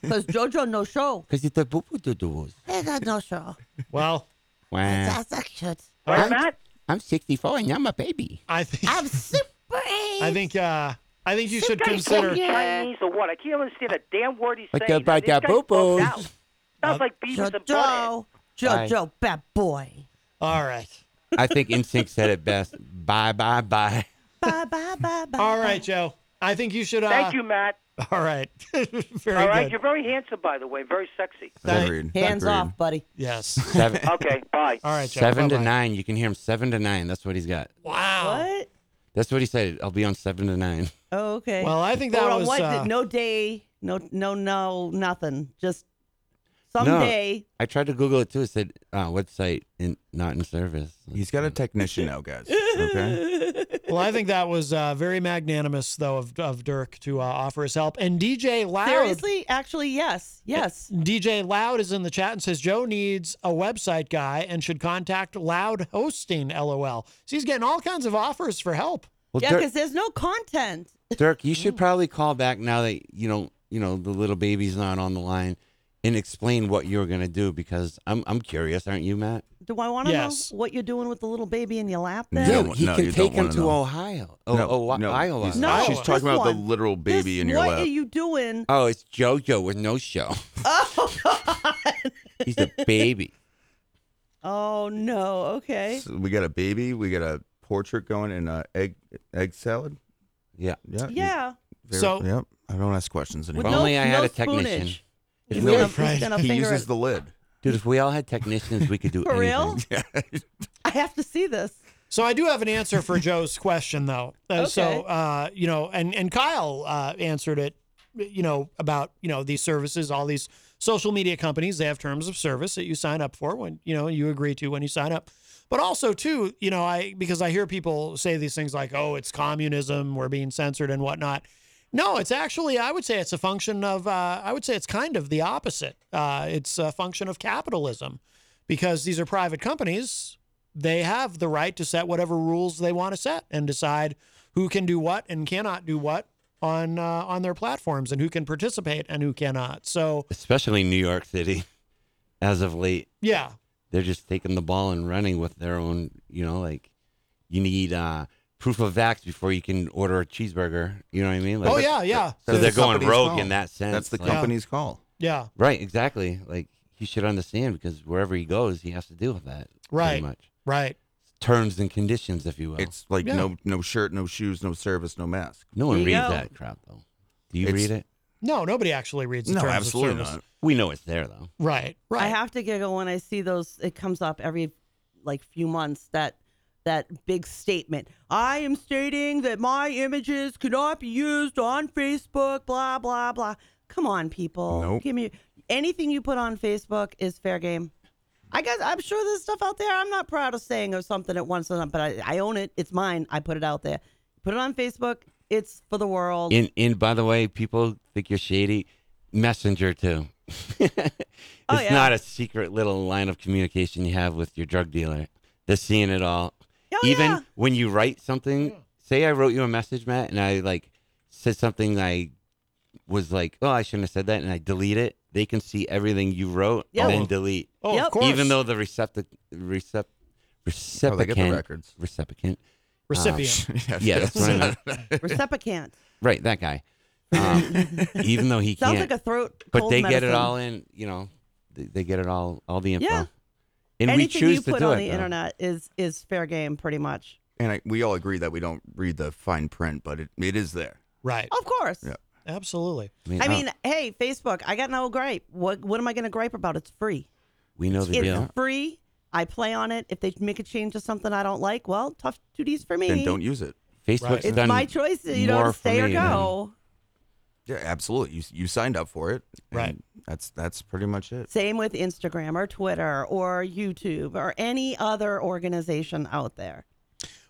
Speaker 3: Because JoJo no show.
Speaker 4: Because you thought boo boo doo doo
Speaker 3: He got no show.
Speaker 2: Well,
Speaker 4: Wow.
Speaker 3: That's action.
Speaker 2: Right,
Speaker 11: Matt?
Speaker 4: I'm 64 and I'm a baby.
Speaker 2: I think
Speaker 3: I'm super.
Speaker 2: I think uh, I think you should
Speaker 11: This guy's
Speaker 2: consider.
Speaker 11: talking Chinese or what? I can't understand a damn word he's
Speaker 2: Like
Speaker 11: saying.
Speaker 2: about
Speaker 11: This
Speaker 2: their
Speaker 11: guy's bugged
Speaker 2: boo-boos.
Speaker 11: out. Sounds like Beavis and Butthead.
Speaker 3: JoJo. JoJo, bad boy.
Speaker 2: All right.
Speaker 4: I think Instinct said it best. Bye, bye, bye.
Speaker 2: All right, Joe. I think you should. Uh,
Speaker 11: Thank you, Matt.
Speaker 2: All right. Very
Speaker 11: All right,
Speaker 2: good.
Speaker 11: you're very handsome, by the way. Very sexy.
Speaker 3: Hands off, buddy.
Speaker 2: Yes.
Speaker 4: Seven,
Speaker 11: Okay, bye.
Speaker 2: All right,
Speaker 4: seven to nine. You can hear him seven to nine. That's what he's got.
Speaker 2: Wow.
Speaker 3: What?
Speaker 4: That's what he said. I'll be on seven to nine.
Speaker 3: Oh, okay.
Speaker 2: Well, I think that
Speaker 3: Or on
Speaker 2: was,
Speaker 3: what-
Speaker 2: uh,
Speaker 3: no day, no, no, no, nothing. Just
Speaker 4: No,
Speaker 3: someday.
Speaker 4: I tried to Google it too. It said uh, website in, not in service. He's got a technician now, guys.
Speaker 5: Okay.
Speaker 2: Well, I think that was uh, very magnanimous, though, of, of Dirk to uh, offer his help. And DJ Loud.
Speaker 3: Seriously? Actually, yes. Yes.
Speaker 2: DJ Loud is in the chat and says Joe needs a website guy and should contact Loud Hosting. LOL. So he's getting all kinds of offers for help.
Speaker 4: Well,
Speaker 3: Yeah, 'cause yeah,
Speaker 4: Dirk-
Speaker 3: because there's no content.
Speaker 4: Dirk, you should probably call back now that you know you know the little baby's not on the line, and explain what you're gonna do because I'm I'm curious, aren't you, Matt?
Speaker 3: Do I want to
Speaker 4: Yes.
Speaker 3: know what you're doing with the little baby in your lap?
Speaker 4: No,
Speaker 3: There?
Speaker 4: Dude, he can take him to Ohio. Oh,
Speaker 5: No,
Speaker 4: oh,
Speaker 5: no,
Speaker 4: Iowa.
Speaker 5: he's- No, she's talking
Speaker 3: this about the one.
Speaker 4: literal baby in
Speaker 3: what are you doing?
Speaker 4: Oh, it's JoJo with no show.
Speaker 3: Oh,
Speaker 4: He's a baby.
Speaker 3: oh no. Okay.
Speaker 5: So we got a baby. We got a portrait going and a egg egg salad.
Speaker 4: Yeah.
Speaker 5: Yeah.
Speaker 3: Yeah.
Speaker 5: Very-
Speaker 3: So-
Speaker 5: Yep. I don't ask questions
Speaker 3: With
Speaker 5: anymore.
Speaker 3: no- Only I had no a technician. spoonage. He's gonna- he's gonna
Speaker 5: he
Speaker 3: finger
Speaker 5: uses
Speaker 3: it.
Speaker 5: the lid.
Speaker 4: Dude, if we all had technicians, we could do
Speaker 3: For real?
Speaker 4: anything.
Speaker 3: I have to see this.
Speaker 2: So I do have an answer for Joe's question, though. Uh, So
Speaker 3: Okay.
Speaker 2: uh, you know, and and Kyle uh, answered it, you know, about you know these services, all these social media companies, they have terms of service that you sign up for when, you know, you agree to when you sign up. But also too, you know, I because I hear people say these things like, "Oh, it's communism, we're being censored and whatnot." No, it's actually I would say it's a function of uh, I would say it's kind of the opposite. Uh, it's a function of capitalism because these are private companies. They have the right to set whatever rules they want to set and decide who can do what and cannot do what on uh, on their platforms and who can participate and who cannot. So
Speaker 4: especially New York City, as of late.
Speaker 2: Yeah.
Speaker 4: they're just taking the ball and running with their own. You know, like you need uh, proof of vax before you can order a cheeseburger. You know what I mean? Like,
Speaker 2: Oh, yeah, yeah.
Speaker 4: So
Speaker 2: That's
Speaker 4: they're
Speaker 2: the
Speaker 4: going
Speaker 2: company's
Speaker 4: rogue
Speaker 2: call.
Speaker 4: in that sense.
Speaker 5: That's the
Speaker 4: like-
Speaker 5: company's call.
Speaker 2: Yeah.
Speaker 4: Right. Exactly. Like he should understand because wherever he goes, he has to deal with that. pretty
Speaker 2: Right.
Speaker 4: much.
Speaker 2: Right.
Speaker 4: Terms and conditions, if you will.
Speaker 5: It's like
Speaker 2: Yeah.
Speaker 5: no no shirt, no shoes, no service, no mask.
Speaker 4: No one There you reads go. that crap though. Do you read it?
Speaker 2: No, nobody actually reads the terms of service.
Speaker 4: We know it's there though.
Speaker 2: Right. Right.
Speaker 3: I have to giggle when I see those. It comes up every like few months that that big statement. I am stating that my images cannot be used on Facebook. Blah blah blah. Come on, people.
Speaker 18: Nope.
Speaker 3: Give me anything you put on Facebook is fair game. I guess I'm sure there's stuff out there I'm not proud of saying or something at once, but I, I own it. It's mine. I put it out there. Put it on Facebook. It's for the world.
Speaker 4: And and by the way, people think you're shady. Messenger too.
Speaker 3: Oh,
Speaker 4: it's
Speaker 3: yeah.
Speaker 4: not a secret little line of communication you have with your drug dealer. They're seeing it all.
Speaker 3: Oh,
Speaker 4: Even when you write something,
Speaker 3: Mm.
Speaker 4: say I wrote you a message, Matt, and I like said something I was like, oh, I shouldn't have said that, and I delete it. They can see everything you wrote
Speaker 3: Yeah.
Speaker 4: and then
Speaker 3: Oh.
Speaker 4: delete.
Speaker 3: Oh, of Yep. course.
Speaker 4: Even though the receptac recep recipient
Speaker 5: Oh, they get the records.
Speaker 4: recipient
Speaker 5: Recipient.
Speaker 4: Um, yeah, that's what I meant.
Speaker 3: Recipient.
Speaker 4: Right, that guy. Um, even though he
Speaker 3: Sounds
Speaker 4: can't,
Speaker 3: like a throat
Speaker 4: But
Speaker 3: cold
Speaker 4: they get it
Speaker 3: medicine.
Speaker 4: all in. You know, they, they get it all, all the info.
Speaker 3: Yeah.
Speaker 4: And
Speaker 3: anything
Speaker 4: we choose
Speaker 3: you
Speaker 4: to
Speaker 3: put
Speaker 4: do
Speaker 3: on
Speaker 4: it.
Speaker 3: the
Speaker 4: though.
Speaker 3: internet is is fair game, pretty much.
Speaker 5: And I, we all agree that we don't read the fine print, but it, it is there.
Speaker 2: Right.
Speaker 3: Of course.
Speaker 5: Yeah.
Speaker 2: Absolutely.
Speaker 3: I mean, hey, Facebook, I got no gripe. What what am I going to gripe about? It's free.
Speaker 4: we know the
Speaker 3: it's
Speaker 4: deal.
Speaker 3: free. I play on it. If they make a change to something I don't like, well, tough duties for me.
Speaker 5: Then don't use it.
Speaker 4: Facebook's
Speaker 3: It's my choice, you know, to stay or go.
Speaker 5: Yeah, absolutely. You you signed up for it. Right. That's that's pretty much it.
Speaker 3: Same with Instagram or Twitter or YouTube or any other organization out there.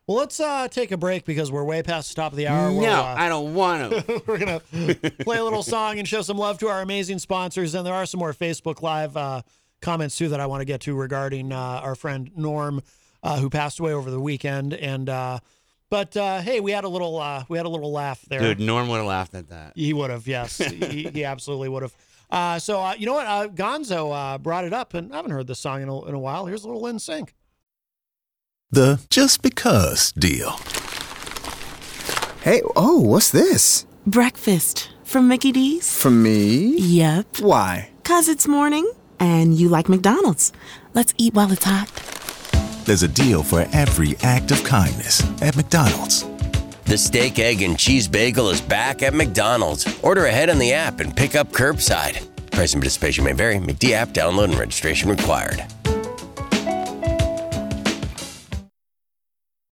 Speaker 2: Well, let's uh, take a break because we're way past the top of the hour. uh,
Speaker 3: No,
Speaker 4: I don't want
Speaker 2: to. we're gonna play a little song and show some love to our amazing sponsors. And there are some more Facebook Live uh, comments too that I want to get to regarding uh, our friend Norm, uh, who passed away over the weekend. And uh, but uh, hey, we had a little uh, we had a little laugh there.
Speaker 4: Dude, Norm would have laughed at that.
Speaker 2: He would have, yes. he, he absolutely would have. Uh, so, uh, you know what? Uh, Gonzo uh, brought it up, and I haven't heard this song in a, in a while. Here's a little in sync.
Speaker 12: The just because deal.
Speaker 13: Hey, oh, what's this?
Speaker 14: Breakfast from Mickey D's.
Speaker 13: For me?
Speaker 14: Yep.
Speaker 13: Why?
Speaker 14: Cause it's morning and you like McDonald's. Let's eat while it's hot.
Speaker 12: There's a deal for every act of kindness at McDonald's.
Speaker 15: The steak, egg, and cheese bagel is back at McDonald's. Order ahead on the app and pick up curbside. Price and participation may vary. McD app download and registration required.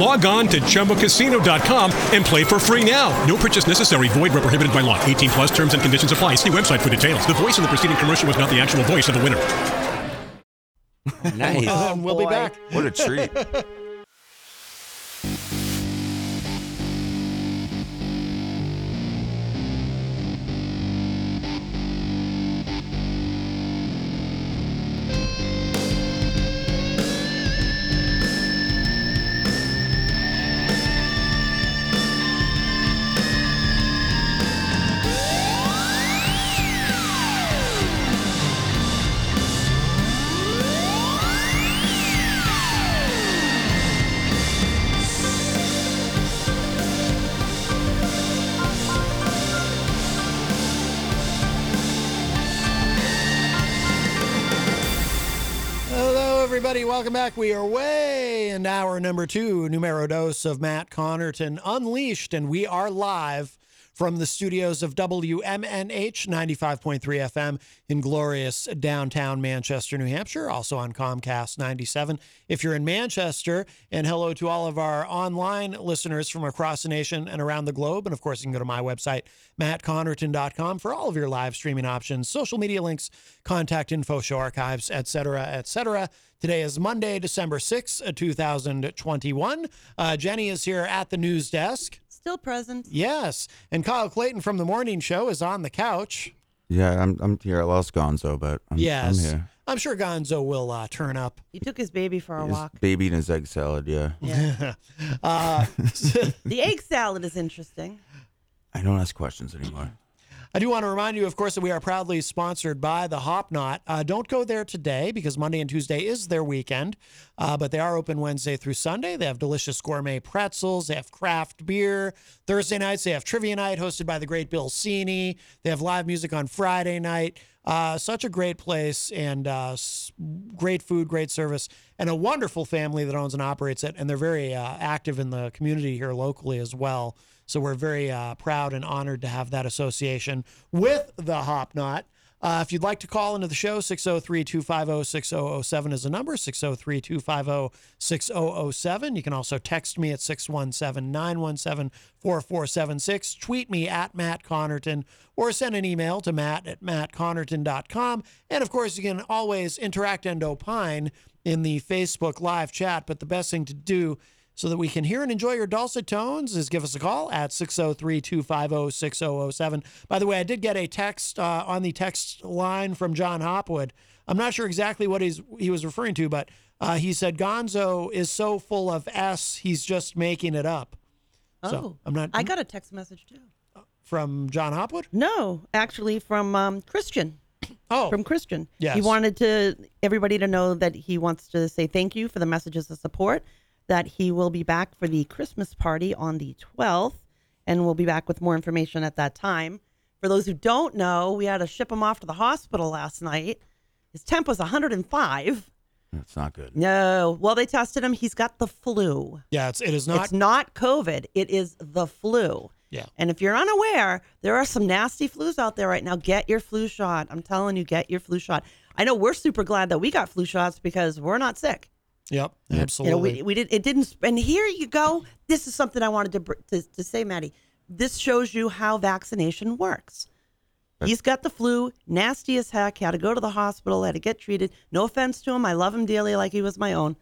Speaker 19: Log on to chumbacasino.com and play for free now. No purchase necessary. Void where prohibited by law. 18 plus terms and conditions apply. See website for details. The voice in the preceding commercial was not the actual voice of the winner.
Speaker 4: Nice.
Speaker 2: And Um, we'll be back.
Speaker 5: What a treat.
Speaker 2: everybody. Welcome back. We are way in hour number two, numero dos of Matt Connerton Unleashed, and we are live from the studios of WMNH 95.3 FM in glorious downtown Manchester, New Hampshire, also on Comcast 97. If you're in Manchester, and hello to all of our online listeners from across the nation and around the globe. And of course, you can go to my website, mattconnerton.com, for all of your live streaming options, social media links, contact info, show archives, etc., etc. Today is Monday, December uh, 6th, 2021. Uh, Jenny is here at the news desk.
Speaker 3: Still present.
Speaker 2: Yes. And Kyle Clayton from The Morning Show is on the couch.
Speaker 5: Yeah, I'm I'm here. I lost Gonzo, but I'm,
Speaker 2: yes.
Speaker 5: I'm here.
Speaker 2: I'm sure Gonzo will uh, turn up.
Speaker 3: He took his baby for a
Speaker 5: His
Speaker 3: walk.
Speaker 5: baby and his egg salad. Yeah.
Speaker 2: Yeah. uh,
Speaker 3: The egg salad is interesting.
Speaker 5: I don't ask questions anymore.
Speaker 2: I do want to remind you, of course, that we are proudly sponsored by the Hop Knot. Uh, don't go there today because Monday and Tuesday is their weekend, uh, but they are open Wednesday through Sunday. They have delicious gourmet pretzels. They have craft beer. Thursday nights, they have trivia night hosted by the great Bill Cini. They have live music on Friday night. Uh, such a great place and uh, s- great food, great service, and a wonderful family that owns and operates it. And they're very uh, active in the community here locally as well. So we're very uh, proud and honored to have that association with the Hop Knot. Uh, if you'd like to call into the show, 603 250 6007 is the number, 603 250 6007. You can also text me at 617 917 4476, tweet me at Matt Connerton, or send an email to matt at mattconnerton.com. And of course, you can always interact and opine in the Facebook live chat. But the best thing to do so that we can hear and enjoy your dulcet tones is give us a call at 603-250-6007 by the way i did get a text uh, on the text line from john hopwood i'm not sure exactly what he's, he was referring to but uh, he said gonzo is so full of s he's just making it up
Speaker 3: Oh,
Speaker 2: so i'm not
Speaker 3: I got a text message too.
Speaker 2: from john hopwood
Speaker 3: No, actually, from um, Christian.
Speaker 2: Oh,
Speaker 3: from Christian.
Speaker 2: Yes.
Speaker 3: he wanted to everybody to know that he wants to say thank you for the messages of support. That he will be back for the Christmas party on the 12th, and we'll be back with more information at that time. For those who don't know, we had to ship him off to the hospital last night. His temp was 105.
Speaker 5: That's not good.
Speaker 3: No, well, they tested him. He's got the flu.
Speaker 2: yeah it's, it is not
Speaker 3: It's not COVID. It is the flu.
Speaker 2: Yeah.
Speaker 3: And if you're unaware, there are some nasty flus out there right now. Get your flu shot. I'm telling you, get your flu shot. I know we're super glad that we got flu shots because we're not sick.
Speaker 2: yep
Speaker 3: You know,
Speaker 2: absolutely
Speaker 3: we, we did it didn't. And here you go. This is something I wanted to br- to, to say, Maddie. This shows you how vaccination works. He's got the flu, nasty as heck. Had to go to the hospital. Had to get treated. No offense to him. I love him dearly, like he was my own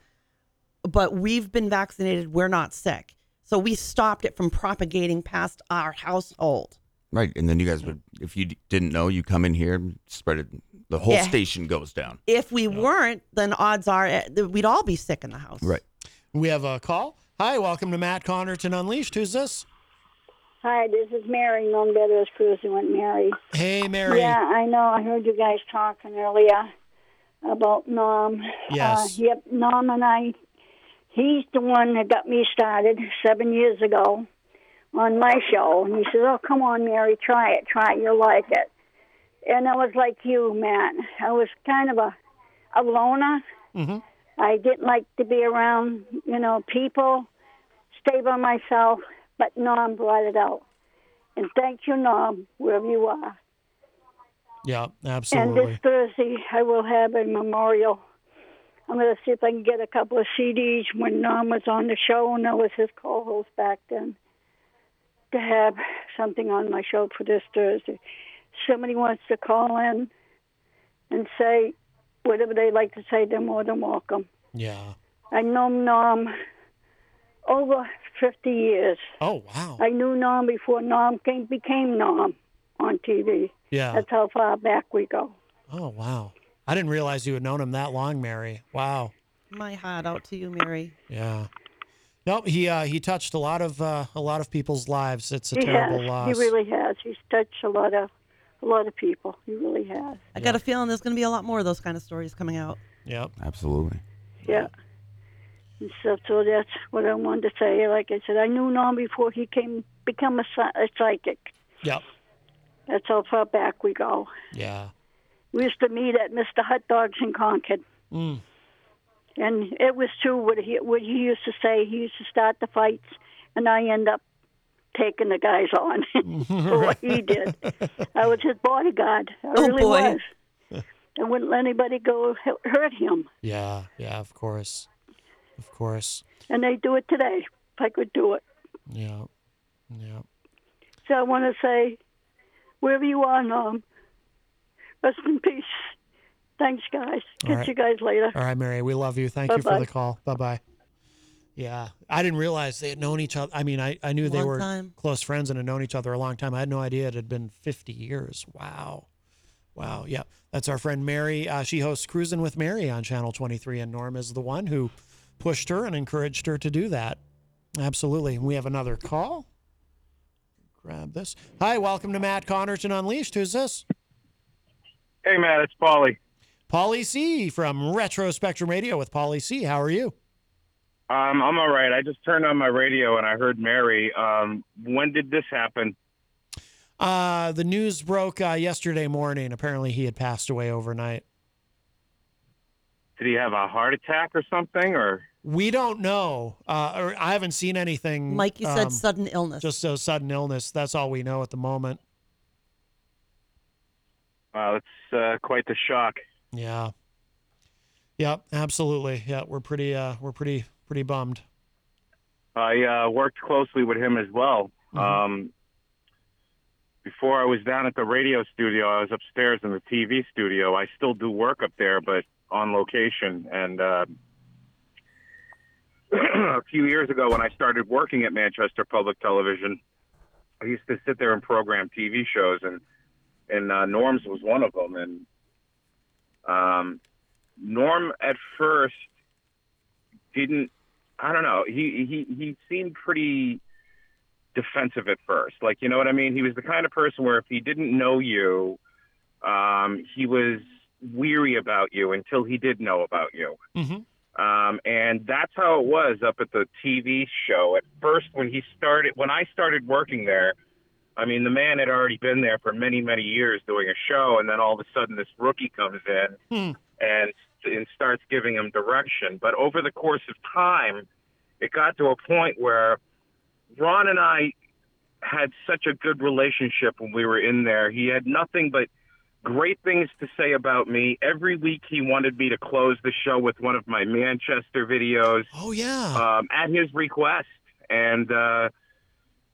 Speaker 3: but we've been vaccinated. We're not sick. So we stopped it from propagating past our household.
Speaker 5: Right, and then you guys would, if you d- didn't know, you come in here, spread it. The whole
Speaker 3: Yeah.
Speaker 5: station goes down.
Speaker 3: If we weren't, then odds are eh, that we'd all be sick in the house.
Speaker 5: Right.
Speaker 2: we have a call hi welcome to matt connerton unleashed who's this
Speaker 18: Hi, this is Mary, known better as Pursuant Mary.
Speaker 2: hey mary
Speaker 18: Yeah, I know. I heard you guys talking earlier about Norm.
Speaker 2: Yes.
Speaker 18: Uh, yep, Norm and I, he's the one that got me started seven years ago on my show. And he says, Oh, come on, Mary, try it. Try it. You'll like it. And I was like you, Matt. I was kind of a, a loner.
Speaker 2: Mhm.
Speaker 18: I didn't like to be around, you know, people, stay by myself, but Norm brought it out. And thank you, Norm, wherever you are.
Speaker 2: yeah absolutely
Speaker 18: And this Thursday, I will have a memorial. I'm going to see if I can get a couple of CDs when Norm was on the show, and I was his co host back then, to have something on my show for this Thursday. Somebody wants to call in and say whatever they like to say, they're more than welcome.
Speaker 2: yeah
Speaker 18: I know Norm over 50 years.
Speaker 2: Oh, wow.
Speaker 18: I knew Norm before Norm came, became Norm on TV.
Speaker 2: Yeah.
Speaker 18: That's how far back we go.
Speaker 2: oh wow i didn't realize you had known him that long mary wow
Speaker 3: My heart out to you, Mary.
Speaker 2: Yeah. No, he uh, he touched a lot of uh, a lot of people's lives. It's a
Speaker 18: he
Speaker 2: terrible
Speaker 18: has.
Speaker 2: loss.
Speaker 18: He really has. He's touched a lot of a lot of people. He really has.
Speaker 3: I got a feeling there's going to be a lot more of those kind of stories coming out.
Speaker 2: Yep.
Speaker 5: Absolutely.
Speaker 18: Yeah. And so, so that's what I wanted to say. Like I said, I knew Norm before he came become a, psy- a psychic.
Speaker 2: Yep.
Speaker 18: That's how far back we go.
Speaker 2: Yeah.
Speaker 18: We used to meet at Mr. Hot Dogs in Concord.
Speaker 2: Mm.
Speaker 18: And it was true what he what he used to say. He used to start the fights, and I end up taking the guys on for what he did. I was his bodyguard. I
Speaker 3: Oh,
Speaker 18: really
Speaker 3: boy.
Speaker 18: was. I wouldn't let anybody go hu- hurt him,
Speaker 2: Yeah, yeah, of course. Of course.
Speaker 18: and they do it today. If I could do it,
Speaker 2: Yeah. Yeah.
Speaker 18: so I want to say, wherever you are, Norm, rest in peace. Thanks, guys.
Speaker 2: All
Speaker 18: Catch
Speaker 2: right.
Speaker 18: you guys later.
Speaker 2: All right, Mary, we love you. Thank you for
Speaker 18: Bye-bye.
Speaker 2: the call. Bye bye. Yeah, I didn't realize they had known each other. I mean, I, I knew they
Speaker 3: Long
Speaker 2: were
Speaker 3: time.
Speaker 2: close friends and had known each other a long time. I had no idea it had been 50 years. Wow. Wow. Yeah. That's our friend Mary. Uh, she hosts Cruising with Mary on Channel 23, and Norm is the one who pushed her and encouraged her to do that. Absolutely. We have another call. Grab this. Hi, welcome to Matt Connerton Unleashed. Who's this?
Speaker 20: Hey, Matt, it's Paulie.
Speaker 2: Polly C from Retro Spectrum Radio with Polly C. How are you?
Speaker 20: Um, I'm all right. I just turned on my radio and I heard Mary. Um, when did this happen?
Speaker 2: Uh, the news broke uh, yesterday morning. Apparently, he had passed away overnight.
Speaker 20: Did he have a heart attack or something? Or
Speaker 2: We don't know. Uh, or I haven't seen anything.
Speaker 3: Like you said,
Speaker 2: um,
Speaker 3: sudden illness.
Speaker 2: Just a sudden illness. That's all we know at the moment.
Speaker 20: wow, that's uh, quite the shock.
Speaker 2: Yeah. Yep. Absolutely. Yeah. We're pretty. Uh, we're pretty. Pretty bummed.
Speaker 20: I uh, worked closely with him as well. Um, before I was down at the radio studio, I was upstairs in the TV studio. I still do work up there, but on location. And uh, a few years ago, when I started working at Manchester Public Television, I used to sit there and program TV shows, and and uh, Norm's was one of them. And um, Norm at first didn't I don't know. He he he seemed pretty defensive at first. Like you know what I mean. He was the kind of person where if he didn't know you, um, he was weary about you until he did know about you.
Speaker 2: Mhm.
Speaker 20: Um, and that's how it was up at the TV show. At first, when he started, when I started working there, I mean, the man had already been there for many, many years doing a show, and then all of a sudden, this rookie comes in and and starts giving him direction. But over the course of time, it got to a point where Ron and I had such a good relationship when we were in there. He had nothing but great things to say about me. Every week, he wanted me to close the show with one of my Manchester videos.
Speaker 2: Oh yeah.
Speaker 20: Um, at his request, and. Uh,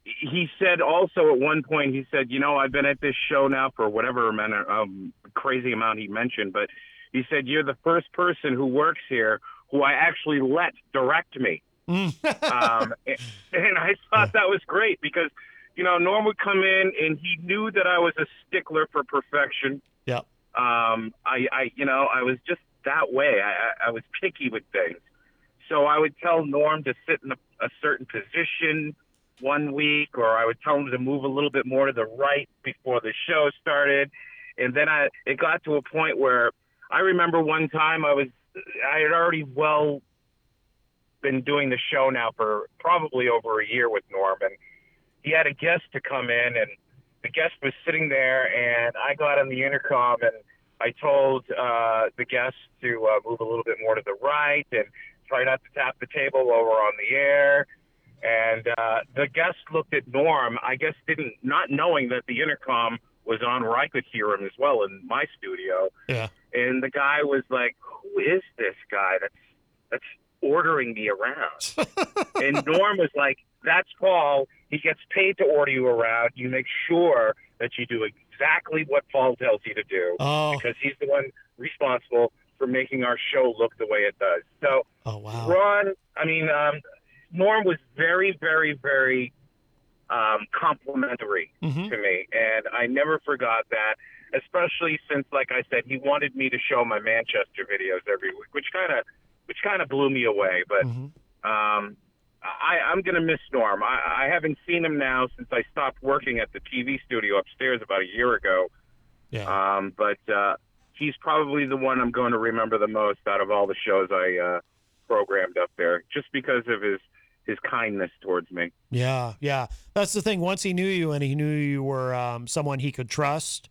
Speaker 20: he said also at one point he said you know i've been at this show now for whatever amount of, um, crazy amount he mentioned but he said you're the first person who works here who i actually let direct me um, and, and i thought that was great because you know norm would come in and he knew that i was a stickler for perfection
Speaker 2: Yep.
Speaker 20: um, I, I, you know, I was just that way. I, I, I was picky with things. So I would tell Norm to sit in a, a certain position one week, or I would tell him to move a little bit more to the right before the show started. And then I, it got to a point where I remember one time I was, I had already well been doing the show now for probably over a year with Norm, and he had a guest to come in, and the guest was sitting there, and I got on the intercom and I told uh, the guest to uh, move a little bit more to the right and try not to tap the table while we're on the air. And uh, the guest looked at Norm, I guess didn't not knowing that the intercom was on where I could hear him as well in my studio.
Speaker 2: Yeah.
Speaker 20: And the guy was like, "Who is this guy that's that's ordering me around?" and Norm was like, "That's Paul. He gets paid to order you around. You make sure that you do exactly what Paul tells you to do
Speaker 2: Oh.
Speaker 20: because he's the one responsible for making our show look the way it does." So,
Speaker 2: oh wow,
Speaker 20: Ron. I mean, um, Norm was very, very, very um, complimentary
Speaker 2: Mhm.
Speaker 20: to me, and I never forgot that. Especially since, like I said, he wanted me to show my Manchester videos every week, which kind of, which kind of blew me away. But um, I, I'm going to miss Norm. I, I haven't seen him now since I stopped working at the TV studio upstairs about a year ago.
Speaker 2: Yeah.
Speaker 20: Um, but uh, he's probably the one I'm going to remember the most out of all the shows I uh, programmed up there, just because of his his kindness towards me.
Speaker 2: Yeah, yeah. That's the thing. Once he knew you and he knew you were um, someone he could trust,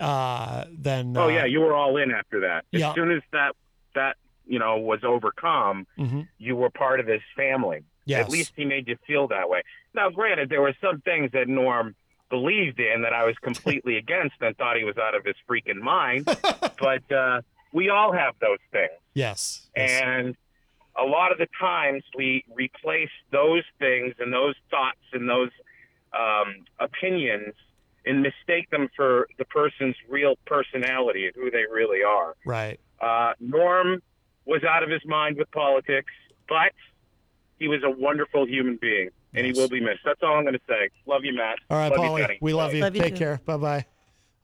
Speaker 2: uh, then
Speaker 20: Oh
Speaker 2: uh,
Speaker 20: yeah, you were all in after that. As
Speaker 2: Yeah.
Speaker 20: soon as that that you know was overcome,
Speaker 2: mm-hmm.
Speaker 20: you were part of his family.
Speaker 21: Yes.
Speaker 20: At least he made you feel that way. Now, granted, there were some things that Norm believed in that I was completely against and thought he was out of his freaking mind. but uh, we all have those things.
Speaker 2: Yes.
Speaker 20: And a lot of the times we replace those things and those thoughts and those um, opinions and mistake them for the person's real personality and who they really are.
Speaker 2: Right.
Speaker 20: Uh, Norm was out of his mind with politics, but he was a wonderful human being, and he will be missed. That's all I'm going to say. Love you, Matt.
Speaker 2: All right,
Speaker 20: love you,
Speaker 2: Paulie.
Speaker 20: Jenny.
Speaker 2: We love you.
Speaker 20: Love you
Speaker 2: Take
Speaker 20: too.
Speaker 2: care. Bye bye.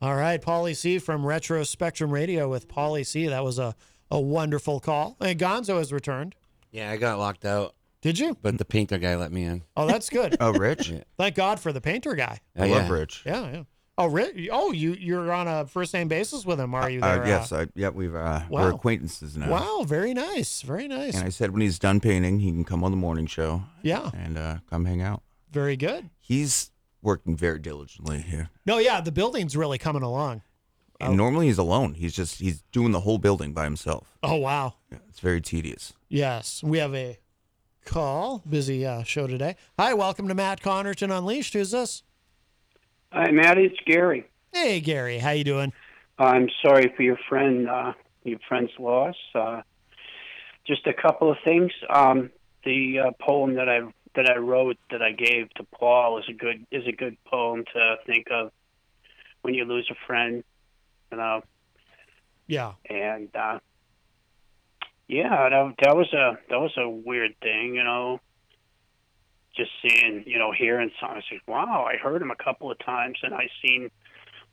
Speaker 2: All right, Paulie C from Retro Spectrum Radio with Paulie C. That was a, a wonderful call. And Gonzo has returned.
Speaker 4: Yeah, I got locked out.
Speaker 2: Did you?
Speaker 4: But the painter guy let me in.
Speaker 2: Oh, that's good.
Speaker 4: Oh, Rich?
Speaker 2: Thank God for the painter guy.
Speaker 4: I love Oh, Yeah. Rich.
Speaker 2: Yeah, yeah. Oh, Rich. Oh, you you're on a first name basis with him, are you? There,
Speaker 5: Uh, yes,
Speaker 2: uh,
Speaker 5: I, yeah, we've uh,
Speaker 2: wow.
Speaker 5: we're acquaintances now.
Speaker 2: Wow, very nice, very nice.
Speaker 5: And I said when he's done painting, he can come on the morning show.
Speaker 2: Yeah.
Speaker 5: And uh, come hang out.
Speaker 2: Very good.
Speaker 5: He's working very diligently here.
Speaker 2: No, yeah, the building's really coming along.
Speaker 5: And normally he's alone. He's just he's doing the whole building by himself.
Speaker 2: Oh, wow.
Speaker 5: It's very tedious.
Speaker 2: Yes, we have a call. Busy uh, show today. Hi, welcome to Matt Connerton Unleashed. Who's this?
Speaker 21: Hi, Maddie. It's Gary.
Speaker 2: Hey, Gary. How you doing?
Speaker 21: I'm sorry for your friend, uh, your friend's loss. Uh, just a couple of things. Um, the uh, poem that I that I wrote that I gave to Paul is a good is a good poem to think of when you lose a friend. You know,
Speaker 2: Yeah.
Speaker 21: and uh, yeah, that, that was a that was a weird thing. You know, just seeing you know hearing something. I said, "Wow!" I heard him a couple of times, and I seen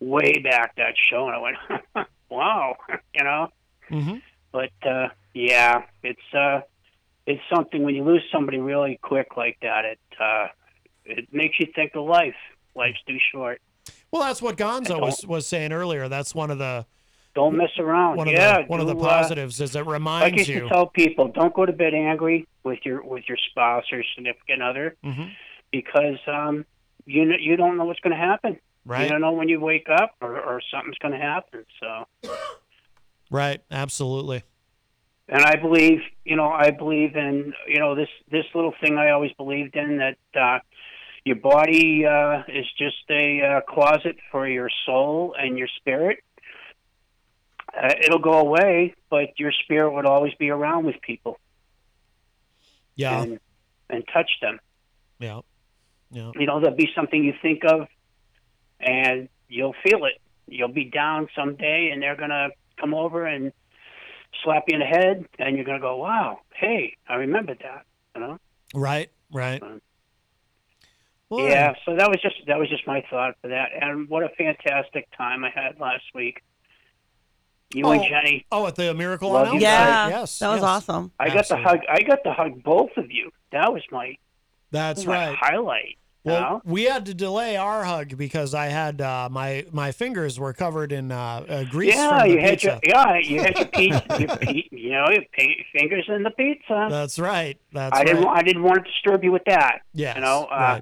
Speaker 21: way back that show, and I went, "Wow!" you know.
Speaker 2: Mm-hmm.
Speaker 21: But uh, yeah, it's uh, it's something when you lose somebody really quick like that. It uh, it makes you think of life. Life's too short.
Speaker 2: Well, that's what Gonzo
Speaker 21: don't-
Speaker 2: was, was saying earlier. That's one of the
Speaker 21: Don't mess around.
Speaker 2: One
Speaker 21: Yeah,
Speaker 2: of the, one of the
Speaker 21: do, uh,
Speaker 2: positives is it
Speaker 21: like I
Speaker 2: reminds
Speaker 21: should
Speaker 2: you.
Speaker 21: tell people, don't go to bed angry with your with your spouse or significant other
Speaker 2: Mhm.
Speaker 21: because um, you kn- you don't know what's going to happen.
Speaker 2: Right.
Speaker 21: You don't know when you wake up or, or something's going to happen. So.
Speaker 2: Right. Absolutely.
Speaker 21: and I believe, you know, I believe in, you know, this this little thing I always believed in that uh, your body uh, is just a uh, closet for your soul and your spirit. Uh, it'll go away, but your spirit would always be around with people
Speaker 2: Yeah.
Speaker 21: and, and touch them.
Speaker 2: Yeah. Yeah.
Speaker 21: You know, there'll be something you think of, and you'll feel it. You'll be down someday, and they're gonna come over and slap you in the head, and you're gonna go, "Wow, hey, I remembered that." You know?
Speaker 2: Right. Right.
Speaker 21: uh,
Speaker 2: Well,
Speaker 21: Yeah. So that was just that was just my thought for that, and what a fantastic time I had last week. You and
Speaker 2: Oh,
Speaker 21: Jenny.
Speaker 2: Oh, at the Miracle
Speaker 21: Love
Speaker 2: on
Speaker 21: you
Speaker 2: Elm Street.
Speaker 21: guys.
Speaker 2: Yes. yes.
Speaker 21: I got the hug. I got to hug both of you. That was my
Speaker 2: That's
Speaker 21: my
Speaker 2: right.
Speaker 21: highlight. you
Speaker 2: Well,
Speaker 21: know?
Speaker 2: we had to delay our hug because I had uh, my my fingers were covered in uh, uh, grease
Speaker 21: yeah,
Speaker 2: from the
Speaker 21: you had
Speaker 2: pizza.
Speaker 21: your yeah, you had your pizza, your, pe- you know, your pa- fingers in the pizza.
Speaker 2: That's right. That's
Speaker 21: I didn't.
Speaker 2: right.
Speaker 21: I didn't want to disturb you with that.
Speaker 2: Yes,
Speaker 21: you know. Uh,
Speaker 2: right.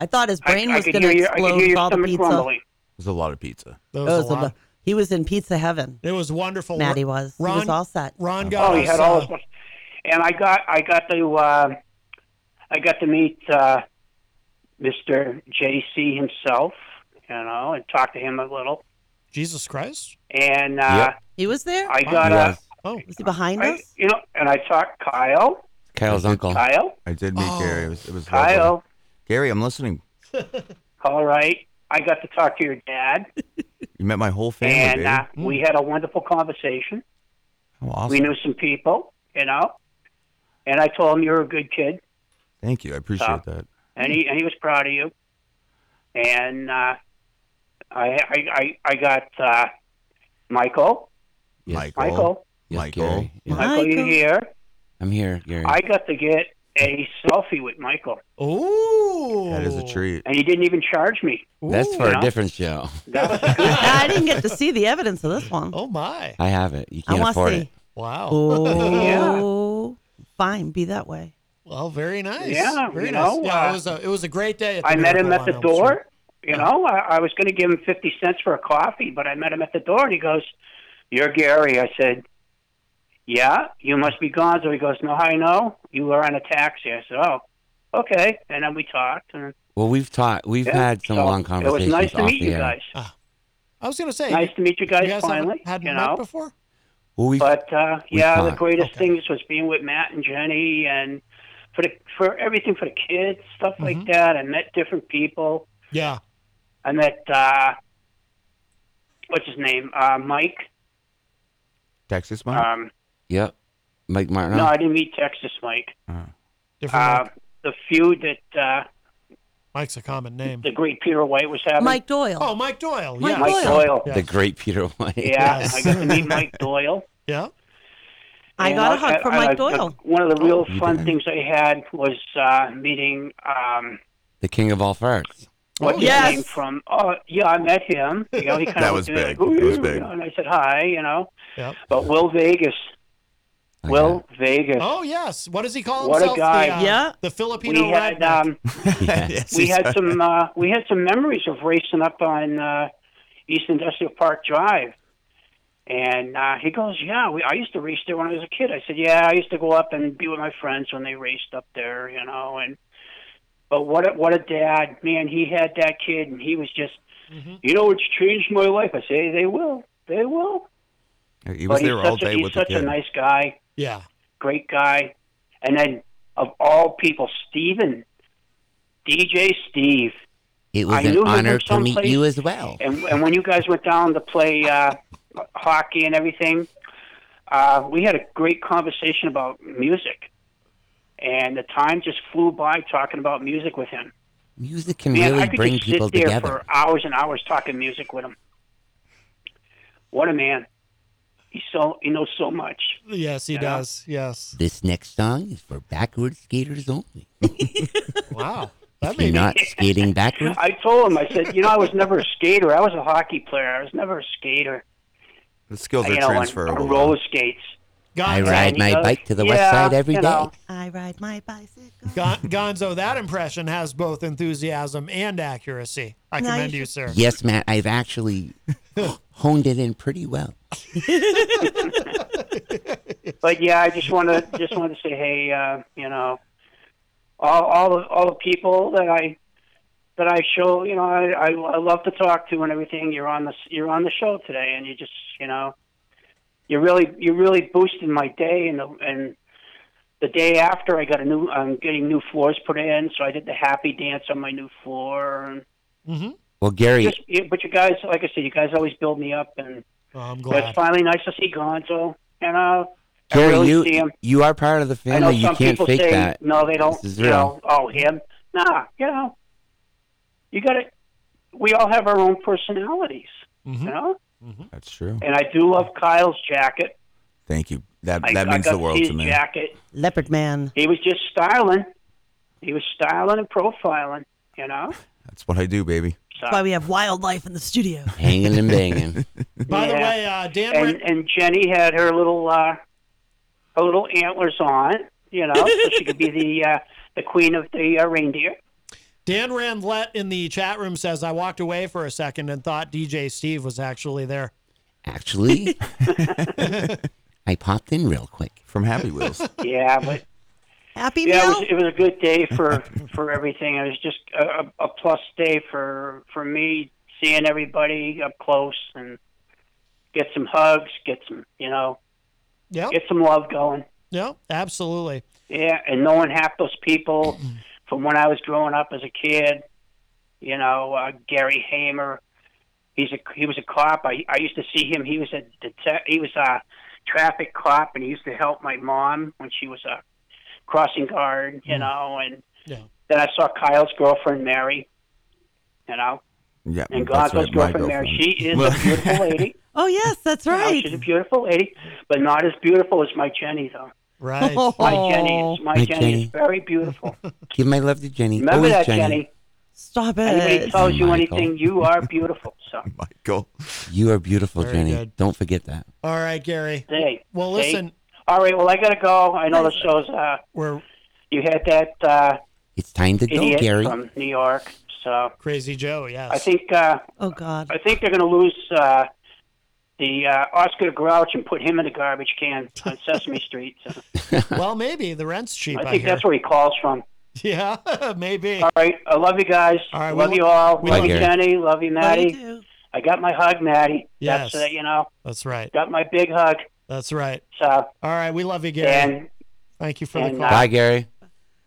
Speaker 3: I thought his
Speaker 21: I-
Speaker 3: brain
Speaker 21: I
Speaker 3: was
Speaker 21: could
Speaker 3: going to
Speaker 21: hear your- I could
Speaker 3: explode
Speaker 21: hear
Speaker 3: with
Speaker 21: your
Speaker 3: all the
Speaker 21: stomach
Speaker 3: pizza.
Speaker 21: rumbling.
Speaker 5: There's a lot of pizza.
Speaker 2: That
Speaker 3: It was a lo- he was in pizza heaven.
Speaker 2: It was wonderful.
Speaker 3: Matty was. he was
Speaker 21: Ron-
Speaker 3: all set.
Speaker 2: Ron
Speaker 21: oh, you had all this, and I got I got to uh, I got to meet uh, Mr. JC himself, you know, and talk to him a little.
Speaker 2: Jesus Christ.
Speaker 21: And uh,
Speaker 3: He was there.
Speaker 21: I got a
Speaker 2: Oh,
Speaker 3: was he behind
Speaker 21: I-
Speaker 3: us?
Speaker 21: you know, and I talked Kyle.
Speaker 4: Kyle's uncle.
Speaker 21: Kyle.
Speaker 5: I did meet Gary. It was, it was
Speaker 21: Kyle.
Speaker 5: lovely. Gary, I'm listening.
Speaker 21: All right. I got to talk to your dad,
Speaker 5: You met my whole family.
Speaker 21: and
Speaker 5: baby.
Speaker 21: uh, we had a wonderful conversation.
Speaker 5: oh, awesome.
Speaker 21: We knew some people, you know, and I told him you were a good kid,
Speaker 5: Thank you. I appreciate that.
Speaker 21: and he and he was proud of you. And uh, I, I I I got uh, Michael.
Speaker 4: Michael.
Speaker 21: Michael.
Speaker 4: Yes,
Speaker 5: Michael.
Speaker 4: Gary. Yeah.
Speaker 21: Michael, you here?
Speaker 4: I'm here, Gary.
Speaker 21: I got to get a selfie with Michael,
Speaker 2: Ooh.
Speaker 4: that is a treat.
Speaker 21: and he didn't even charge me.
Speaker 4: That's for
Speaker 21: You
Speaker 4: a
Speaker 21: know?
Speaker 4: different show.
Speaker 3: I didn't get to see the evidence of this one.
Speaker 2: Oh my!
Speaker 4: I have it. You
Speaker 3: I
Speaker 4: can't
Speaker 3: wanna
Speaker 4: afford
Speaker 3: see.
Speaker 4: it.
Speaker 2: Wow.
Speaker 3: Oh, fine. Be that way.
Speaker 2: Well, very nice.
Speaker 21: Yeah,
Speaker 2: very
Speaker 21: you
Speaker 2: nice.
Speaker 21: know,
Speaker 2: yeah,
Speaker 21: uh,
Speaker 2: it was a it was a great day. At the
Speaker 21: I met him
Speaker 2: Miracle
Speaker 21: at
Speaker 2: on
Speaker 21: the
Speaker 2: Elm Street.
Speaker 21: door. You know, I, I was going to give him 50 cents for a coffee, but I met him at the door and he goes, You're Gary. I said, yeah, you must be Gonzo. He goes, no, I know. You were on a taxi. I said, oh, okay. And then we talked. And
Speaker 4: Well, we've taught. We've
Speaker 21: Yeah,
Speaker 4: had some
Speaker 21: so
Speaker 4: long
Speaker 21: It was
Speaker 4: conversations.
Speaker 21: nice to
Speaker 4: off
Speaker 21: meet
Speaker 4: the
Speaker 21: you
Speaker 4: air.
Speaker 21: guys.
Speaker 2: Ah, I was going to say,
Speaker 21: nice to meet you guys,
Speaker 2: guys haven't
Speaker 21: finally.
Speaker 2: had
Speaker 21: you
Speaker 2: met
Speaker 21: know?
Speaker 2: before?
Speaker 4: Well, we've,
Speaker 21: but uh,
Speaker 4: we've
Speaker 21: yeah, the
Speaker 4: talked.
Speaker 21: greatest things was being with Matt and Jenny, and for the, for everything for the kids, stuff like
Speaker 2: Mm-hmm.
Speaker 21: that. I met different people.
Speaker 2: Yeah.
Speaker 21: I met uh, what's his name, uh, Mike.
Speaker 5: Texas Mike.
Speaker 21: Um,
Speaker 4: Yep. Mike Martin.
Speaker 21: No, I didn't meet Texas Mike.
Speaker 2: Different
Speaker 21: Uh, the feud that uh,
Speaker 2: Mike's a common name.
Speaker 21: the great Peter White was having.
Speaker 2: Mike
Speaker 3: Doyle.
Speaker 2: Oh, Mike Doyle.
Speaker 21: Mike
Speaker 2: yeah.
Speaker 21: Mike Doyle. Doyle.
Speaker 4: The great Peter White.
Speaker 21: Yeah,
Speaker 2: Yes.
Speaker 21: I got to meet Mike Doyle.
Speaker 2: Yeah.
Speaker 3: I got a hug from Mike Doyle.
Speaker 21: one of the real
Speaker 4: Oh, You
Speaker 21: fun
Speaker 4: did.
Speaker 21: things I had was uh, meeting um,
Speaker 4: The king of all farts.
Speaker 21: what
Speaker 4: Oh,
Speaker 21: his
Speaker 4: yes.
Speaker 21: name from. Oh, yeah, I met him. You know, he kind
Speaker 4: That
Speaker 21: of
Speaker 4: was
Speaker 21: looked at me
Speaker 4: big.
Speaker 21: Like,
Speaker 4: That was
Speaker 21: "Ooh,"
Speaker 4: big.
Speaker 21: you know, And I said hi. You know,
Speaker 2: Yep.
Speaker 21: but Will Vegas. Will Vegas.
Speaker 2: Oh yes. What does he call
Speaker 21: What a
Speaker 2: himself?
Speaker 21: guy.
Speaker 2: The, uh,
Speaker 21: Yeah.
Speaker 2: The Filipino
Speaker 21: we had
Speaker 2: redneck.
Speaker 21: um, we had some uh, we had some memories of racing up on uh, East Industrial Park Drive, and uh, he goes, "Yeah, we, I used to race there when I was a kid." I said, "Yeah, I used to go up and be with my friends when they raced up there, you know." And but what a, what a dad, man! He had that kid, and he was just, you know, it's changed my life. I say they will, they will.
Speaker 5: He was
Speaker 21: but
Speaker 5: there
Speaker 21: he's
Speaker 5: all
Speaker 21: such a-
Speaker 5: day
Speaker 21: he's
Speaker 5: with the
Speaker 21: such
Speaker 5: kid.
Speaker 21: a nice guy
Speaker 2: Yeah.
Speaker 21: great guy. And then of all people, Steven, DJ Steve.
Speaker 4: It was
Speaker 21: I
Speaker 4: an
Speaker 21: knew him from
Speaker 4: honor to meet
Speaker 21: someplace.
Speaker 4: you as well.
Speaker 21: And, and when you guys went down to play uh, hockey and everything, uh, we had a great conversation about music. And the time just flew by talking about music with him.
Speaker 4: Music can
Speaker 21: Man, I
Speaker 4: really
Speaker 21: could
Speaker 4: bring
Speaker 21: just
Speaker 4: people
Speaker 21: sit there
Speaker 4: together.
Speaker 21: for hours and hours talking music with him. What a man! He's so he knows so much.
Speaker 2: Yes, he does. Yes.
Speaker 4: This next song is for backward skaters only.
Speaker 2: Wow.
Speaker 4: If you're not skating backwards,
Speaker 21: I told him, I said, you know, I was never a skater. I was a hockey player. I was never a skater.
Speaker 5: The skills
Speaker 21: you
Speaker 5: are
Speaker 21: know, on-
Speaker 5: transferable.
Speaker 21: On roller skates.
Speaker 4: I ride my
Speaker 21: Yeah,
Speaker 4: bike to the west
Speaker 21: yeah,
Speaker 4: side every
Speaker 21: you
Speaker 4: day.
Speaker 21: know.
Speaker 3: I ride my bicycle.
Speaker 2: Gon- Gonzo, that impression has both enthusiasm and accuracy. I commend you, sir.
Speaker 4: Yes, Matt, I've actually honed it in pretty well.
Speaker 21: But yeah, I just want to just want to say, hey, uh, you know, all all the, all the people that I that I show, you know, I, I I love to talk to and everything. You're on the you're on the show today, and you just you know, you really you really boosted my day and the, and. The day after, I got a new. I'm getting new floors put in, so I did the happy dance on my new floor, and
Speaker 2: Mm-hmm.
Speaker 4: Well, Gary,
Speaker 21: Just, yeah, but you guys, like I said, you guys always build me up, and
Speaker 2: Oh, I'm
Speaker 21: but it's
Speaker 2: glad.
Speaker 21: finally nice to see Gonzo. You know, I
Speaker 4: Gary,
Speaker 21: really see
Speaker 4: you
Speaker 21: him.
Speaker 4: you are part of the
Speaker 21: I know
Speaker 4: family. You
Speaker 21: some
Speaker 4: can't
Speaker 21: people
Speaker 4: fake
Speaker 21: say
Speaker 4: that.
Speaker 21: no, they don't.
Speaker 4: This is
Speaker 21: You know, oh him, nah. You know, you got to. We all have our own personalities,
Speaker 2: Mm-hmm.
Speaker 21: you know.
Speaker 5: That's true.
Speaker 21: Mhm. And I do love Kyle's jacket.
Speaker 5: Thank you. That
Speaker 21: I,
Speaker 5: that
Speaker 21: I
Speaker 5: means
Speaker 21: got
Speaker 5: the world
Speaker 21: his
Speaker 5: to me.
Speaker 21: jacket.
Speaker 3: Leopard man.
Speaker 21: He was just styling. He was styling and profiling. You know.
Speaker 5: That's what I do, baby.
Speaker 21: So.
Speaker 3: That's why we have wildlife in the studio.
Speaker 4: Hanging and banging.
Speaker 2: By the
Speaker 21: Yeah.
Speaker 2: way, uh, Dan.
Speaker 21: and,
Speaker 2: Ren-
Speaker 21: and Jenny had her little uh, her little antlers on, you know, so she could be the uh, the queen of the uh, reindeer.
Speaker 2: Dan Randlett in the chat room says, I walked away for a second and thought DJ Steve was actually there.
Speaker 4: Actually, I popped in real quick
Speaker 5: from Happy Wheels.
Speaker 21: Yeah, but
Speaker 3: happy.
Speaker 21: Yeah, it was, it was a good day for for everything. It was just a, a- a plus day for for me seeing everybody up close and get some hugs, get some you know,
Speaker 2: Yep.
Speaker 21: get some love going.
Speaker 2: Yep. Absolutely.
Speaker 21: Yeah, and knowing half those people from when I was growing up as a kid, you know, uh, Gary Hamer, he's a he was a cop. I I used to see him. He was a detect. He was a traffic cop, and he used to help my mom when she was a crossing guard. You know, and
Speaker 2: Yeah.
Speaker 21: then I saw Kyle's girlfriend Mary. You know,
Speaker 5: Yeah,
Speaker 21: and
Speaker 5: that's
Speaker 21: Gonzo's
Speaker 5: right, my
Speaker 21: girlfriend Mary.
Speaker 5: girlfriend.
Speaker 21: She is
Speaker 5: Well-
Speaker 21: a beautiful lady.
Speaker 3: Oh yes, that's
Speaker 21: you know,
Speaker 3: right.
Speaker 21: she's a beautiful lady, but not as beautiful as my Jenny though.
Speaker 2: Right.
Speaker 21: My Jenny, is, my
Speaker 4: My
Speaker 21: Jenny,
Speaker 4: Jenny.
Speaker 21: is very beautiful.
Speaker 4: Give my love to Jenny.
Speaker 21: Remember
Speaker 4: Always
Speaker 21: that,
Speaker 4: Jenny.
Speaker 21: Jenny.
Speaker 3: Stop it.
Speaker 21: Anybody tells you
Speaker 4: Michael.
Speaker 21: anything, you are beautiful. So
Speaker 5: Go.
Speaker 4: You are beautiful,
Speaker 2: Very
Speaker 4: Jenny.
Speaker 2: good.
Speaker 4: Don't forget that.
Speaker 2: All right, Gary.
Speaker 21: Hey,
Speaker 2: Well,
Speaker 21: hey.
Speaker 2: listen.
Speaker 21: All right. Well, I gotta go. I know the show's. Uh,
Speaker 2: We're
Speaker 21: you had that uh,
Speaker 4: It's time to go,
Speaker 21: idiot
Speaker 4: Gary.
Speaker 3: Um,
Speaker 21: from New York. So
Speaker 2: Crazy Joe, yes.
Speaker 21: I think. Uh,
Speaker 3: oh God.
Speaker 21: I think they're gonna lose uh, the uh, Oscar the Grouch and put him in the garbage can on Sesame Street. So
Speaker 2: well, maybe the rent's cheap.
Speaker 21: I
Speaker 2: I
Speaker 21: think
Speaker 2: hear.
Speaker 21: that's where he calls from.
Speaker 2: Yeah, maybe.
Speaker 21: All right, I love you guys. All
Speaker 2: right, we
Speaker 21: love
Speaker 2: lo-
Speaker 21: you all.
Speaker 2: we
Speaker 21: love
Speaker 2: love
Speaker 21: you,
Speaker 2: you.
Speaker 21: Jenny. Love you,
Speaker 2: Love you
Speaker 21: Maddie. I got my hug, Maddie.
Speaker 2: Yes.
Speaker 21: That's uh, you know,
Speaker 2: That's right.
Speaker 21: got my big hug.
Speaker 2: That's right.
Speaker 21: So all
Speaker 2: right, we love you, Gary.
Speaker 21: And,
Speaker 2: Thank you for the
Speaker 21: and,
Speaker 2: call.
Speaker 21: uh, Bye,
Speaker 4: Gary.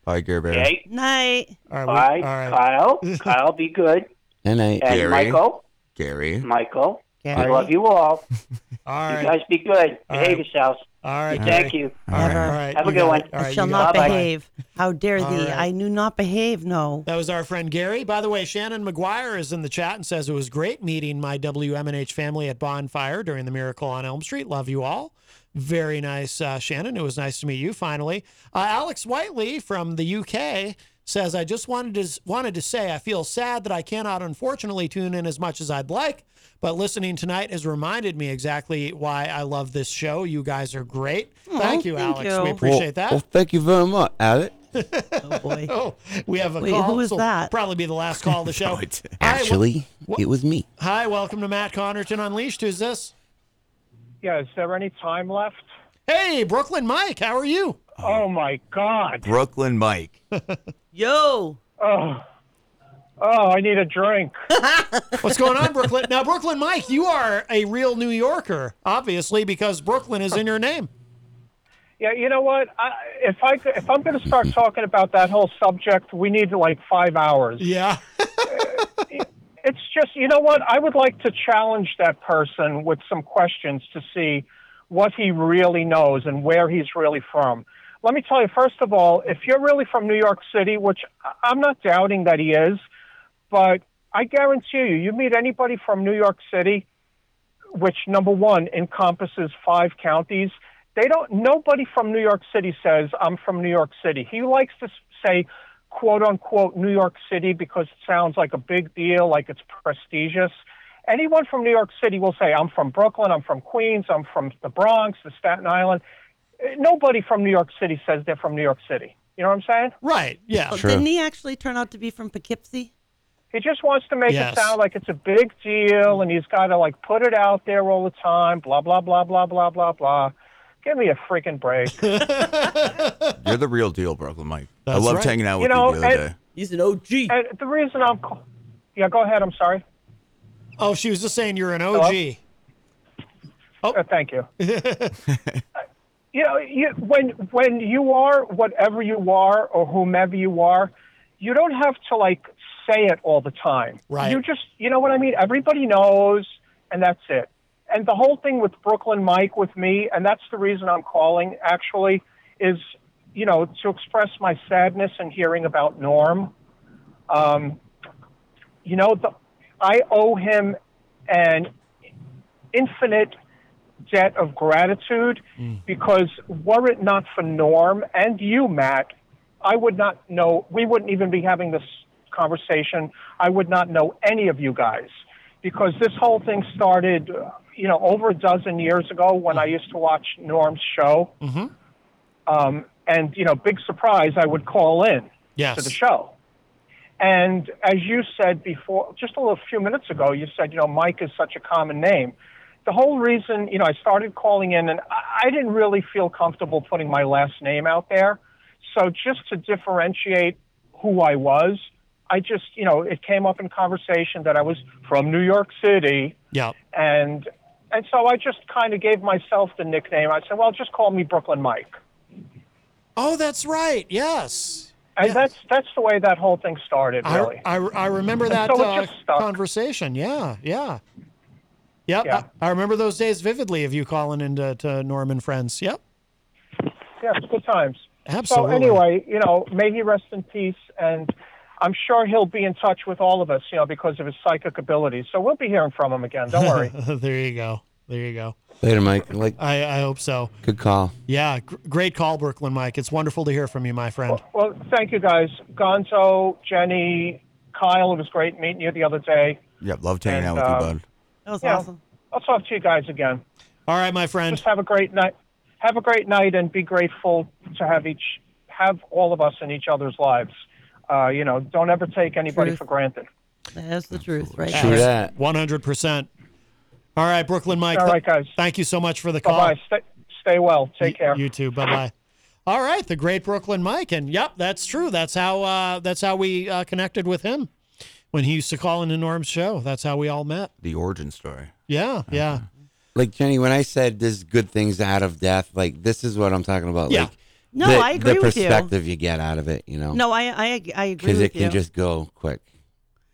Speaker 5: Bye, Gary Bear.
Speaker 21: okay.
Speaker 3: Night.
Speaker 2: All
Speaker 21: Bye, Kyle. Kyle, be good.
Speaker 4: And I,
Speaker 21: And Michael,
Speaker 5: Gary.
Speaker 21: Michael, I
Speaker 5: Gary.
Speaker 21: love you all.
Speaker 2: all
Speaker 21: You guys be good.
Speaker 2: All
Speaker 21: Behave
Speaker 2: right.
Speaker 21: yourselves.
Speaker 2: All right,
Speaker 21: Thank
Speaker 2: Gary.
Speaker 21: you.
Speaker 2: All right, all right,
Speaker 21: Have a
Speaker 2: you
Speaker 21: good
Speaker 2: got
Speaker 21: one.
Speaker 2: it. All right,
Speaker 3: I shall
Speaker 2: you
Speaker 3: not
Speaker 2: got it. Bye-bye.
Speaker 3: behave. How dare uh,
Speaker 2: All
Speaker 3: thee?
Speaker 2: right.
Speaker 3: I knew not behave. No.
Speaker 2: That was our friend Gary. By the way, Shannon McGuire is in the chat and says it was great meeting my WMNH family at Bonfire during the Miracle on Elm Street. Love you all. Very nice, uh, Shannon. It was nice to meet you finally. Uh, Alex Whiteley from the UK says, "I just wanted to wanted to say I feel sad that I cannot unfortunately tune in as much as I'd like, but listening tonight has reminded me exactly why I love this show. You guys are great.
Speaker 4: Aw,
Speaker 2: thank you,
Speaker 4: thank
Speaker 2: Alex.
Speaker 4: you.
Speaker 2: We appreciate that.
Speaker 4: Well, thank you very much, Alex.
Speaker 2: Oh, we have a
Speaker 3: Wait,
Speaker 2: call.
Speaker 3: who is
Speaker 2: This'll
Speaker 3: that?
Speaker 2: Probably be the last call of the show. Hi, wel-
Speaker 4: Actually, it was me.
Speaker 2: hi, welcome to Matt Connerton Unleashed. Who's this?
Speaker 6: Yeah, is there any time left?
Speaker 2: Hey, Brooklyn Mike, how are you?
Speaker 6: Oh my God!
Speaker 5: Brooklyn Mike.
Speaker 3: Yo.
Speaker 6: Oh, oh, I need a drink.
Speaker 2: What's going on, Brooklyn? Now, Brooklyn Mike, you are a real New Yorker, obviously, because Brooklyn is in your name.
Speaker 6: Yeah, you know what? I, if I could- if I'm going to start talking about that whole subject, we need like five hours.
Speaker 2: Yeah.
Speaker 6: it's just you know what? I would like to challenge that person with some questions to see what he really knows and where he's really from. Let me tell you, first of all, if you're really from New York City, which I- I'm not doubting that he is, but I guarantee you, you meet anybody from New York City, which number one encompasses five counties. They don't. Nobody from New York City says I'm from New York City. He likes to s- say, "quote unquote," New York City because it sounds like a big deal, like it's prestigious. Anyone from New York City will say, "I'm from Brooklyn. I'm from Queens. I'm from the Bronx, the Staten Island." Eh, Nobody from New York City says they're from New York City. You know what I'm saying?
Speaker 2: Right. Yeah.
Speaker 3: Oh, Didn't he actually turn out to be from Poughkeepsie?
Speaker 6: He just wants to make
Speaker 3: Yes.
Speaker 6: it sound like it's a big deal and he's got to like put it out there all the time, blah, blah, blah, blah, blah, blah, blah. Give me a freaking break.
Speaker 5: You're the real deal, Brooklyn Mike. I
Speaker 6: That's
Speaker 5: loved
Speaker 6: right.
Speaker 5: hanging out
Speaker 6: You
Speaker 5: with you,
Speaker 6: know,
Speaker 5: the other
Speaker 6: and-
Speaker 5: day.
Speaker 6: he's an OG. And the reason I'm. Call- yeah, go ahead. I'm sorry.
Speaker 2: Oh, she was just saying you're an OG. Oh,
Speaker 6: Uh, thank you. you know, you, when when you are whatever you are or whomever you are, you don't have to like say it all the time.
Speaker 2: Right.
Speaker 6: You just, you know what I mean. Everybody knows, and that's it. And the whole thing with Brooklyn Mike with me, and that's the reason I'm calling actually is, you know, to express my sadness and hearing about Norm. Um, you know, the, I owe him an infinite debt of gratitude because were it not for Norm and you, Matt, I would not know, we wouldn't even be having this conversation. I would not know any of you guys because this whole thing started, uh, you know, over a dozen years ago when I used to watch Norm's show.
Speaker 2: Mm-hmm.
Speaker 6: Um, and, you know, big surprise, I would call in
Speaker 2: Yes.
Speaker 6: to the show. And as you said before, just a little few minutes ago, you said, you know, Mike is such a common name. The whole reason, you know, I started calling in and I I didn't really feel comfortable putting my last name out there. So just to differentiate who I was, I just, you know, it came up in conversation that I was from New York City
Speaker 2: Yeah.
Speaker 6: and and so I just kind of gave myself the nickname. I said, "Well, just call me Brooklyn Mike."
Speaker 2: Oh, that's right. Yes.
Speaker 6: And that's that's the way that whole thing started,
Speaker 2: I,
Speaker 6: really.
Speaker 2: I, I remember
Speaker 6: And
Speaker 2: that
Speaker 6: so it
Speaker 2: uh,
Speaker 6: just stuck.
Speaker 2: conversation. Yeah. Yeah. Yep.
Speaker 6: Yeah.
Speaker 2: I, I remember those days vividly of you calling into to Norman Friends. Yep.
Speaker 6: yeah, it's good times.
Speaker 2: Absolutely.
Speaker 6: So anyway, you know, may he rest in peace, and I'm sure he'll be in touch with all of us, you know, because of his psychic abilities. So we'll be hearing from him again. Don't worry.
Speaker 2: there you go. There you go.
Speaker 4: Later, Mike. Like,
Speaker 2: I, I hope so.
Speaker 4: good call.
Speaker 2: Yeah, gr- great call, Brooklyn Mike. It's wonderful to hear from you, my friend.
Speaker 6: well, thank you guys, Gonzo, Jenny, Kyle. It was great meeting you the other day.
Speaker 5: Yeah, loved hanging
Speaker 6: And,
Speaker 5: out with
Speaker 6: uh,
Speaker 5: you, bud.
Speaker 6: That was awesome. I'll talk to you guys again.
Speaker 2: All right, my friend.
Speaker 6: Just have a great night. Have a great night, and be grateful to have each have all of us in each other's lives. Uh, you know, don't ever take anybody for granted.
Speaker 3: That's the truth, right?
Speaker 2: One hundred percent. All right, Brooklyn Mike.
Speaker 6: All right, guys.
Speaker 2: Thank you so much for the call.
Speaker 6: Bye bye. Stay, stay well. Take care.
Speaker 2: You too. Bye bye. All right, the great Brooklyn Mike, and yep, that's true. That's how uh, that's how we uh, connected with him when he used to call into Norm's show. That's how we all met.
Speaker 5: The origin story.
Speaker 2: Yeah,
Speaker 5: Uh-huh.
Speaker 2: yeah.
Speaker 4: Like Jenny, when I said there's good things out of death, like this is what I'm talking about.
Speaker 3: Yeah.
Speaker 4: Like,
Speaker 3: No,
Speaker 4: the,
Speaker 3: I agree
Speaker 4: The
Speaker 3: with you.
Speaker 4: perspective you. get out of it, you know.
Speaker 3: No, I I I agree
Speaker 4: because
Speaker 3: with
Speaker 4: it can
Speaker 3: you.
Speaker 4: just go quick,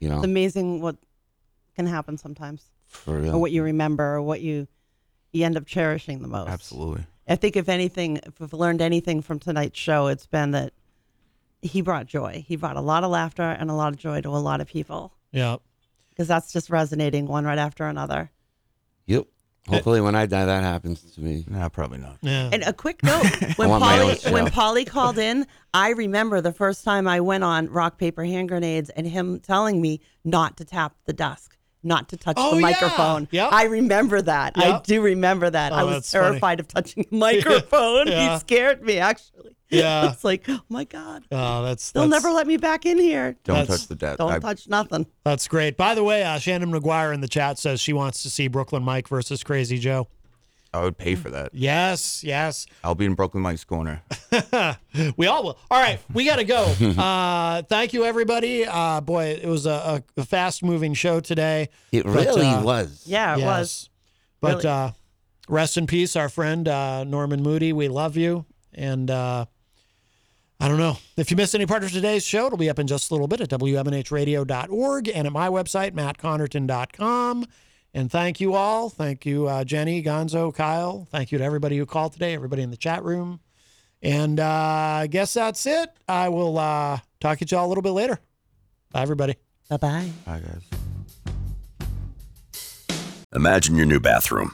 Speaker 4: you know.
Speaker 3: It's amazing what can happen sometimes.
Speaker 4: For real.
Speaker 3: Or what you remember or what you you end up cherishing the most.
Speaker 5: Absolutely.
Speaker 3: I think if anything, if we've learned anything from tonight's show, it's been that he brought joy. He brought a lot of laughter and a lot of joy to a lot of people
Speaker 2: Yeah.
Speaker 3: because that's just resonating one right after another.
Speaker 4: Yep. Hopefully, when I die, that happens to me.
Speaker 5: No, probably not.
Speaker 2: Yeah.
Speaker 3: And a quick note: when
Speaker 4: want my
Speaker 3: Polly
Speaker 4: own show.
Speaker 3: when Polly called in, I remember the first time I went on rock paper hand grenades and him telling me not to tap the desk, not to touch
Speaker 2: Oh,
Speaker 3: the
Speaker 2: yeah.
Speaker 3: microphone. I remember that. I
Speaker 2: Yep.
Speaker 3: do remember that.
Speaker 2: Oh,
Speaker 3: I was
Speaker 2: that's funny.
Speaker 3: terrified of touching the microphone.
Speaker 2: Yeah.
Speaker 3: He scared me actually.
Speaker 2: Yeah.
Speaker 3: it's like, oh my god,
Speaker 2: Oh, that's
Speaker 3: they'll
Speaker 2: that's-
Speaker 3: never let me back in here.
Speaker 2: Don't That's- touch the desk.
Speaker 3: Don't
Speaker 2: I-
Speaker 3: touch nothing.
Speaker 2: That's great. By the way, uh, Shannon McGuire in the chat says she wants to see Brooklyn Mike versus Crazy Joe.
Speaker 5: I would pay for that.
Speaker 2: Yes, yes.
Speaker 5: I'll be in Brooklyn Mike's corner.
Speaker 2: we all will. All right, we got to go. Uh, thank you, everybody. Uh, boy, it was a, a fast moving show today. uh,
Speaker 4: It really was.
Speaker 3: Yeah, it was.
Speaker 2: But
Speaker 3: Really.
Speaker 2: uh, rest in peace, our friend uh, Norman Moody. We love you. And uh, I don't know. If you missed any part of today's show, it'll be up in just a little bit at WMNHradio.org and at my website, mattconnerton.com. And thank you all. Thank you, uh, Jenny, Gonzo, Kyle. Thank you to everybody who called today, everybody in the chat room. And uh, I guess that's it. I will uh, talk to y'all a little bit later. Bye, everybody.
Speaker 3: Bye bye.
Speaker 5: Bye, guys.
Speaker 22: Imagine your new bathroom.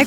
Speaker 23: At